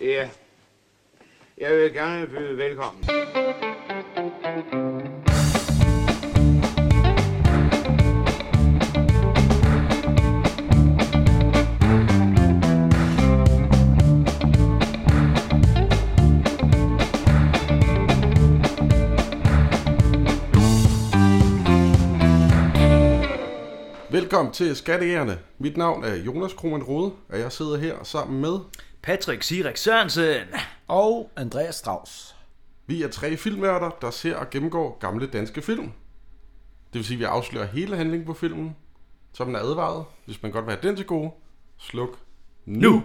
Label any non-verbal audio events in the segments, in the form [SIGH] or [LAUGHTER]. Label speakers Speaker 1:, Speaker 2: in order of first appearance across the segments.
Speaker 1: Ja. Jeg vil gerne byde velkommen.
Speaker 2: Velkommen til Skattejægerne. Mit navn er Jonas Krohmann Rode, og jeg sidder her sammen med...
Speaker 3: Patrick Sirik Sørensen.
Speaker 4: Og Andreas Strauss.
Speaker 2: Vi er tre filmnørder, der ser og gennemgår gamle danske film. Det vil sige, at vi afslører hele handlingen på filmen, så den er advaret. Hvis man godt vil have den til gode, sluk nu. nu.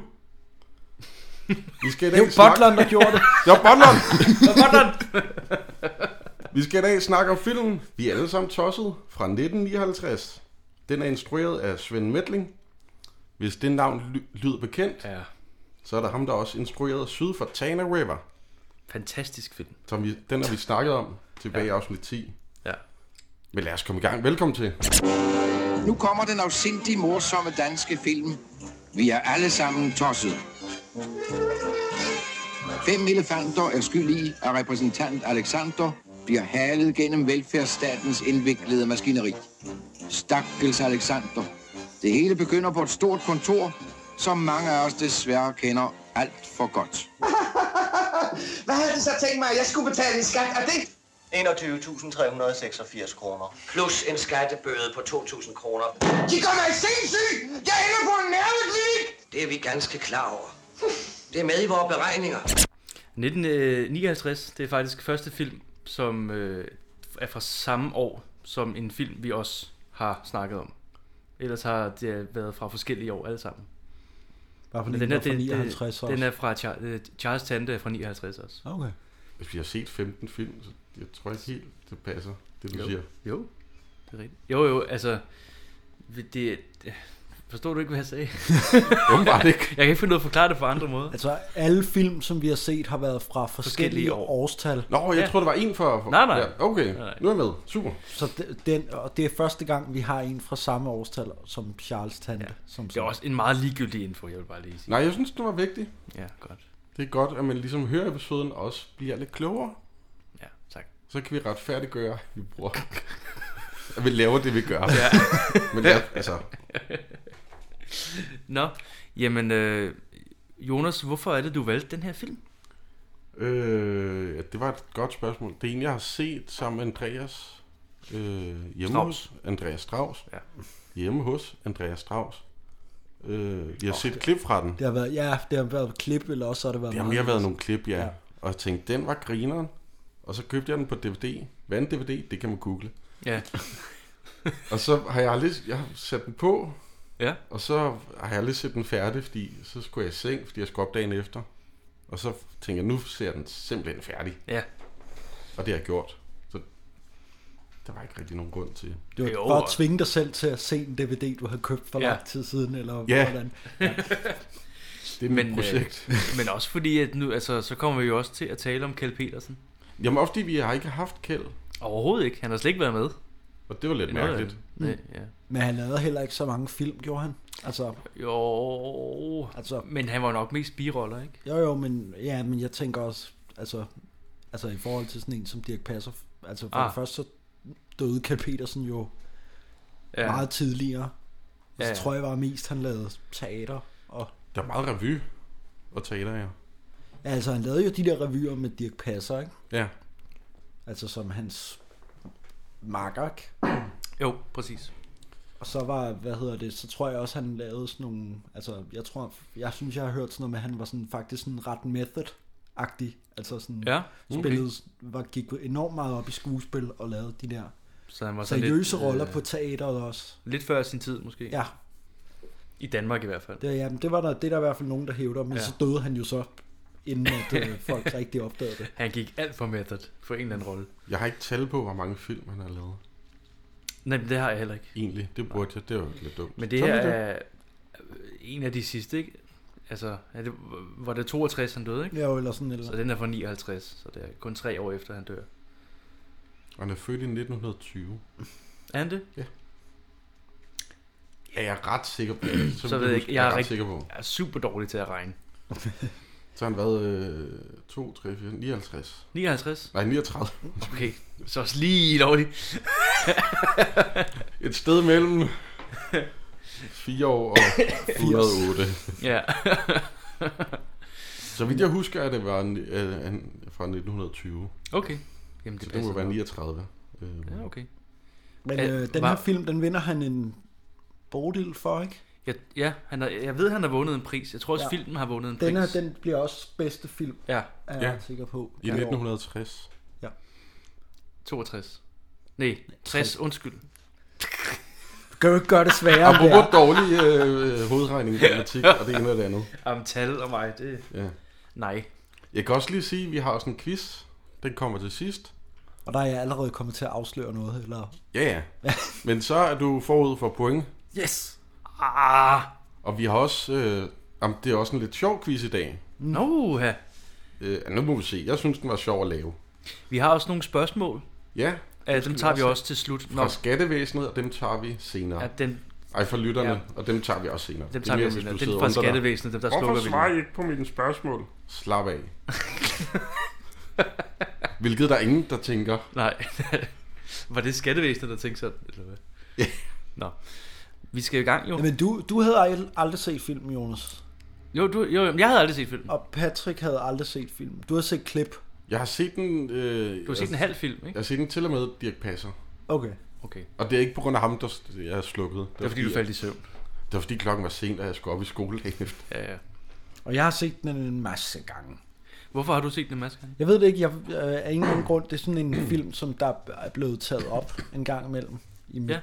Speaker 2: Vi skal i dag
Speaker 4: Det var
Speaker 2: snakke...
Speaker 4: Butleren, der gjorde det.
Speaker 3: [LAUGHS]
Speaker 2: Det var Butleren!
Speaker 3: Hvordan?
Speaker 2: Vi skal i dag snakke om filmen Vi er alle sammen tosset fra 1959. Den er instrueret af Svend Methling. Hvis det navn ly- lyder bekendt,
Speaker 3: Ja.
Speaker 2: så er der ham, der også instruerede Syd for Tana River.
Speaker 3: Fantastisk film.
Speaker 2: som vi, den har vi snakket om tilbage i afsnit 10.
Speaker 3: Ja.
Speaker 2: Men lad os komme i gang. Velkommen til.
Speaker 5: Nu kommer den afsindig morsomme danske film. Vi er alle sammen tosset. Fem elefanter er skyld i, at repræsentant Alexander bliver halet gennem velfærdsstatens indviklede maskineri. Stakkels Alexander. Det hele begynder på et stort kontor, som mange af os desværre kender alt for godt.
Speaker 6: Hvad havde de så tænkt mig, at jeg skulle betale i skat af det?
Speaker 7: 21.386 kroner.
Speaker 6: Plus en skattebøde på 2.000 kroner. De gør mig sindssyg! Jeg ender på en nerveklinik! Det er vi ganske klar over. Det er med i vores beregninger.
Speaker 3: 1959, øh, det er faktisk første film, som øh, er fra samme år som en film, vi også har snakket om. Ellers har det været fra forskellige år alle sammen.
Speaker 4: Bare for
Speaker 3: Men
Speaker 4: den er, fra
Speaker 3: det- det-
Speaker 4: 59 også.
Speaker 3: den er fra Char- øh, Charles Tante er fra 59 også.
Speaker 4: Okay.
Speaker 2: Hvis vi har set 15 film, så jeg tror ikke helt, det passer, det du jo.
Speaker 3: Jo.
Speaker 2: siger.
Speaker 3: Jo, det er rigtigt. Jo, jo, altså... vi- Det, forstår du ikke, hvad jeg sagde?
Speaker 2: Åbenbart ikke.
Speaker 3: Jeg kan ikke finde ud af at forklare det på andre måder.
Speaker 4: Altså, alle film, som vi har set, har været fra forskellige,
Speaker 3: Forskellige år.
Speaker 4: årstal.
Speaker 2: Nå, jeg ja.
Speaker 3: Ja.
Speaker 2: tror, der var en for... for
Speaker 3: Nej, nej.
Speaker 2: Ja, okay,
Speaker 3: Nej, nej.
Speaker 2: nu er jeg med. Super.
Speaker 4: Så de- den, og det er første gang, vi har en fra samme årstal som Charles Tante. Ja. Som
Speaker 3: Det er også en meget ligegyldig info, jeg vil bare lige sige.
Speaker 2: Nej, jeg synes, det var vigtigt.
Speaker 3: Ja, godt.
Speaker 2: Det er godt, at man ligesom hører episoden og også bliver lidt klogere.
Speaker 3: Ja, tak.
Speaker 2: Så kan vi retfærdiggøre, at vi bruger... at vi laver det, vi gør. Ja. Men ja, altså...
Speaker 3: Nå, jamen øh, Jonas, hvorfor er det, du valgte den her film?
Speaker 2: Øh, ja, det var et godt spørgsmål. Det er en, jeg har set sammen med Andreas øh, hjemme
Speaker 3: Strauss.
Speaker 2: hos Andreas Strauss.
Speaker 3: Ja.
Speaker 2: Hjemme hos Andreas Strauss. Øh, jeg har set et klip fra den.
Speaker 4: Det har været, ja, det har været klip, eller også har det været
Speaker 2: Det har
Speaker 4: meget-
Speaker 2: mere været nogle klip, ja.
Speaker 4: Ja.
Speaker 2: ja. Og jeg tænkte, den var grineren. Og så købte jeg den på DVD. Hvad er en DVD? Det kan man google.
Speaker 3: Ja,
Speaker 2: Og så har jeg aldrig jeg har sat den på,
Speaker 3: ja.
Speaker 2: og så har jeg aldrig set den færdig, fordi så skulle jeg i seng, fordi jeg skulle op dagen efter. Og så tænker jeg, nu ser jeg den simpelthen færdig.
Speaker 3: ja.
Speaker 2: Og det har jeg gjort. Så der var ikke rigtig nogen grund til.
Speaker 4: Det var
Speaker 3: Jo,
Speaker 4: bare
Speaker 3: og-
Speaker 4: at tvinge dig selv til at se en DVD, du havde købt for
Speaker 3: Ja.
Speaker 4: lang tid siden, eller
Speaker 2: Ja.
Speaker 4: hvordan.
Speaker 2: Det er mit Men, projekt. [LAUGHS] Øh...
Speaker 3: Øh, men også fordi, at nu, altså, så kommer vi jo også til at tale om Kjeld Petersen.
Speaker 2: Jamen ofte vi har ikke haft Kjeld,
Speaker 3: Overhovedet ikke, han har slet ikke været med.
Speaker 2: og det var lidt
Speaker 3: Det er noget af
Speaker 2: mærkeligt.
Speaker 3: det. Ja.
Speaker 4: Men han lavede heller ikke så mange film, gjorde han? Altså,
Speaker 3: Jo,
Speaker 4: Altså-
Speaker 3: men han var nok mest biroller, ikke?
Speaker 4: Jo, jo, men, ja, men jeg tænker også, altså, altså i forhold til sådan en som Dirk Passer, altså for
Speaker 3: Ah.
Speaker 4: ah. det første så døde Carl Petersen jo ja.
Speaker 3: Ja.
Speaker 4: meget tidligere, og så
Speaker 3: Ja.
Speaker 4: ja. tror jeg var mest, han lavede teater, og
Speaker 2: Der er meget revy og teater, ja.
Speaker 4: ja, altså han lavede jo de der revyer med Dirk Passer, ikke?
Speaker 2: Ja,
Speaker 4: altså som hans makker, ikke?
Speaker 3: Jo, præcis.
Speaker 4: og så var, hvad hedder det, så tror jeg også, han lavede sådan nogle, altså jeg tror, jeg synes, jeg har hørt sådan noget med, at han var sådan faktisk sådan ret method-agtig, altså sådan
Speaker 3: Ja, okay.
Speaker 4: spillede, var, gik enormt meget op i skuespil og lavede de der
Speaker 3: Så han var sådan
Speaker 4: seriøse
Speaker 3: lidt, øh,
Speaker 4: roller på teateret også.
Speaker 3: Lidt før sin tid, måske.
Speaker 4: Ja,
Speaker 3: I Danmark i hvert fald.
Speaker 4: det, ja, men det var der, det er der i hvert fald nogen, der hævder, men
Speaker 3: Ja.
Speaker 4: ja. så døde han jo så, inden
Speaker 3: [LAUGHS]
Speaker 4: at øh, folk rigtig opdagede det.
Speaker 3: Han gik alt for method for en eller anden rolle.
Speaker 2: jeg har ikke tal på, hvor mange film han har lavet.
Speaker 3: Nej, men det har jeg heller ikke.
Speaker 2: Egentlig, det burde jeg. Det var lidt dumt.
Speaker 3: Men det
Speaker 2: Sådan
Speaker 3: her
Speaker 2: er
Speaker 3: er øh, en af de sidste, ikke? Altså, er det, var det 62, han døde, ikke?
Speaker 4: Ja, jo, eller sådan, eller,
Speaker 3: Så den er fra 59, så det er kun tre år efter, han dør.
Speaker 2: Og han er født i 1920.
Speaker 3: Er han det?
Speaker 2: Ja, jeg er ret sikker på det.
Speaker 3: Så ved jeg ikke, jeg [CLEARS THROAT]
Speaker 2: jeg
Speaker 3: er
Speaker 2: er ret
Speaker 3: rigtig-
Speaker 2: sikker på.
Speaker 3: Jeg er super dårlig til at regne.
Speaker 2: Så har han været øh, 2, 3, 4, 59.
Speaker 3: 59?
Speaker 2: Nej, 39.
Speaker 3: Okay, så også lige lovligt.
Speaker 2: Et sted mellem 4 år og 108.
Speaker 3: Ja.
Speaker 2: Så vidt jeg husker, at det var en, øh, han- fra 1920.
Speaker 3: Okay. Jamen, det
Speaker 2: Så det må
Speaker 3: passer
Speaker 2: være
Speaker 3: nok.
Speaker 2: 39. Øh,
Speaker 3: Ja, okay.
Speaker 4: Men
Speaker 3: Øh,
Speaker 4: øh, den
Speaker 3: var-
Speaker 4: her film, den vinder han en Bodil for, ikke?
Speaker 3: Ja, ja han har, jeg ved, han har vundet en pris. Jeg tror også,
Speaker 4: Ja.
Speaker 3: ja. filmen har vundet en
Speaker 4: Den, er,
Speaker 3: pris.
Speaker 4: den bliver også bedste film,
Speaker 3: Ja,
Speaker 4: er
Speaker 2: Ja.
Speaker 4: jeg ret sikker på.
Speaker 2: I 1960.
Speaker 3: 62. Nej, 60, undskyld.
Speaker 4: Gør, gør det sværere, end det
Speaker 2: Apropos
Speaker 4: er.
Speaker 2: dårlig øh, hovedregning i matematik, og det ene og det andet.
Speaker 3: Om tal og mig, det...
Speaker 2: Ja.
Speaker 3: Nej.
Speaker 2: Jeg kan også lige sige, at vi har også en quiz. Den kommer til sidst.
Speaker 4: Og der er jeg allerede kommet til at afsløre noget, eller...
Speaker 2: Ja, ja. Men så er du forud for point.
Speaker 3: Yes! Ah!
Speaker 2: Og vi har også... Øh, jamen, det er også en lidt sjov quiz i dag.
Speaker 3: Nå, ja.
Speaker 2: Øh, nu må vi se. Jeg synes, den var sjov at lave.
Speaker 3: Vi har også nogle spørgsmål.
Speaker 2: Ja,
Speaker 3: Ja, dem tager vi også til slut. Nå,
Speaker 2: fra skattevæsenet, og dem tager vi senere.
Speaker 3: ja, den,
Speaker 2: Ej, for lytterne,
Speaker 3: Ja.
Speaker 2: og dem tager vi også senere.
Speaker 3: dem tager vi også senere. Den fra skattevæsenet, dem der slukker
Speaker 2: Hvorfor
Speaker 3: vi.
Speaker 2: svarer I
Speaker 3: lige.
Speaker 2: ikke på mine spørgsmål? Slap af. Hvilket der er ingen, der tænker.
Speaker 3: Nej. [LAUGHS] Var det skattevæsenet, der tænkte sådan? Eller hvad?
Speaker 2: Ja.
Speaker 3: Nå. Vi skal i gang, jo.
Speaker 4: Jamen, du, du havde al- aldrig set filmen, Jonas.
Speaker 3: Jo, du, jo, jo, jeg havde aldrig set filmen.
Speaker 4: Og Patrick havde aldrig set filmen. Du har set klip.
Speaker 2: Jeg har set den... Øh,
Speaker 3: Du har set en halv film, ikke?
Speaker 2: Jeg har set den til og med Dirk Passer.
Speaker 4: Okay.
Speaker 3: Okay.
Speaker 2: Og det er ikke på grund af ham, der s- jeg er slukket. Det var,
Speaker 3: Det var fordi, du faldt i søvn.
Speaker 2: Det var fordi klokken var sent, og jeg skulle op i skole dagen efter.
Speaker 3: Ja, ja.
Speaker 4: Og jeg har set den en masse gange.
Speaker 3: Hvorfor har du set den maske?
Speaker 4: Jeg ved det ikke, jeg øh, af ingen anden grund, det er sådan
Speaker 3: [CLEARS THROAT]
Speaker 4: en film, som der er blevet taget op en gang imellem. I mit,
Speaker 3: Ja,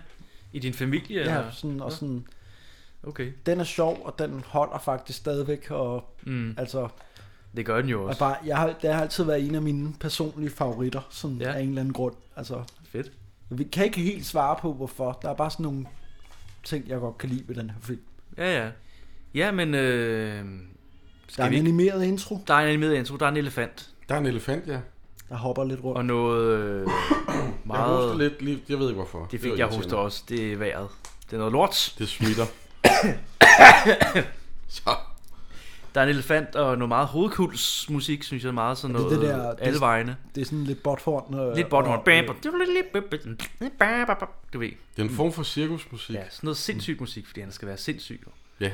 Speaker 3: I din familie?
Speaker 4: ja
Speaker 3: eller?
Speaker 4: sådan, og sådan,
Speaker 3: Okay.
Speaker 4: den er sjov, og den holder faktisk stadigvæk, og
Speaker 3: Mm,
Speaker 4: altså,
Speaker 3: det gør den jo
Speaker 4: og
Speaker 3: også.
Speaker 4: bare, jeg har, det har altid været en af mine personlige favoritter, sådan
Speaker 3: Ja.
Speaker 4: ja. af en eller anden grund. Altså,
Speaker 3: Fedt.
Speaker 4: vi kan ikke helt svare på, hvorfor. Der er bare sådan nogle ting, jeg godt kan lide ved den her film.
Speaker 3: Ja, ja. Ja, men... Øh,
Speaker 4: Der er
Speaker 3: skal vi
Speaker 4: en
Speaker 3: ikke?
Speaker 4: animeret intro,
Speaker 3: Der er en animeret intro, der er en elefant.
Speaker 2: Der er en elefant, ja.
Speaker 4: der hopper lidt rundt.
Speaker 3: Og noget øh,
Speaker 2: Jeg hoster
Speaker 3: meget...
Speaker 2: lidt, lige, jeg ved ikke hvorfor.
Speaker 3: Det
Speaker 2: var
Speaker 3: fik jeg hoster
Speaker 2: irriterende.
Speaker 3: også. Det er vejret. Det er noget lort.
Speaker 2: Det
Speaker 4: [COUGHS]
Speaker 2: smitter. så.
Speaker 3: Der er en elefant og noget meget hovedkulsmusik, synes jeg. Meget sådan
Speaker 4: Er det
Speaker 3: noget det
Speaker 4: det der-
Speaker 3: alle
Speaker 4: det-
Speaker 3: vegne.
Speaker 4: Det er sådan lidt botthorn. Øh,
Speaker 3: Lidt
Speaker 4: og-
Speaker 3: bottom. Bam, bam, bam, bam, bam, Du ved.
Speaker 2: Det er en form for cirkusmusik.
Speaker 3: Ja, sådan noget sindssyg musik, fordi han skal være sindssyg. jo.
Speaker 2: ja.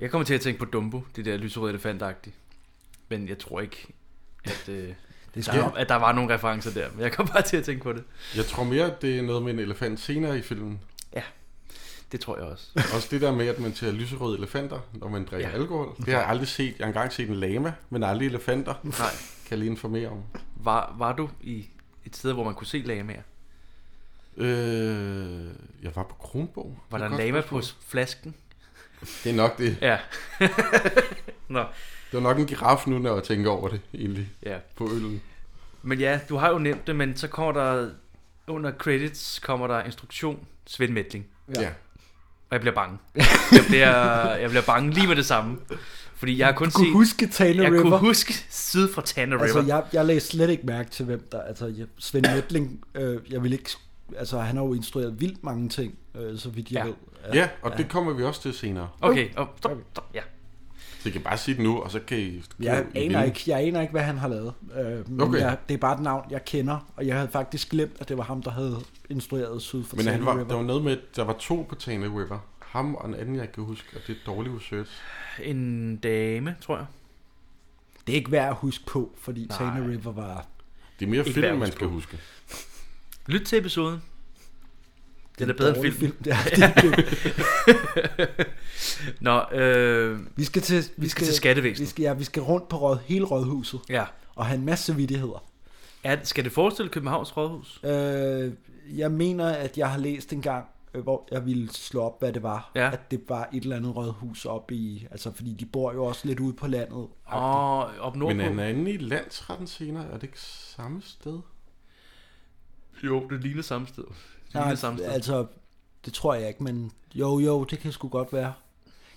Speaker 3: Jeg kommer til at tænke på Dumbo, det der lyserøde elefantagtige. Men jeg tror ikke, at, øh,
Speaker 4: Det
Speaker 3: der,
Speaker 4: skal,
Speaker 3: at der var nogle referencer der. Men jeg kom bare til at tænke på det.
Speaker 2: Jeg tror mere, at det er noget med en elefant senere i filmen.
Speaker 3: Det tror jeg også.
Speaker 2: Også det der med, at man tager lyserøde elefanter, når man drikker
Speaker 3: Ja.
Speaker 2: ja. alkohol. Det har jeg aldrig set. Jeg har engang set en lama, men aldrig elefanter.
Speaker 3: Nej.
Speaker 2: Kan jeg lige informere om.
Speaker 3: Var, var du i et sted, hvor man kunne se lamaer?
Speaker 2: Øh, jeg var på Kronborg.
Speaker 3: Var
Speaker 2: Det
Speaker 3: der
Speaker 2: er
Speaker 3: en
Speaker 2: godt
Speaker 3: lama på
Speaker 2: spørgsmål.
Speaker 3: flasken?
Speaker 2: Det er nok det.
Speaker 3: Ja. Nå,
Speaker 2: Det var nok en giraf nu, når jeg tænker over det, egentlig.
Speaker 3: ja.
Speaker 2: På øllen.
Speaker 3: Men ja, du har jo nævnt det, men så kommer der under credits kommer der instruktion Svend Mætling.
Speaker 4: Ja.
Speaker 2: ja.
Speaker 3: Og jeg bliver bange. Jeg bliver, jeg bliver bange lige med det samme. Fordi jeg har kun
Speaker 4: jeg kunne
Speaker 3: set...
Speaker 4: huske Tane
Speaker 3: jeg
Speaker 4: River.
Speaker 3: kunne huske syd fra Tanner River.
Speaker 4: Altså, jeg, jeg lagde slet ikke mærke til, hvem der... Altså, jeg, Svend Møtling, øh, jeg vil ikke... Altså, han har jo instrueret vildt mange ting, øh, så vidt
Speaker 3: Ja.
Speaker 4: jeg ved.
Speaker 2: Ja, og det kommer vi også til senere.
Speaker 3: Okay, og stop, stop, ja.
Speaker 2: Så I kan bare sige det nu, og så kan I...
Speaker 4: Jeg
Speaker 2: I
Speaker 4: aner
Speaker 2: vinde.
Speaker 4: ikke, jeg aner ikke, hvad han har lavet. Øh, men
Speaker 2: Okay.
Speaker 4: okay. jeg, det er bare et navn, jeg kender, og jeg havde faktisk glemt, at det var ham, der havde instrueret Syd for
Speaker 2: Men han
Speaker 4: Tane
Speaker 2: var, der
Speaker 4: River.
Speaker 2: var noget med, at der var to på Tane River. Ham og en anden, jeg kan huske, og det er dårlig research.
Speaker 3: En dame, tror jeg.
Speaker 4: Det er ikke værd at huske på, fordi
Speaker 3: Nej.
Speaker 4: Nej. Tane River var...
Speaker 2: Det er mere
Speaker 3: Ikke værd at
Speaker 2: film, man
Speaker 3: huske
Speaker 2: skal
Speaker 3: på.
Speaker 2: huske.
Speaker 3: Lyt til episoden. Den er
Speaker 4: en
Speaker 3: bedre end
Speaker 4: dårlig
Speaker 3: filmen.
Speaker 4: film. [LAUGHS]
Speaker 3: [LAUGHS]
Speaker 4: Ja, det, det,
Speaker 3: Nå, øh,
Speaker 4: vi skal til...
Speaker 3: vi skal til skattevæsenet.
Speaker 4: Vi skal, ja, vi skal rundt på råd, hele rådhuset,
Speaker 3: Ja.
Speaker 4: og have en masse vidtigheder.
Speaker 3: Er, skal det forestille Københavns Rådhus?
Speaker 4: Øh, jeg mener, at jeg har læst en gang, øh, hvor jeg ville slå op, hvad det var.
Speaker 3: Ja.
Speaker 4: At det var et eller andet rødhus op i... Altså, fordi de bor jo også lidt ude på landet.
Speaker 3: Og op nordpå?
Speaker 2: Men
Speaker 4: øh,
Speaker 2: han er inde i landsretten senere. Er det ikke samme sted?
Speaker 3: Jo, det ligner samme sted. Det ligner
Speaker 4: Nej,
Speaker 3: samme sted.
Speaker 4: altså, det tror jeg ikke, men jo, jo, det kan sgu godt være.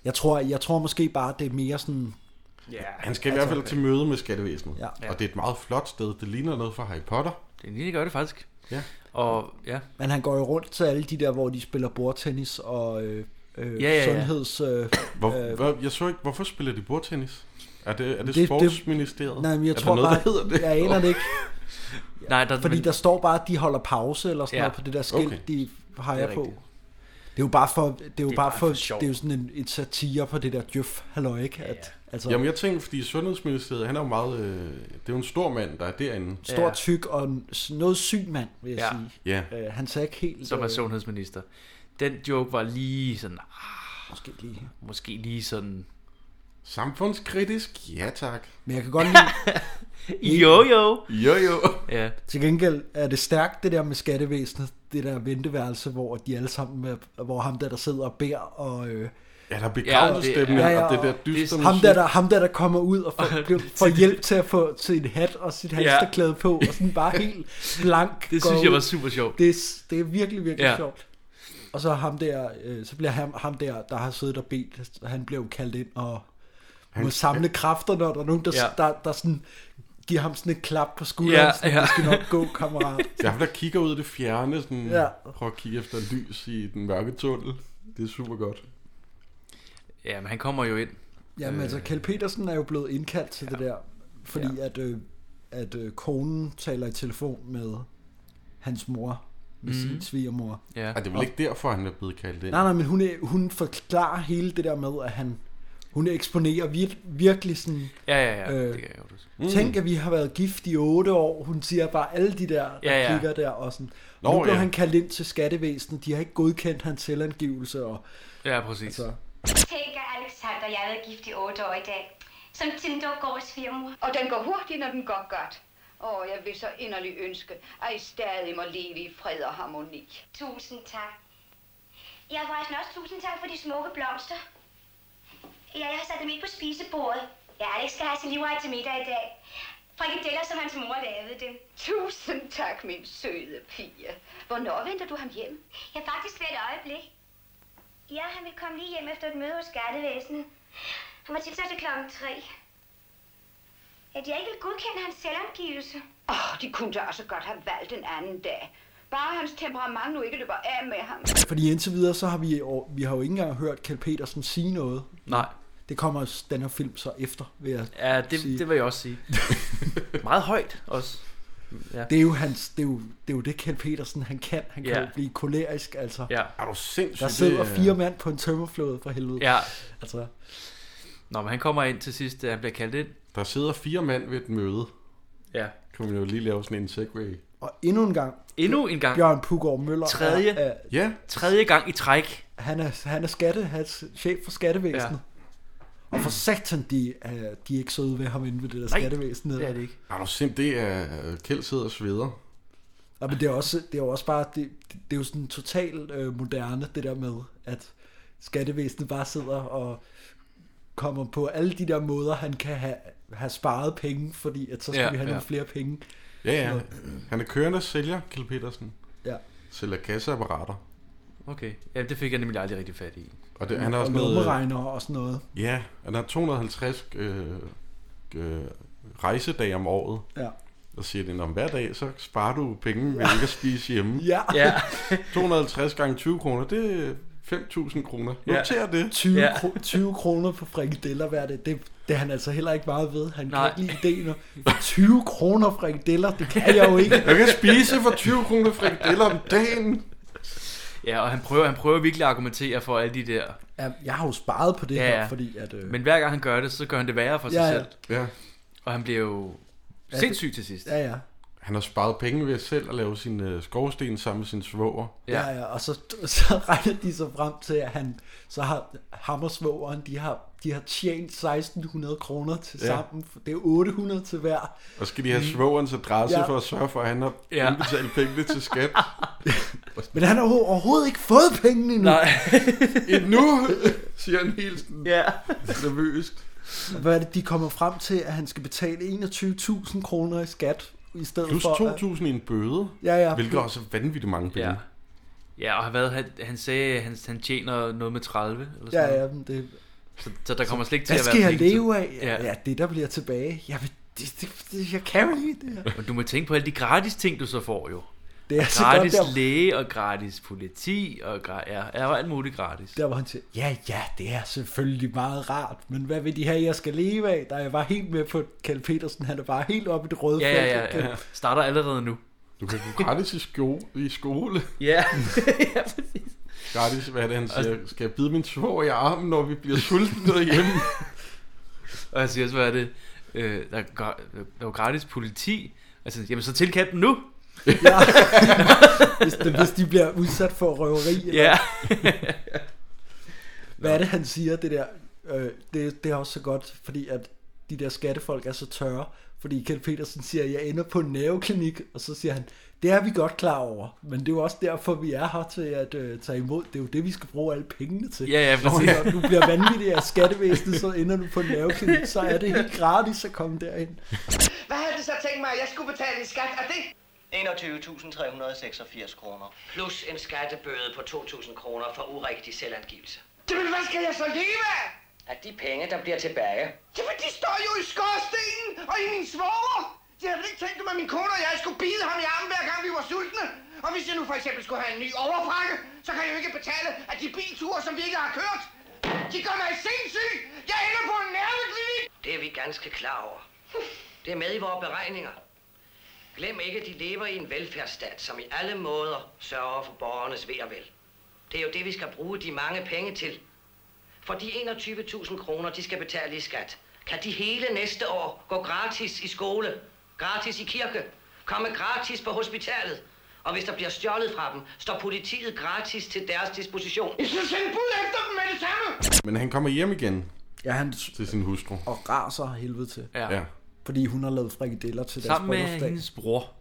Speaker 4: Jeg tror, jeg tror måske bare, det er mere sådan...
Speaker 3: Ja,
Speaker 2: Han skal i hvert fald til møde med skattevæsenet.
Speaker 4: Ja.
Speaker 2: Og det er et meget flot sted. Det ligner noget fra Harry Potter.
Speaker 3: det lige gør det faktisk.
Speaker 2: Ja.
Speaker 3: Og ja,
Speaker 4: Men han går jo rundt til alle de der, hvor de spiller bordtennis og øh, øh,
Speaker 3: Ja, ja, ja.
Speaker 4: sundheds... Øh,
Speaker 2: Hvor, hvor, jeg så ikke, hvorfor spiller de bordtennis? Er det, er det,
Speaker 4: Det- det-
Speaker 2: sportsministeriet?
Speaker 4: nej, men jeg
Speaker 2: er
Speaker 4: tror
Speaker 2: der noget,
Speaker 4: bare...
Speaker 2: der hedder det?
Speaker 4: Jeg
Speaker 3: [LAUGHS]
Speaker 4: aner det ikke.
Speaker 3: nej, der,
Speaker 4: Fordi
Speaker 3: men,
Speaker 4: der står bare, at de holder pause eller sådan
Speaker 3: Ja.
Speaker 4: ja. noget på det der skilt,
Speaker 2: Okay.
Speaker 4: okay. de
Speaker 3: Det
Speaker 4: peger
Speaker 3: er
Speaker 4: på.
Speaker 3: rigtigt.
Speaker 4: Det er jo bare for, det er jo det er bare for,
Speaker 3: sjov.
Speaker 4: det er jo sådan en, et satire på det der djøf, halløj, ikke? At, ja, ja. Altså,
Speaker 2: Jamen jeg tænker, fordi sundhedsministeriet, han er jo meget... Øh, det er jo en stor mand, der er derinde.
Speaker 4: stor
Speaker 3: Ja.
Speaker 4: tyk og en- s- noget syg mand, vil jeg
Speaker 3: Ja.
Speaker 4: ja. sige.
Speaker 2: Ja.
Speaker 4: Øh, han sagde ikke helt...
Speaker 3: som er
Speaker 4: øh,
Speaker 3: sundhedsminister. Den joke var lige sådan, ah,
Speaker 4: Måske lige.
Speaker 3: måske lige sådan,
Speaker 2: Samfundskritisk? Ja tak.
Speaker 4: Men jeg kan godt lide,
Speaker 3: jo jo.
Speaker 2: Jo jo.
Speaker 3: Ja,
Speaker 4: til gengæld er det stærkt det der med skattevæsenet, det der venteværelse, hvor de alle sammen, er, hvor ham der, der sidder og beder, og øh,
Speaker 2: Ja, der er
Speaker 3: Ja,
Speaker 2: begravelsestemning,
Speaker 4: det er-
Speaker 2: og det der dyster
Speaker 3: Det-
Speaker 4: ham, der,
Speaker 2: musik.
Speaker 4: der, ham der, der kommer ud og
Speaker 3: [LAUGHS]
Speaker 4: får, bliver, får hjælp til at få sin hat og sit halsterklæde på, og sådan bare
Speaker 3: [LAUGHS]
Speaker 4: helt blank.
Speaker 3: det
Speaker 4: går
Speaker 3: synes jeg
Speaker 4: ud.
Speaker 3: var super sjovt.
Speaker 4: Det, er- det er virkelig, virkelig
Speaker 3: Ja.
Speaker 4: ja. sjovt. Og så ham der, øh, så bliver ham, ham der, der har siddet og bedt, han bliver jo kaldt ind og må samle kræfter, når der er nogen, der,
Speaker 3: Ja.
Speaker 4: ja. der, der sådan, giver ham sådan et klap på skulderen,
Speaker 3: Ja,
Speaker 4: ja, sådan,
Speaker 3: ja.
Speaker 4: ja. det skal nok gå, kammerat.
Speaker 2: Det er ham, der kigger ud i det fjerne, sådan, ja.
Speaker 4: Ja.
Speaker 2: prøver at kigge efter lys i den mørke tunnel. Det er super godt.
Speaker 3: Ja, men han kommer jo ind.
Speaker 4: Jamen altså, Kjell Petersen er jo blevet indkaldt til ja. det der, fordi ja. at, øh, at øh, konen taler i telefon med hans mor, med mm. sin svigermor.
Speaker 3: Ja.
Speaker 2: Ej, det er vel ikke derfor, han er blevet kaldt ind.
Speaker 4: Nej, nej, men hun, er, hun forklarer hele det der med, at han, hun eksponerer vir, virkelig sådan...
Speaker 3: Ja, ja, ja.
Speaker 4: Øh,
Speaker 3: det kan jeg godt huske.
Speaker 4: Mm. Tænk, at vi har været gift i otte år. Hun siger bare alle de der, der
Speaker 3: Ja,
Speaker 4: ja,
Speaker 3: ja.
Speaker 4: ja. klikker der og sådan.
Speaker 2: Nå,
Speaker 4: Nå, nu blev
Speaker 2: ja.
Speaker 4: ja. han kaldt ind til skattevæsenet. De har ikke godkendt hans selvangivelse. Og,
Speaker 3: Ja, præcis.
Speaker 4: altså,
Speaker 7: Tænker Alexander, jeg har været gift i otte år i dag. Som Tinder går svigermor.
Speaker 8: Og den går hurtigt, når den går godt. Og jeg vil så inderligt ønske, at I stadig må leve i fred og harmoni.
Speaker 7: Tusind tak. Jeg har forresten også tusind tak for de smukke blomster. Ja, jeg har sat dem ind på spisebordet. Ja, Alex skal have sin livret til middag i dag. Frikadeller, som hans mor lavede det.
Speaker 8: Tusind tak, min søde pige. Hvornår venter du ham hjem?
Speaker 7: Ja, faktisk ved et øjeblik. Ja, han vil komme lige hjem efter et møde hos skattevæsenet. Han var tilsat til klokken tre. At jeg ikke vil godkende hans selvangivelse.
Speaker 8: Åh, oh, de kunne da også godt have valgt en anden dag. Bare hans temperament nu ikke løber af med ham.
Speaker 4: fordi indtil videre, så har vi, jo- vi har jo ikke engang hørt Kjell Petersen sige noget.
Speaker 3: Nej.
Speaker 4: Det kommer s- den her film så efter, vil jeg
Speaker 3: Ja,
Speaker 4: sige.
Speaker 3: det, det vil jeg også
Speaker 4: [LAUGHS]
Speaker 3: sige. Meget højt også.
Speaker 4: Det er jo, hans, det, er jo, det er jo det, Kjell Petersen han kan. Han kan
Speaker 3: Ja.
Speaker 4: ja. jo blive kolerisk, altså. Ja.
Speaker 3: Ja.
Speaker 2: Er du øh, sindssyg?
Speaker 4: Der sidder fire mand på en tømmerflåde for helvede.
Speaker 3: ja.
Speaker 4: Altså,
Speaker 3: Nå, men han kommer ind til sidst, da han bliver kaldt ind.
Speaker 2: Der sidder fire mand ved et møde.
Speaker 3: Ja.
Speaker 2: Kan man jo lige lave sådan en segway.
Speaker 4: og endnu en gang,
Speaker 3: Endnu en gang.
Speaker 4: Bjørn Pugård Møller
Speaker 3: Tredje.
Speaker 4: Er, er,
Speaker 2: Ja,
Speaker 3: Tredje gang i træk.
Speaker 4: han, er, han er skatte, han er chef for skattevæsenet. Ja. Og for satan, de, er, de er ikke søde ved ham inde ved det der
Speaker 3: Nej,
Speaker 4: skattevæsen.
Speaker 3: Det
Speaker 4: der.
Speaker 3: er det ikke.
Speaker 2: er du sindssyg? Det er øh, Kjeld sidder og sveder.
Speaker 4: Ja, men det er, også, det er jo også bare, det, det er jo sådan totalt øh, moderne, det der med, at skattevæsenet bare sidder og kommer på alle de der måder, han kan have, have sparet penge, fordi at så skal
Speaker 3: Ja,
Speaker 4: ja, vi have
Speaker 3: ja.
Speaker 4: ja. nogle flere penge.
Speaker 2: Ja, ja. Han er kørende sælger, Kjeld Petersen.
Speaker 4: Ja.
Speaker 2: Sælger kasseapparater.
Speaker 3: Okay. Ja, det fik jeg nemlig aldrig rigtig fat i.
Speaker 2: Og det, han har også
Speaker 4: Mm, Og
Speaker 2: noget... øh,
Speaker 4: lommeregner og sådan noget.
Speaker 2: Ja, han har 250 øh, øh, rejsedage om året.
Speaker 4: Ja.
Speaker 2: Og siger det, om hver dag, så sparer du penge ved ikke at spise hjemme.
Speaker 4: Ja,
Speaker 3: Ja.
Speaker 2: 250 gange 20 kroner, det er 5.000 kroner.
Speaker 3: Ja.
Speaker 2: Noter det.
Speaker 4: 20,
Speaker 3: Ja.
Speaker 4: ja. kro- 20 kroner på frikadeller hver dag, det, det er han altså heller ikke meget ved. Han
Speaker 3: Nej.
Speaker 4: kan ikke lide ideen. 20 kroner frikadeller, det kan jeg jo ikke.
Speaker 3: [LAUGHS]
Speaker 2: Jeg kan spise for 20 kroner frikadeller om dagen.
Speaker 3: [LAUGHS] Ja, og han prøver, han prøver virkelig at argumentere for alle de der.
Speaker 4: Ja, Jeg har jo sparet på det
Speaker 3: Ja,
Speaker 4: ja, her,
Speaker 3: ja.
Speaker 4: fordi at... Øh,
Speaker 3: Men hver gang han gør det, så gør han det værre for sig
Speaker 4: Ja, ja.
Speaker 3: selv.
Speaker 2: Ja.
Speaker 3: Og han bliver jo sindssyg til sidst.
Speaker 4: ja, ja.
Speaker 2: Han har sparet penge ved selv at lave sin øh, skovsten sammen med sin svoger.
Speaker 3: Ja.
Speaker 4: Ja. ja, ja, og så, så regner de så frem til, at han, så har hammersvågeren, de har, de har tjent 1600 kroner til
Speaker 2: Ja.
Speaker 4: sammen, for det er 800 til hver.
Speaker 2: Og skal de have svogerens adresse
Speaker 4: Ja.
Speaker 2: for at sørge for, at han har
Speaker 3: Ja.
Speaker 2: indbetalt pengene til skat.
Speaker 4: Men han har jo overhovedet ikke fået pengene endnu.
Speaker 3: Nej.
Speaker 2: Endnu, siger han helt sådan
Speaker 3: ja.
Speaker 2: nervøst.
Speaker 4: Og Hvad er det, de kommer frem til, at han skal betale 21.000 kroner i skat, i stedet
Speaker 2: Plus
Speaker 4: for... at-
Speaker 2: 2.000 i en bøde,
Speaker 4: Ja, ja.
Speaker 2: hvilket også er vanvittigt mange penge.
Speaker 3: Ja. Ja, og hvad, han, han sagde, at han, han tjener noget med 30 eller sådan
Speaker 4: Ja,
Speaker 3: noget.
Speaker 4: ja, men det,
Speaker 3: Så, så der kommer slet ikke til
Speaker 4: Hvad
Speaker 3: at være
Speaker 4: skal jeg
Speaker 3: penge til-
Speaker 4: leve af?
Speaker 3: Ja.
Speaker 4: Ja. ja, det der bliver tilbage. Jamen, det, det, det, jeg kan jo ikke det her.
Speaker 3: Og du må tænke på alle de gratis ting, du så får
Speaker 4: [LAUGHS]
Speaker 3: jo.
Speaker 4: Det er så godt,
Speaker 3: Gratis
Speaker 4: der,
Speaker 3: læge og gratis politi og gra- ja, er alt muligt gratis.
Speaker 4: der hvor han siger, ja, ja, det er selvfølgelig meget rart, men hvad vil de have, jeg skal leve af? Der er jeg bare helt med på, Kjell Petersen, han er bare helt oppe i det røde
Speaker 3: Ja,
Speaker 4: felt.
Speaker 3: ja, ja, ja. Starter allerede nu.
Speaker 2: Du kan gå gratis i, sko- i skole.
Speaker 3: Ja, [LAUGHS] ja præcis.
Speaker 2: Gratis, hvad er det, han siger? Skal jeg bide min svår i armen, når vi bliver sultne derhjemme?
Speaker 3: Og jeg siger også, hvad er det? Øh, der, er gra- der var gratis politi. Altså, jamen så tilkald dem nu.
Speaker 4: [LAUGHS] Ja. hvis, de, hvis de bliver udsat for
Speaker 3: [LAUGHS]
Speaker 4: røveri.
Speaker 3: Ja.
Speaker 4: Hvad er det, han siger, det der? Øh, det, det er også så godt, fordi at de der skattefolk er så tørre. Fordi Kjeld Petersen siger, at jeg ender på en nerveklinik, og så siger han, det er vi godt klar over, men det er jo også derfor, vi er her til at øh, tage imod. Det er jo det, vi skal bruge alle pengene til.
Speaker 3: Ja, ja, præcis.
Speaker 4: Når du bliver vanvittig af skattevæsenet, så ender du på en nerveklinik, så er det helt gratis at komme derind.
Speaker 6: Hvad havde du så tænkt mig, at jeg skulle betale i skat af det? 21.386 kroner. Plus en skattebøde på 2.000 kroner for urigtig selvangivelse. Jamen, hvad skal jeg så leve af? At de penge, der bliver tilbage. Jamen, de står jo i skorstenen og i min svoger. Jeg havde ikke tænkt mig, at min kone og jeg skulle bide ham i armen, hver gang vi var sultne. Og hvis jeg nu for eksempel skulle have en ny overfrakke, så kan jeg jo ikke betale af de bilture, som vi ikke har kørt. De gør mig sindssyg! Jeg ender på en nerveklinik! Det er vi ganske klar over. Det er med i vores beregninger. Glem ikke, at de lever i en velfærdsstat, som i alle måder sørger for borgernes ved og vel. Det er jo det, vi skal bruge de mange penge til. For de 21.000 kroner, de skal betale i skat, kan de hele næste år gå gratis i skole, gratis i kirke, komme gratis på hospitalet. Og hvis der bliver stjålet fra dem, står politiet gratis til deres disposition. I skal sende bud efter dem med det samme!
Speaker 2: [LAUGHS] Men han kommer hjem igen
Speaker 4: Ja, han
Speaker 2: til sin hustru.
Speaker 4: og raser af helvede til,
Speaker 3: ja.
Speaker 2: Ja.
Speaker 3: ja.
Speaker 4: fordi hun har lavet frikadeller til deres
Speaker 3: Sammen med
Speaker 4: bryllupsdag.
Speaker 3: hendes bror.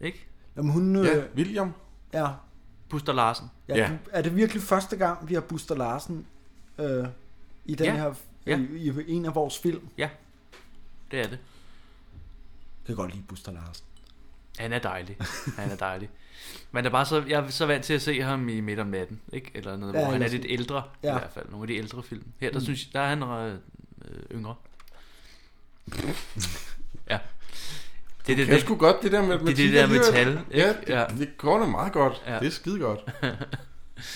Speaker 3: Ikke?
Speaker 4: Jamen hun, øh,
Speaker 2: Ja,
Speaker 4: ja.
Speaker 2: William.
Speaker 4: ja,
Speaker 3: Buster Larsen.
Speaker 4: Ja,
Speaker 2: Ja.
Speaker 4: ja. Er det virkelig første gang, vi har Buster Larsen øh, i den
Speaker 3: Ja.
Speaker 4: ja. her
Speaker 3: Ja.
Speaker 4: ja. I, i en af vores film?
Speaker 3: Ja. Det er det.
Speaker 4: Jeg kan godt lide Buster Larsen.
Speaker 3: Han er dejlig. Han er dejlig. Men der er bare så, jeg er så vant til at se ham i midt om natten, ikke? Eller noget,
Speaker 4: Ja,
Speaker 3: hvor han er
Speaker 4: jeg
Speaker 3: lidt ældre, ja.
Speaker 4: Ja.
Speaker 3: i hvert fald. Nogle af de ældre film. Her, der, mm. synes, jeg- der er han øh, øh,
Speaker 4: [LAUGHS]
Speaker 3: yngre. ja. Det er det,
Speaker 2: Jeg
Speaker 3: det,
Speaker 2: sgu godt det der med
Speaker 3: det, det der med tal.
Speaker 2: Ja,
Speaker 3: Ikke?
Speaker 2: det, det går da meget godt.
Speaker 3: Ja.
Speaker 2: Det er skide
Speaker 3: [LAUGHS]
Speaker 2: godt.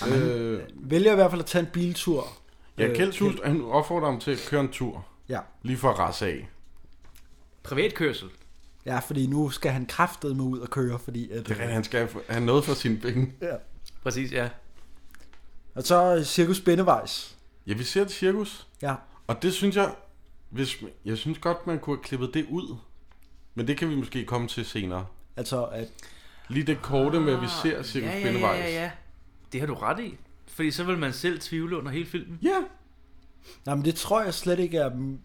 Speaker 2: øh,
Speaker 4: Vælger i hvert fald at tage en biltur.
Speaker 2: ja,
Speaker 4: Øh,
Speaker 2: Kjeld Sus, han opfordrer ham til at køre en tur.
Speaker 4: Ja.
Speaker 2: Lige for at rasse af.
Speaker 3: Privatkørsel.
Speaker 4: ja, fordi nu skal han kraftet med ud og køre, fordi at, øh,
Speaker 2: Det er rigtigt, han skal have noget for sine penge.
Speaker 4: ja.
Speaker 3: Præcis, ja.
Speaker 4: Og så Cirkus Spændevejs.
Speaker 2: Ja, vi ser et cirkus.
Speaker 4: Ja,
Speaker 2: Og det synes jeg, hvis, jeg synes godt, man kunne have klippet det ud. Men det kan vi måske komme til senere.
Speaker 4: altså at,
Speaker 2: Lige det korte med, at vi ser Cirkus
Speaker 3: Ah. ja, ja,
Speaker 2: Spændevejs.
Speaker 3: ja, ja, ja. Det har du ret i. Fordi så vil man selv tvivle under hele filmen.
Speaker 2: ja.
Speaker 4: nej, men det tror jeg slet ikke er m-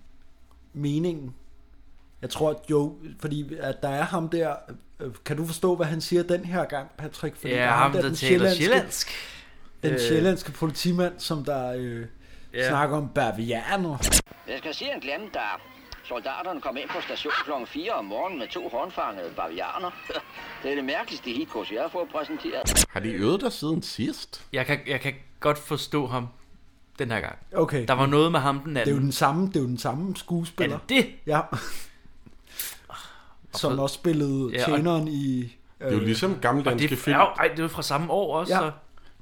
Speaker 4: meningen. Jeg tror, at jo, fordi at der er ham der, øh, kan du forstå, hvad han siger den her gang, Patrick? Fordi
Speaker 3: Ja,
Speaker 4: er
Speaker 3: ham, der
Speaker 4: den
Speaker 3: taler
Speaker 4: sjællandske-
Speaker 3: sjællandsk.
Speaker 4: Den
Speaker 3: Øh.
Speaker 4: øh. sjællandske politimand, som der øh,
Speaker 3: Ja.
Speaker 4: ja. snakker om bavianer.
Speaker 6: Jeg skal sige en glemme, da soldaterne kom ind på station kl. 4 om morgenen med to håndfangede bavianer. [LAUGHS] Det er det mærkeligste hitkurs, jeg har fået præsenteret.
Speaker 2: Har de øvet dig siden sidst?
Speaker 3: Jeg kan, jeg kan godt forstå ham den her gang.
Speaker 4: Okay,
Speaker 3: Der var noget med ham den
Speaker 4: det er jo
Speaker 3: anden.
Speaker 4: den samme, det er jo den samme skuespiller.
Speaker 3: er det det?
Speaker 4: Ja. som også spillede
Speaker 3: Ja,
Speaker 4: ja,
Speaker 3: og-
Speaker 4: tjeneren i... Øh,
Speaker 2: Det er jo ligesom gamle danske
Speaker 3: det,
Speaker 2: film.
Speaker 3: er jo, ej, det er jo fra samme år også.
Speaker 4: Ja.
Speaker 3: Så.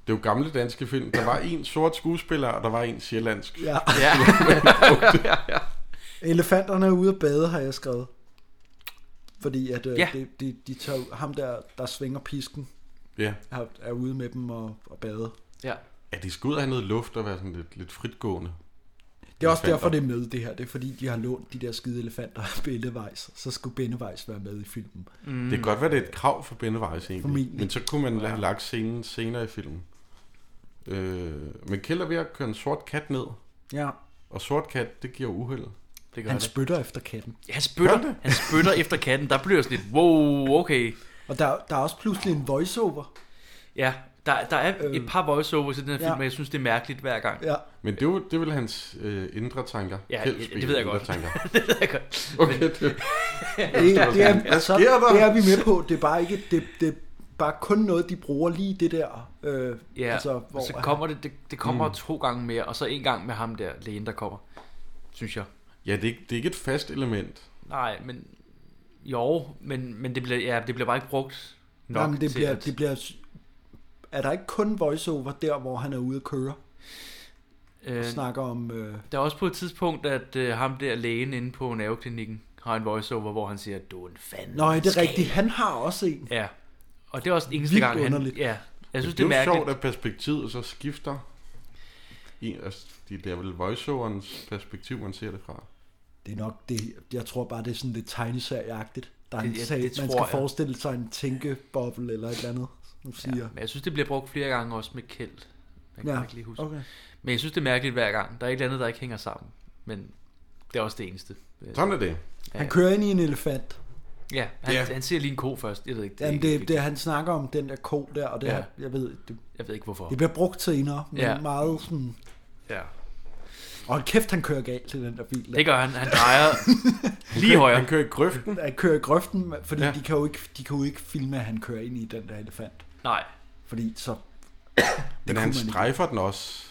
Speaker 2: Det er jo gamle danske film. Der var en sort skuespiller, og der var en sjællandsk.
Speaker 4: ja.
Speaker 3: Ja.
Speaker 4: [LAUGHS] Elefanterne er ude at bade, har jeg skrevet. Fordi at øh,
Speaker 3: Ja.
Speaker 4: ja. de, de, de tager, ham der, der svinger pisken,
Speaker 2: Ja.
Speaker 4: er, er ude med dem og, og bade.
Speaker 3: ja.
Speaker 2: Ja, de skal ud og have noget luft og være sådan lidt, lidt fritgående.
Speaker 4: Det er også
Speaker 2: Elefanter.
Speaker 4: derfor, det er med det her. Det er fordi, de har lånt de der skide elefanter af Bennevejs. Så skulle Bennevejs være med i filmen.
Speaker 2: Mm. Det kan godt være, det er et krav for Bennevejs egentlig.
Speaker 4: Formentlig.
Speaker 2: Men så kunne man have lagt scenen senere i filmen. Øh, men Kjeld er ved at køre en sort kat ned.
Speaker 4: Ja.
Speaker 2: Og sort kat, det giver uheld.
Speaker 3: Det gør
Speaker 4: Han
Speaker 3: det.
Speaker 4: spytter efter katten.
Speaker 3: Ja, han spytter,
Speaker 2: Gør det?
Speaker 3: han spytter efter katten. Der bliver jeg sådan lidt, wow, okay.
Speaker 4: Og der, der er også pludselig en voiceover.
Speaker 3: Ja, der, der er et par voiceovers i den her film,
Speaker 4: Øhm. ja.
Speaker 3: men jeg synes, det er mærkeligt hver gang.
Speaker 4: Ja.
Speaker 2: Men det, er jo- det er vel hans øh, indre tanker.
Speaker 3: Ja,
Speaker 2: Kjelds
Speaker 3: ja, det ved jeg
Speaker 2: indre
Speaker 3: godt.
Speaker 2: Tanker.
Speaker 3: [LAUGHS] det ved jeg godt.
Speaker 2: Okay, det,
Speaker 4: Det, det er,
Speaker 2: Hvad
Speaker 4: så,
Speaker 2: sker der?
Speaker 4: det er vi med på. Det er bare ikke det, det bare kun noget, de bruger lige det der. Øh,
Speaker 3: Ja, altså, hvor så kommer det, det, det kommer mm. to gange mere, og så en gang med ham der, lægen, der kommer, synes jeg.
Speaker 2: Ja, det er, ikke- det er ikke et fast element.
Speaker 3: Nej, men jo, men, men det, bliver, ja, det bliver bare ikke brugt nok
Speaker 4: Jamen, det
Speaker 3: til
Speaker 4: bliver,
Speaker 3: at,
Speaker 4: det bliver... Er der ikke kun voiceover der, hvor han er ude at køre og
Speaker 3: øh,
Speaker 4: snakker om... Øh,
Speaker 3: Der er også på et tidspunkt, at øh, ham der lægen inde på nerveklinikken har en voiceover, hvor han siger, du er en fanden.
Speaker 4: Nå, ja, det er rigtigt. Han har også en.
Speaker 3: Ja, og det er også den eneste
Speaker 4: Vildt
Speaker 3: gang, han...
Speaker 4: underligt.
Speaker 3: Ja, jeg synes,
Speaker 2: det er jo
Speaker 3: mærkeligt.
Speaker 2: sjovt, at perspektivet så skifter. I, altså, det er vel voiceoverens perspektiv, man ser det fra.
Speaker 4: Det er nok det... Jeg tror bare, det er sådan lidt tegneserieagtigt. Der er en
Speaker 3: Det- ja,
Speaker 4: sag, man
Speaker 3: det
Speaker 4: skal
Speaker 3: tror jeg.
Speaker 4: forestille sig en tænkeboble eller et eller andet, som siger...
Speaker 3: Men jeg synes, det bliver brugt flere gange også med Kjeld. Jeg kan
Speaker 4: Ja,
Speaker 3: ja. ikke lige huske. Okay. Men jeg synes, det er mærkeligt hver gang. Der er et eller andet, der ikke hænger sammen. Men det er også det eneste. øh,
Speaker 2: Sådan er det.
Speaker 4: Han kører ind i en elefant.
Speaker 3: Ja, han,
Speaker 2: Ja.
Speaker 3: ja. han ser lige en ko først. Jeg ved ikke, det, er
Speaker 4: Jamen,
Speaker 3: ikke
Speaker 4: det,
Speaker 3: vigtigt.
Speaker 4: det, han snakker om den der ko der, og det
Speaker 3: Ja.
Speaker 4: ja. jeg ved, det,
Speaker 3: Jeg ved ikke, hvorfor.
Speaker 4: det bliver brugt senere, men ja.
Speaker 3: Ja.
Speaker 4: meget sådan...
Speaker 3: Ja.
Speaker 4: Og hold kæft, han kører galt i den der bil. Der.
Speaker 3: Det gør han. Han drejer
Speaker 4: [LAUGHS]
Speaker 3: lige højere.
Speaker 2: Han kører i grøften.
Speaker 4: At køre i grøften, fordi ja.
Speaker 2: Ja.
Speaker 4: de, kan jo ikke, de kan jo ikke filme, at han kører ind i den der elefant.
Speaker 3: Nej,
Speaker 4: Fordi så...
Speaker 2: Men
Speaker 4: kunne
Speaker 2: han
Speaker 4: man ikke.
Speaker 2: strejfer den også.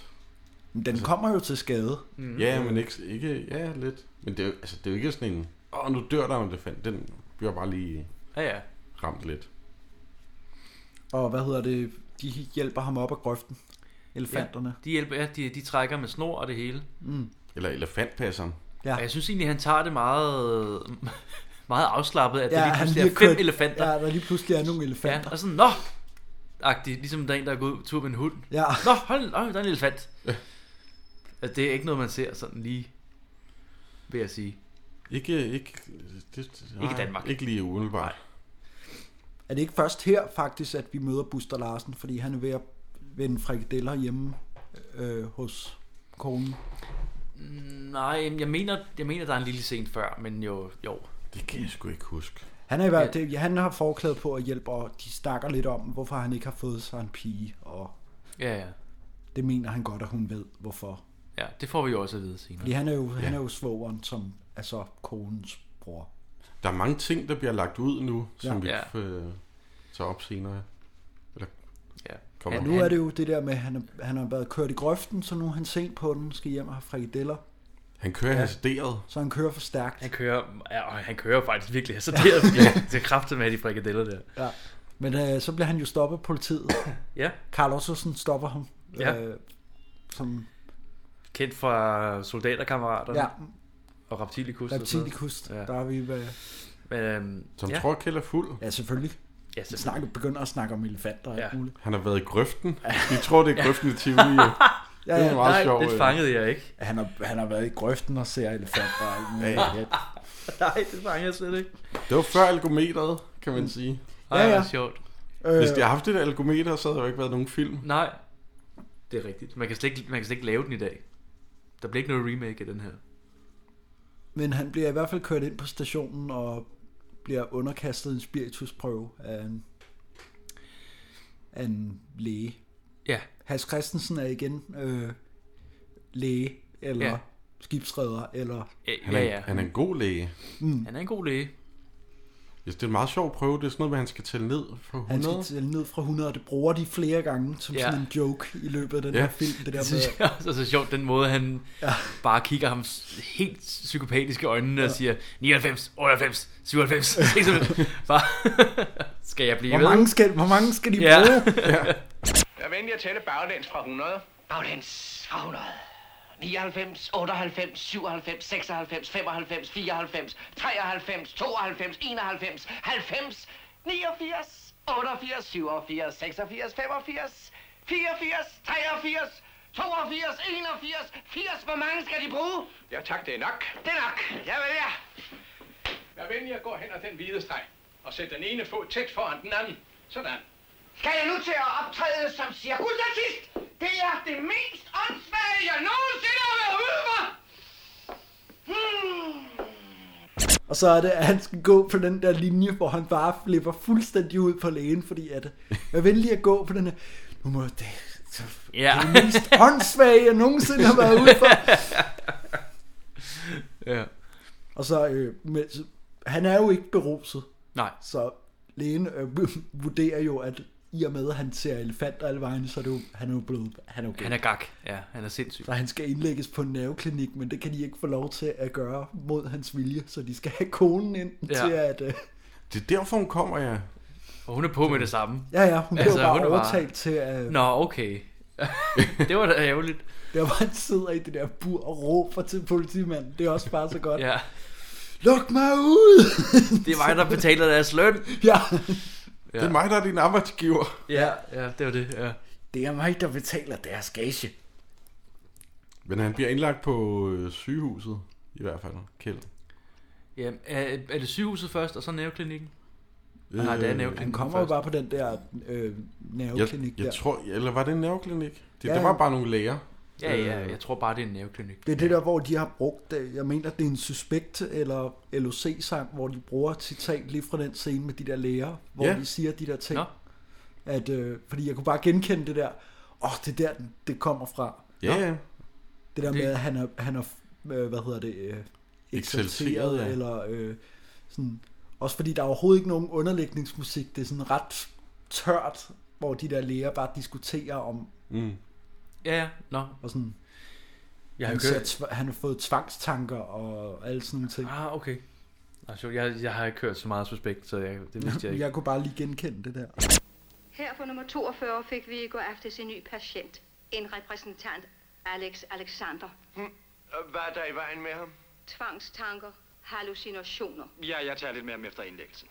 Speaker 4: Men den
Speaker 3: Altså-
Speaker 4: kommer jo til skade.
Speaker 2: Mm. Ja, men ikke, ikke... Ja, lidt. Men det er, jo- altså, det er jo ikke sådan en... Åh, oh, nu dør der en elefant. Den bliver bare lige
Speaker 3: ja ja.
Speaker 2: ramt lidt.
Speaker 4: Og hvad hedder det? De hjælper ham op af grøften. Elefanterne.
Speaker 3: De, hjælper, ja, de, de trækker med snor og det hele.
Speaker 2: Eller elefantpasseren.
Speaker 3: Og jeg synes egentlig, han tager det meget, meget afslappet, at ja,
Speaker 4: Ja,
Speaker 3: der lige
Speaker 4: han
Speaker 3: pludselig
Speaker 4: lige
Speaker 3: er fem
Speaker 4: kørt-
Speaker 3: elefanter.
Speaker 4: Ja,
Speaker 3: Ja,
Speaker 4: der lige pludselig er nogle
Speaker 3: ja,
Speaker 4: elefanter.
Speaker 3: og sådan, nå! Agtigt, ligesom der er en, der er gået ud- tur med en hund.
Speaker 4: Ja,
Speaker 3: Nå, hold nå, der er en elefant. Altså, det er ikke noget, man ser sådan lige, vil jeg sige.
Speaker 2: Ikke, ikke, det, nej,
Speaker 3: Danmark.
Speaker 2: Ikke lige umiddelbart. Nej.
Speaker 4: er det ikke først her faktisk, at vi møder Buster Larsen, fordi han er ved at vende frikadeller hjemme øh, hos konen.
Speaker 3: Nej, jeg mener, jeg mener, der er en lille scene før, men jo, jo.
Speaker 2: Det kan jeg sgu ikke huske.
Speaker 4: Han, er i hvert, det, han har forklæde på at hjælpe, og de snakker lidt om, hvorfor han ikke har fået sig en pige, og
Speaker 3: Ja, ja.
Speaker 4: det mener han godt, at hun ved, hvorfor.
Speaker 3: Ja, det får vi jo også at vide senere.
Speaker 4: Fordi han er jo, ja. han er jo svogeren, som er så konens bror.
Speaker 2: Der er mange ting, der bliver lagt ud nu, som
Speaker 3: Ja.
Speaker 2: vi øh, tager op senere. Eller
Speaker 3: Ja.
Speaker 2: kommer
Speaker 3: Han-
Speaker 4: Nu er det jo det der med, at han, er, han har været kørt i grøften, så nu er han sent på den, skal hjem og have frikadeller,
Speaker 2: Han kører ja. hasarderet.
Speaker 4: så han kører for stærkt.
Speaker 3: Han kører, ja, og han kører faktisk virkelig hasarderet, fordi han ser kraftigt med de frikadeller der.
Speaker 4: Ja. Men øh, så bliver han jo stoppet af politiet.
Speaker 3: Ja,
Speaker 4: Karl Ottosen stopper ham.
Speaker 3: Ja.
Speaker 4: Øh, som,
Speaker 3: kendt fra soldaterkammeraterne
Speaker 4: ja,
Speaker 3: ja. og Reptilikus. og sådan noget.
Speaker 4: reptilikust. Ja.
Speaker 3: Ja.
Speaker 4: Der er vi... Øh,
Speaker 3: Men, øhm,
Speaker 2: Som
Speaker 3: ja.
Speaker 2: ja. tror, Kjeld er fuld.
Speaker 4: ja, selvfølgelig.
Speaker 3: Ja, så
Speaker 4: Snakker, begynder at snakke om elefanter og ja.
Speaker 3: Ja.
Speaker 4: alt muligt.
Speaker 2: Han har været i grøften. Vi tror, det er grøften i Tivoli. jo.
Speaker 4: Ja,
Speaker 2: Det er
Speaker 4: ja.
Speaker 2: meget
Speaker 3: Nej,
Speaker 2: sjovt. øh.
Speaker 3: det fangede jeg ikke.
Speaker 4: Han, har, han har været i grøften og ser elefanter og alt muligt.
Speaker 2: Ja, ja.
Speaker 3: Nej, det fangede jeg slet ikke.
Speaker 2: Det var før algometeret, kan man sige.
Speaker 3: Nej,
Speaker 4: Ja, ja.
Speaker 3: ja, ja. sjovt.
Speaker 4: Øh,
Speaker 2: Hvis de har haft et algometer, så havde der jo ikke været nogen film.
Speaker 3: Nej, det er rigtigt. Man kan, slet ikke, man kan slet ikke lave den i dag. Der bliver ikke noget remake af den her.
Speaker 4: Men han bliver i hvert fald kørt ind på stationen og bliver underkastet en spiritusprøve af en, af en læge.
Speaker 3: Ja,
Speaker 4: Hans Christensen er igen øh, læge, eller ja.
Speaker 3: Ja.
Speaker 4: skibsredder, eller...
Speaker 3: ja,
Speaker 2: Han er,
Speaker 3: ja. ja.
Speaker 2: han er en god læge.
Speaker 3: Han er en god læge.
Speaker 2: Jeg synes, det er en meget sjov prøve. Det er sådan noget, med, at han skal tælle ned fra
Speaker 4: Han
Speaker 2: 100.
Speaker 4: skal tælle ned fra 100, og det bruger de flere gange som ja.
Speaker 3: Ja.
Speaker 4: sådan en joke i løbet af den ja.
Speaker 2: Ja.
Speaker 4: her film. Det der
Speaker 3: Det
Speaker 4: med,
Speaker 3: synes jeg også er så sjovt, den måde han ja. bare kigger ham s- helt psykopatiske i øjnene og siger 99, 98,
Speaker 4: [LAUGHS]
Speaker 3: 97, 96. bare, [LAUGHS] skal jeg blive
Speaker 4: hvor,
Speaker 3: ved?
Speaker 4: mange skal, hvor mange skal de
Speaker 3: [LAUGHS] Ja.
Speaker 4: ja.
Speaker 3: [LAUGHS]
Speaker 4: bruge?
Speaker 9: Jeg venter at tælle baglæns fra 100.
Speaker 6: Baglæns fra 100. 99, 98, 97, 96, 95, 94, 93, 92, 91, 90, 89, 88, 87, 86, 85, 84, 83, 82, 81, 80. Hvor mange skal de bruge?
Speaker 9: Ja tak, det er nok.
Speaker 6: Det er nok. Ja, vel ja.
Speaker 9: Jeg venter at gå hen ad den hvide streg og sætte den ene fod tæt foran den anden. Sådan.
Speaker 6: Skal jeg nu til at optræde som cirkusartist? Det er det mest åndssvage, jeg nogensinde har været ude for. Hmm.
Speaker 4: Og så er det, at han skal gå på den der linje, hvor han bare flipper fuldstændig ud på lægen, fordi at, jeg vil lige at gå på den her, nu må det, så- det
Speaker 3: Ja.
Speaker 4: er det mest håndsvage, jeg nogensinde har været ude for.
Speaker 3: Ja.
Speaker 4: Og så, øh, med, så han er jo ikke beruset,
Speaker 3: Nej,
Speaker 4: så lægen øh, vurderer jo, at i og med, at han ser elefanter alle vejen, så er det jo, han er jo blevet, han er jo
Speaker 3: Han er gak. Ja, han er sindssyg.
Speaker 4: så han skal indlægges på en nerveklinik, men det kan de ikke få lov til at gøre mod hans vilje, så de skal have konen ind
Speaker 3: Ja.
Speaker 4: ja. til at... Øh,
Speaker 2: Det er derfor, hun kommer, ja.
Speaker 3: Og hun er på med det samme.
Speaker 4: ja, ja, hun altså,
Speaker 3: Altså,
Speaker 4: blev bare
Speaker 3: hun er bare-
Speaker 4: overtalt til at...
Speaker 3: Nå, okay. [LAUGHS] det var da ærgerligt.
Speaker 4: Der var han sidder i det der bur og råber til politimanden. Det er også bare så godt. ja.
Speaker 3: Ja,
Speaker 4: Luk mig ud!
Speaker 3: det er mig, der betaler deres
Speaker 4: [LAUGHS]
Speaker 3: løn.
Speaker 4: ja.
Speaker 2: ja. Det er mig, der er din arbejdsgiver.
Speaker 3: Ja, ja, det var det. Ja.
Speaker 4: Det er mig, der betaler deres gage.
Speaker 2: Men han bliver indlagt på øh, sygehuset, i hvert fald, Kjeld.
Speaker 3: ja er, er det sygehuset først, og så nerveklinikken? Nej, det er nerveklinikken
Speaker 4: Øh, Han kommer jo
Speaker 3: først.
Speaker 4: bare på den der øh, nerveklinik
Speaker 2: Øh, Jeg, jeg
Speaker 4: der.
Speaker 2: tror, eller var det en nerveklinik? Det,
Speaker 4: Ja,
Speaker 2: ja, der
Speaker 4: ja.
Speaker 2: var bare nogle læger.
Speaker 3: Ja, ja, jeg tror bare, det er en nerveklinik.
Speaker 4: Øh. Det er det der, hvor de har brugt, øh, jeg mener, det er en suspekt eller LOC-sang, hvor de bruger et citat lige fra den scene med de der læger, hvor
Speaker 2: Ja.
Speaker 4: de siger de der ting.
Speaker 3: Nå.
Speaker 4: At, øh, fordi jeg kunne bare genkende det der, åh, oh, det er der, den- det kommer fra.
Speaker 2: Ja, ja.
Speaker 4: Det der
Speaker 3: Det-
Speaker 4: med, at han er, han er øh, hvad hedder det, øh,
Speaker 2: Eksalteret,
Speaker 4: eksalteret,
Speaker 2: ja.
Speaker 4: eller øh, sådan, også fordi der er overhovedet ikke nogen underlægningsmusik, det er sådan ret tørt, hvor de der læger bare diskuterer om,
Speaker 2: Mm.
Speaker 3: Ja, ja, nå.
Speaker 4: og sådan,
Speaker 3: Jeg har
Speaker 4: han,
Speaker 3: jo
Speaker 4: ser,
Speaker 3: kørt...
Speaker 4: tv- han har fået tvangstanker og alle sådan nogle ting.
Speaker 3: Ah, okay. Ah, sjovt. Jeg, jeg har ikke kørt så meget suspekt, så jeg, det vidste jeg ikke.
Speaker 4: Jeg kunne bare lige genkende det der.
Speaker 10: Her på nummer 42 fik vi i går aftes en ny patient. En repræsentant, Alex Alexander.
Speaker 9: Hvad er der i vejen med ham?
Speaker 10: Tvangstanker, hallucinationer.
Speaker 9: Ja, jeg tager lidt mere om efter indlæggelsen.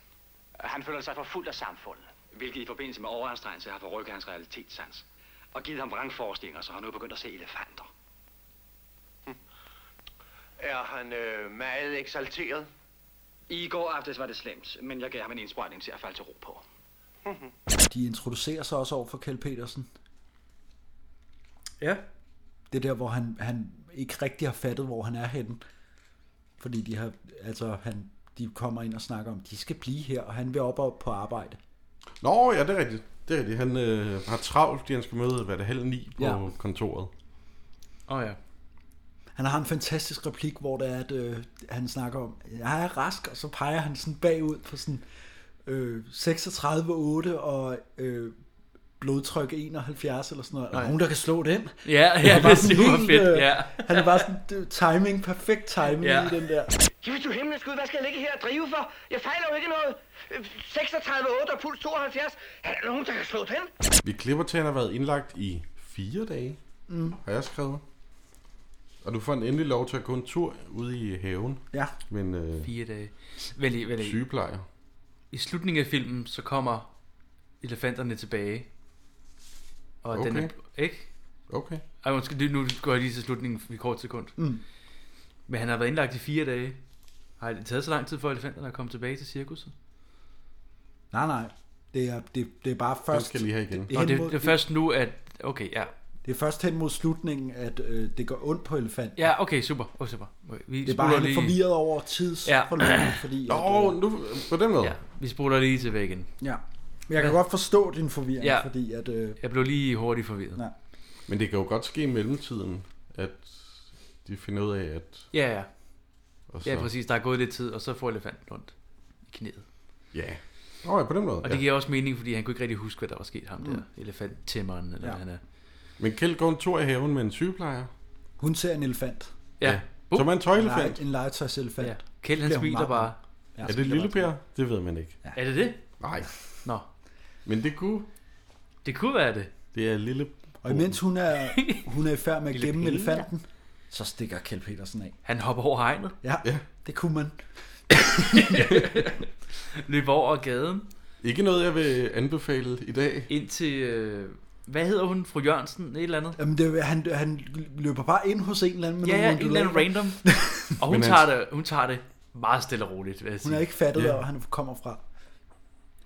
Speaker 9: Han føler sig forfulgt af samfundet, hvilket i forbindelse med overanstrengelse har forrykket hans realitetssans. Og givet ham vrangforestillinger, så han nu er begyndt at se elefanter. Er han øh, meget eksalteret? I går aftes var det slemt, men jeg gav ham en indsprøjtning til at falde til ro på.
Speaker 4: De introducerer sig også over for Kjell Petersen.
Speaker 3: Ja.
Speaker 4: Det der, hvor han, han ikke rigtig har fattet, hvor han er henne. Fordi de har, altså han, de kommer ind og snakker om, de skal blive her, og han vil op og på arbejde.
Speaker 2: Nå, ja, det er rigtigt. Det er rigtigt. Han øh, har travlt, fordi han skal møde, hvad er det halv ni på
Speaker 4: Ja.
Speaker 2: ja. kontoret.
Speaker 3: Åh, oh, ja.
Speaker 4: Han har en fantastisk replik, hvor det er, at øh, han snakker om, jeg er rask, og så peger han sådan bagud på sådan øh, 36,8 og øh, blodtryk 71 eller sådan noget. Er der
Speaker 3: Nej.
Speaker 4: nogen, der kan slå den?
Speaker 3: Ja, ja, det er super fedt,
Speaker 4: øh,
Speaker 3: ja.
Speaker 4: Han er bare sådan, det- timing, perfekt timing ja.
Speaker 3: Ja.
Speaker 4: i den der.
Speaker 6: Jamen, du himlen skud, hvad skal jeg ligge her og drive for? Jeg fejler jo ikke noget. 36, 8 og puls 72. Er der nogen, der kan slå den?
Speaker 2: Vi klipper til, at han har været indlagt i fire dage, mm. har jeg skrevet. Og du får en endelig lov til at gå en tur ude i haven
Speaker 4: Ja,
Speaker 2: med en øh,
Speaker 3: Fire dage. Vent lige, vent lige.
Speaker 2: sygeplejer.
Speaker 3: I slutningen af filmen, så kommer elefanterne tilbage. Og okay. den er... Ikke?
Speaker 2: Okay.
Speaker 3: Ej, undskyld, lige- nu går jeg lige til slutningen i kort sekund.
Speaker 4: Mm.
Speaker 3: Men han har været indlagt i fire dage. Har det taget så lang tid for elefanterne at komme tilbage til cirkuset?
Speaker 4: nej nej. Det er, det, det er bare
Speaker 2: Den
Speaker 4: først...
Speaker 2: skal jeg lige have igen.
Speaker 4: Det,
Speaker 3: Nå,
Speaker 4: er
Speaker 3: det,
Speaker 4: hen mod,
Speaker 3: det er først nu, at... Okay, ja.
Speaker 4: det er først hen mod slutningen, at øh, det går ondt på elefanten.
Speaker 3: Ja, okay, super. Oh, super. Okay, vi
Speaker 4: Det er bare, han er
Speaker 3: lige...
Speaker 4: forvirret over tidsforløbet, ja. fordi...
Speaker 2: Nå,
Speaker 4: At, øh,
Speaker 2: nu, på den måde.
Speaker 3: Ja, vi spoler lige tilbage igen.
Speaker 4: ja. Men jeg kan
Speaker 3: Hvad?
Speaker 4: godt forstå din forvirring, ja.
Speaker 3: Ja.
Speaker 4: fordi at... Øh,
Speaker 3: Jeg blev lige hurtigt forvirret.
Speaker 4: Nej.
Speaker 2: Men det kan jo godt ske i mellemtiden, at de finder ud af, at...
Speaker 3: Ja, ja.
Speaker 2: Og så,
Speaker 3: Ja, præcis. Der er gået lidt tid, og så får elefanten rundt i knæet.
Speaker 2: Ja. Nå, ja, på den måde.
Speaker 3: Og
Speaker 2: ja.
Speaker 3: det giver også mening, fordi han kunne ikke rigtig huske, hvad der var sket ham der. Elefanttæmmeren, eller
Speaker 4: Mm. Ja.
Speaker 3: ja. hvad han er.
Speaker 2: Men Kjeld går en tur i haven med en sygeplejer,
Speaker 4: hun ser en elefant.
Speaker 3: Ja.
Speaker 2: uh. som er en
Speaker 4: Nej,
Speaker 2: tøjelefant.
Speaker 4: en legetøjselefant.
Speaker 3: ja.
Speaker 4: Ja.
Speaker 3: Kjeld, han
Speaker 4: Bliver hun
Speaker 3: smiler
Speaker 4: meget-
Speaker 3: bare.
Speaker 2: Er det lille Per? Det ved man ikke.
Speaker 3: Er det det?
Speaker 2: Nej.
Speaker 3: Nå.
Speaker 2: Men det kunne.
Speaker 3: Det kunne være det.
Speaker 2: Det er lille...
Speaker 4: Og imens
Speaker 3: [LAUGHS]
Speaker 4: hun er, hun er i færd med at
Speaker 3: Lille
Speaker 4: gemme
Speaker 3: Peter.
Speaker 4: elefanten, så stikker Kjell Petersen af.
Speaker 3: Han hopper over hegnet,
Speaker 4: Ja,
Speaker 2: Ja.
Speaker 4: ja. det kunne man.
Speaker 3: løber over gaden,
Speaker 2: Ikke noget, jeg vil anbefale i dag.
Speaker 3: ind til... Øh, hvad hedder hun? Fru Jørgensen? Et eller andet?
Speaker 4: Jamen, det, han, han løber bare ind hos en eller anden med
Speaker 3: Ja,
Speaker 4: nogle
Speaker 3: ja, en eller anden
Speaker 4: undulater. [LAUGHS]
Speaker 3: random. Og hun
Speaker 2: Men
Speaker 3: tager, det, hun tager det meget stille og roligt, vil jeg
Speaker 4: Hun
Speaker 3: sige.
Speaker 4: har ikke fattet,
Speaker 2: Ja.
Speaker 4: hvor han kommer fra.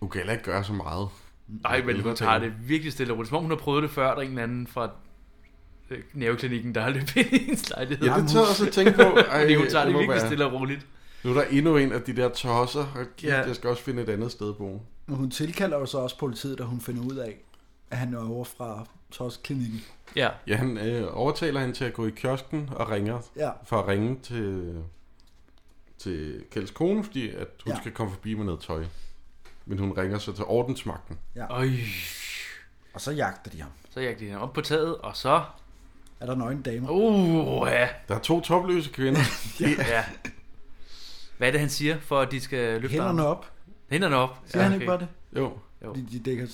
Speaker 2: Du kan heller ikke gøre så meget.
Speaker 3: Nej, men hun
Speaker 2: Elefant.
Speaker 3: tager det virkelig stille og roligt. Som om hun har prøvet det før, der er en eller anden fra øh, nerveklinikken, der har løbet [LAUGHS] ind i hendes lejlighed.
Speaker 2: Ja, det tager jeg også at
Speaker 3: [LAUGHS]
Speaker 2: tænke på. Ej,
Speaker 3: Fordi hun tager det
Speaker 2: må
Speaker 3: virkelig
Speaker 2: være-
Speaker 3: stille og roligt.
Speaker 2: Nu er der endnu en af de der tosser. Og kæft,
Speaker 3: Ja.
Speaker 2: jeg skal også finde et andet sted at bo.
Speaker 4: Men hun tilkalder jo så også politiet, da hun finder ud af, at han er over fra Tosklinikken.
Speaker 3: Ja,
Speaker 2: Ja, han øh, overtaler hende til at gå i kiosken og ringer.
Speaker 4: Ja.
Speaker 2: For at ringe til, til Kjelds kone, fordi at hun
Speaker 4: Ja.
Speaker 2: ja. skal komme forbi med noget tøj. Men hun ringer så til ordensmagten.
Speaker 4: Ja.
Speaker 3: Øj.
Speaker 4: Og så jagter de ham.
Speaker 3: Så jeg lige op på taget, og så...
Speaker 4: Er der nøgne damer?
Speaker 3: Uh, ja.
Speaker 2: Der er to topløse
Speaker 3: [LAUGHS]
Speaker 2: kvinder.
Speaker 3: ja. Hvad er det, han siger, for at de skal løfte
Speaker 4: Hænderne
Speaker 3: armen?
Speaker 4: op.
Speaker 3: Hænderne op.
Speaker 4: Siger ja, han ikke bare det?
Speaker 2: Jo.
Speaker 3: Jo.
Speaker 4: De, de dækker.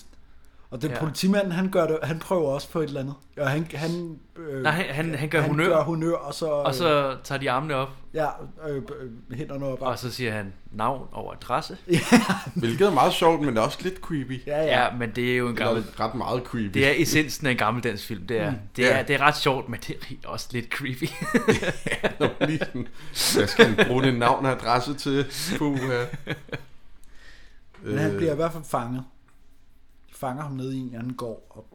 Speaker 4: Og den
Speaker 3: Ja.
Speaker 4: ja. politimanden, han, gør det, han prøver også på et eller andet. Og han, han, øh,
Speaker 3: Nej, han, han, han gør
Speaker 4: han
Speaker 3: honør,
Speaker 4: gør honør, og så,
Speaker 3: og så tager de armene op,
Speaker 4: ja, øh, øh, hænderne op. [LAUGHS]
Speaker 3: og så siger han navn og adresse.
Speaker 2: Hvilket er meget sjovt, men også lidt creepy.
Speaker 4: Ja, ja.
Speaker 3: Ja, men det er jo en gammel...
Speaker 2: Eller ret meget creepy.
Speaker 3: Det er essensen af en gammel dansk film, det er.
Speaker 4: Mm.
Speaker 3: Det er,
Speaker 2: Ja.
Speaker 3: det er ret sjovt, men det er også lidt creepy. [LAUGHS]
Speaker 2: Nå, lige sådan, Hvad skal han bruge det navn og adresse til? Puh, ja.
Speaker 4: Men han bliver i hvert fald fanget. De fanger ham ned i en anden gård og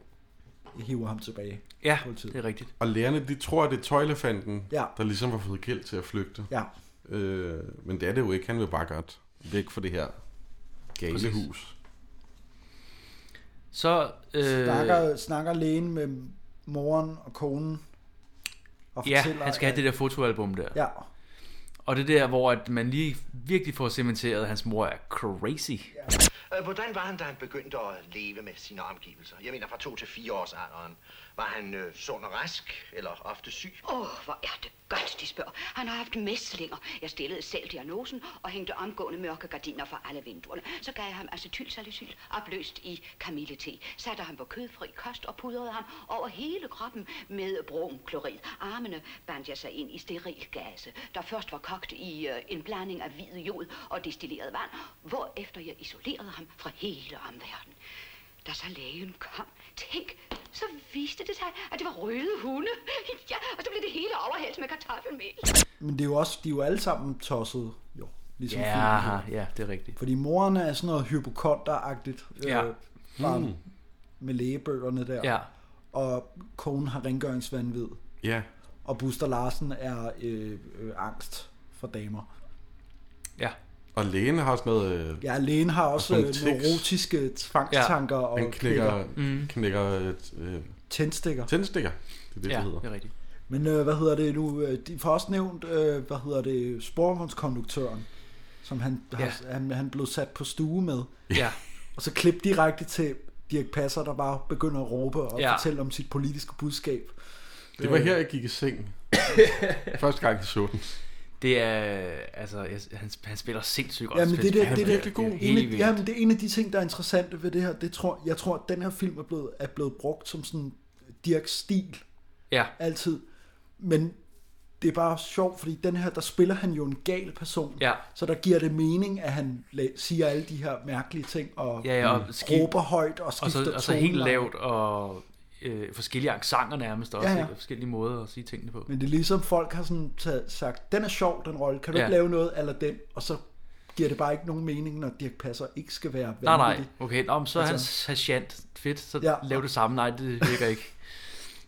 Speaker 4: hiver ham tilbage.
Speaker 3: ja,
Speaker 4: Politiet.
Speaker 3: det er rigtigt.
Speaker 2: Og lærerne, de tror, at det er tøjlefanten,
Speaker 4: Ja.
Speaker 2: der ligesom har fået kæld til at flygte.
Speaker 4: Ja,
Speaker 2: Øh, men det er det jo ikke. Han vil bare godt væk fra det her gale hus.
Speaker 3: Så, øh,
Speaker 4: snakker, øh, snakker lægen med moren og konen. Og
Speaker 3: ja,
Speaker 4: fortæller,
Speaker 3: han skal have
Speaker 4: at-
Speaker 3: det der fotoalbum der.
Speaker 4: Ja,
Speaker 3: Og det er der, hvor at man lige virkelig får cementeret, at hans mor er crazy.
Speaker 9: Øh, Hvordan var han, da han begyndte at leve med sine omgivelser? Jeg mener, fra to til fire års alderen. Var han øh, sund og rask, eller ofte syg?
Speaker 10: Åh, oh, hvor er det godt, de spørger. Han har haft mæslinger. Jeg stillede selv diagnosen og hængte omgående mørke gardiner for alle vinduerne. Så gav jeg ham acetylsalicyl, opløst i kamillete. Satte ham på kødfri kost og pudrede ham over hele kroppen med bromklorid. Armene bandt jeg sig ind i steril gase, der først var kogt i øh, en blanding af hvid jod og destilleret vand, hvorefter jeg isolerede ham fra hele omverdenen. Da så lægen kom, tænk, så viste det sig, at det var røde hunde. Ja, og så blev det hele overhældt med kartoffelmel.
Speaker 4: men det er jo også, de er jo alle sammen tossede, jo, ligesom filmen her.
Speaker 3: Ja, ja, det er rigtigt.
Speaker 4: Fordi moren er sådan noget hypokonteragtigt.
Speaker 3: Ja.
Speaker 4: Øh, fra,
Speaker 2: Hmm.
Speaker 4: Med lægebøgerne der.
Speaker 3: Ja,
Speaker 4: Og konen har rengøringsvandvid.
Speaker 2: Ja.
Speaker 4: Og Buster Larsen er øh, øh, angst for damer.
Speaker 3: ja.
Speaker 2: Og lægen har sådan noget... Øh,
Speaker 4: Ja, lægen har også
Speaker 2: sådan
Speaker 4: øh,
Speaker 2: tics.
Speaker 4: neurotiske tvangstanker ja, og
Speaker 2: han knækker, mm. knækker øh,
Speaker 4: tændstikker.
Speaker 2: tændstikker. Det er det, ja.
Speaker 3: Ja,
Speaker 2: det hedder.
Speaker 3: det er rigtigt.
Speaker 4: Men øh, hvad hedder det nu? Øh, De får også nævnt, øh, hvad hedder det, sporvognskonduktøren, som han, ja. har, han, han blev sat på stue med.
Speaker 2: [LAUGHS]
Speaker 3: Ja,
Speaker 4: Og så klip direkte til Dirk Passer, der bare begynder at råbe og
Speaker 3: Ja.
Speaker 4: ja. fortælle om sit politiske budskab.
Speaker 2: Det var her, jeg gik i [LAUGHS] seng. Første gang, jeg så den.
Speaker 3: det er... Altså, jeg- han, han spiller sindssygt godt.
Speaker 4: Ja, men det,
Speaker 3: Han
Speaker 4: det,
Speaker 3: er
Speaker 4: det, det,
Speaker 3: virkelig
Speaker 4: det,
Speaker 3: god.
Speaker 4: det,
Speaker 3: Helt
Speaker 4: det,
Speaker 3: vildt.
Speaker 4: ja, men det er en af de ting, der er interessante ved det her. Det tror, jeg tror, at den her film er blevet, er blevet brugt som sådan Dirks stil
Speaker 3: Ja,
Speaker 4: altid. Men det er bare sjovt, fordi den her, der spiller han jo en gal person.
Speaker 3: Ja.
Speaker 4: Så der giver det mening, at han la- siger alle de her mærkelige ting, og,
Speaker 3: Ja, ja, og
Speaker 4: mm,
Speaker 3: skib-
Speaker 4: råber højt og
Speaker 3: og
Speaker 4: skifter
Speaker 3: så, og så
Speaker 4: tonen
Speaker 3: helt
Speaker 4: langt.
Speaker 3: lavt og øh, forskellige aksanger nærmest også.
Speaker 4: Ja,
Speaker 3: Ja,
Speaker 4: ja.
Speaker 3: ja. Forskellige måder at sige tingene på.
Speaker 4: Men det er ligesom, folk har sådan taget, sagt, den er sjov, den rolle, kan du
Speaker 3: Ja.
Speaker 4: ja. ikke lave noget eller den? Og så giver det bare ikke nogen mening, når Dirk Passer ikke skal være
Speaker 3: Nej, nej.
Speaker 4: vanvittig.
Speaker 3: Okay, Nå, men så er han
Speaker 4: Altså-
Speaker 3: sergeant. Fedt, så
Speaker 4: Ja.
Speaker 3: lav det samme. Nej, det virker
Speaker 4: [LAUGHS]
Speaker 3: ikke.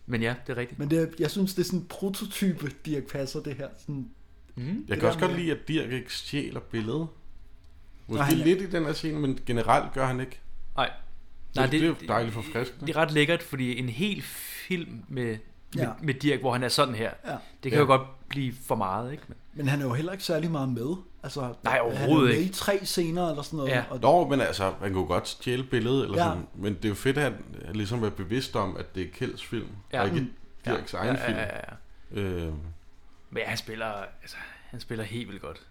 Speaker 3: Men ja, det er rigtigt.
Speaker 4: Men det, er- jeg synes, det er sådan en prototype, Dirk Passer, det her. Sådan,
Speaker 2: Jeg kan
Speaker 4: der
Speaker 2: også godt
Speaker 4: med-
Speaker 2: lide, at Dirk ikke stjæler billedet. Måske
Speaker 4: Nej,
Speaker 2: Nej,
Speaker 4: han er-
Speaker 2: lidt i den her scene, men generelt gør han ikke.
Speaker 3: Nej.
Speaker 2: Nej, det, det, er
Speaker 3: det,
Speaker 2: jo dejligt forfriskende.
Speaker 3: det er ret lækkert, fordi en hel film med, med,
Speaker 4: Ja.
Speaker 3: med Dirk, hvor han er sådan her,
Speaker 4: Ja.
Speaker 3: det kan
Speaker 2: Ja.
Speaker 3: jo godt blive for meget, ikke? Men,
Speaker 4: men han er jo heller ikke særlig meget med. Altså,
Speaker 3: Nej,
Speaker 4: Han er jo
Speaker 3: overhovedet
Speaker 4: med
Speaker 3: ikke.
Speaker 4: i tre scener eller sådan noget.
Speaker 3: Ja.
Speaker 4: Og
Speaker 2: Nå, men altså, man kunne godt stjæle billedet, eller
Speaker 4: Ja.
Speaker 2: ja. sådan, men det er jo fedt, at han ligesom er bevidst om, at det er Kjelds film,
Speaker 3: Ja.
Speaker 2: ja. og
Speaker 3: Mm.
Speaker 2: ikke Dirks ja. egen
Speaker 3: ja,
Speaker 2: film.
Speaker 3: ja, ja.
Speaker 2: Øh,
Speaker 3: Men ja, han spiller, altså, han spiller helt vildt godt.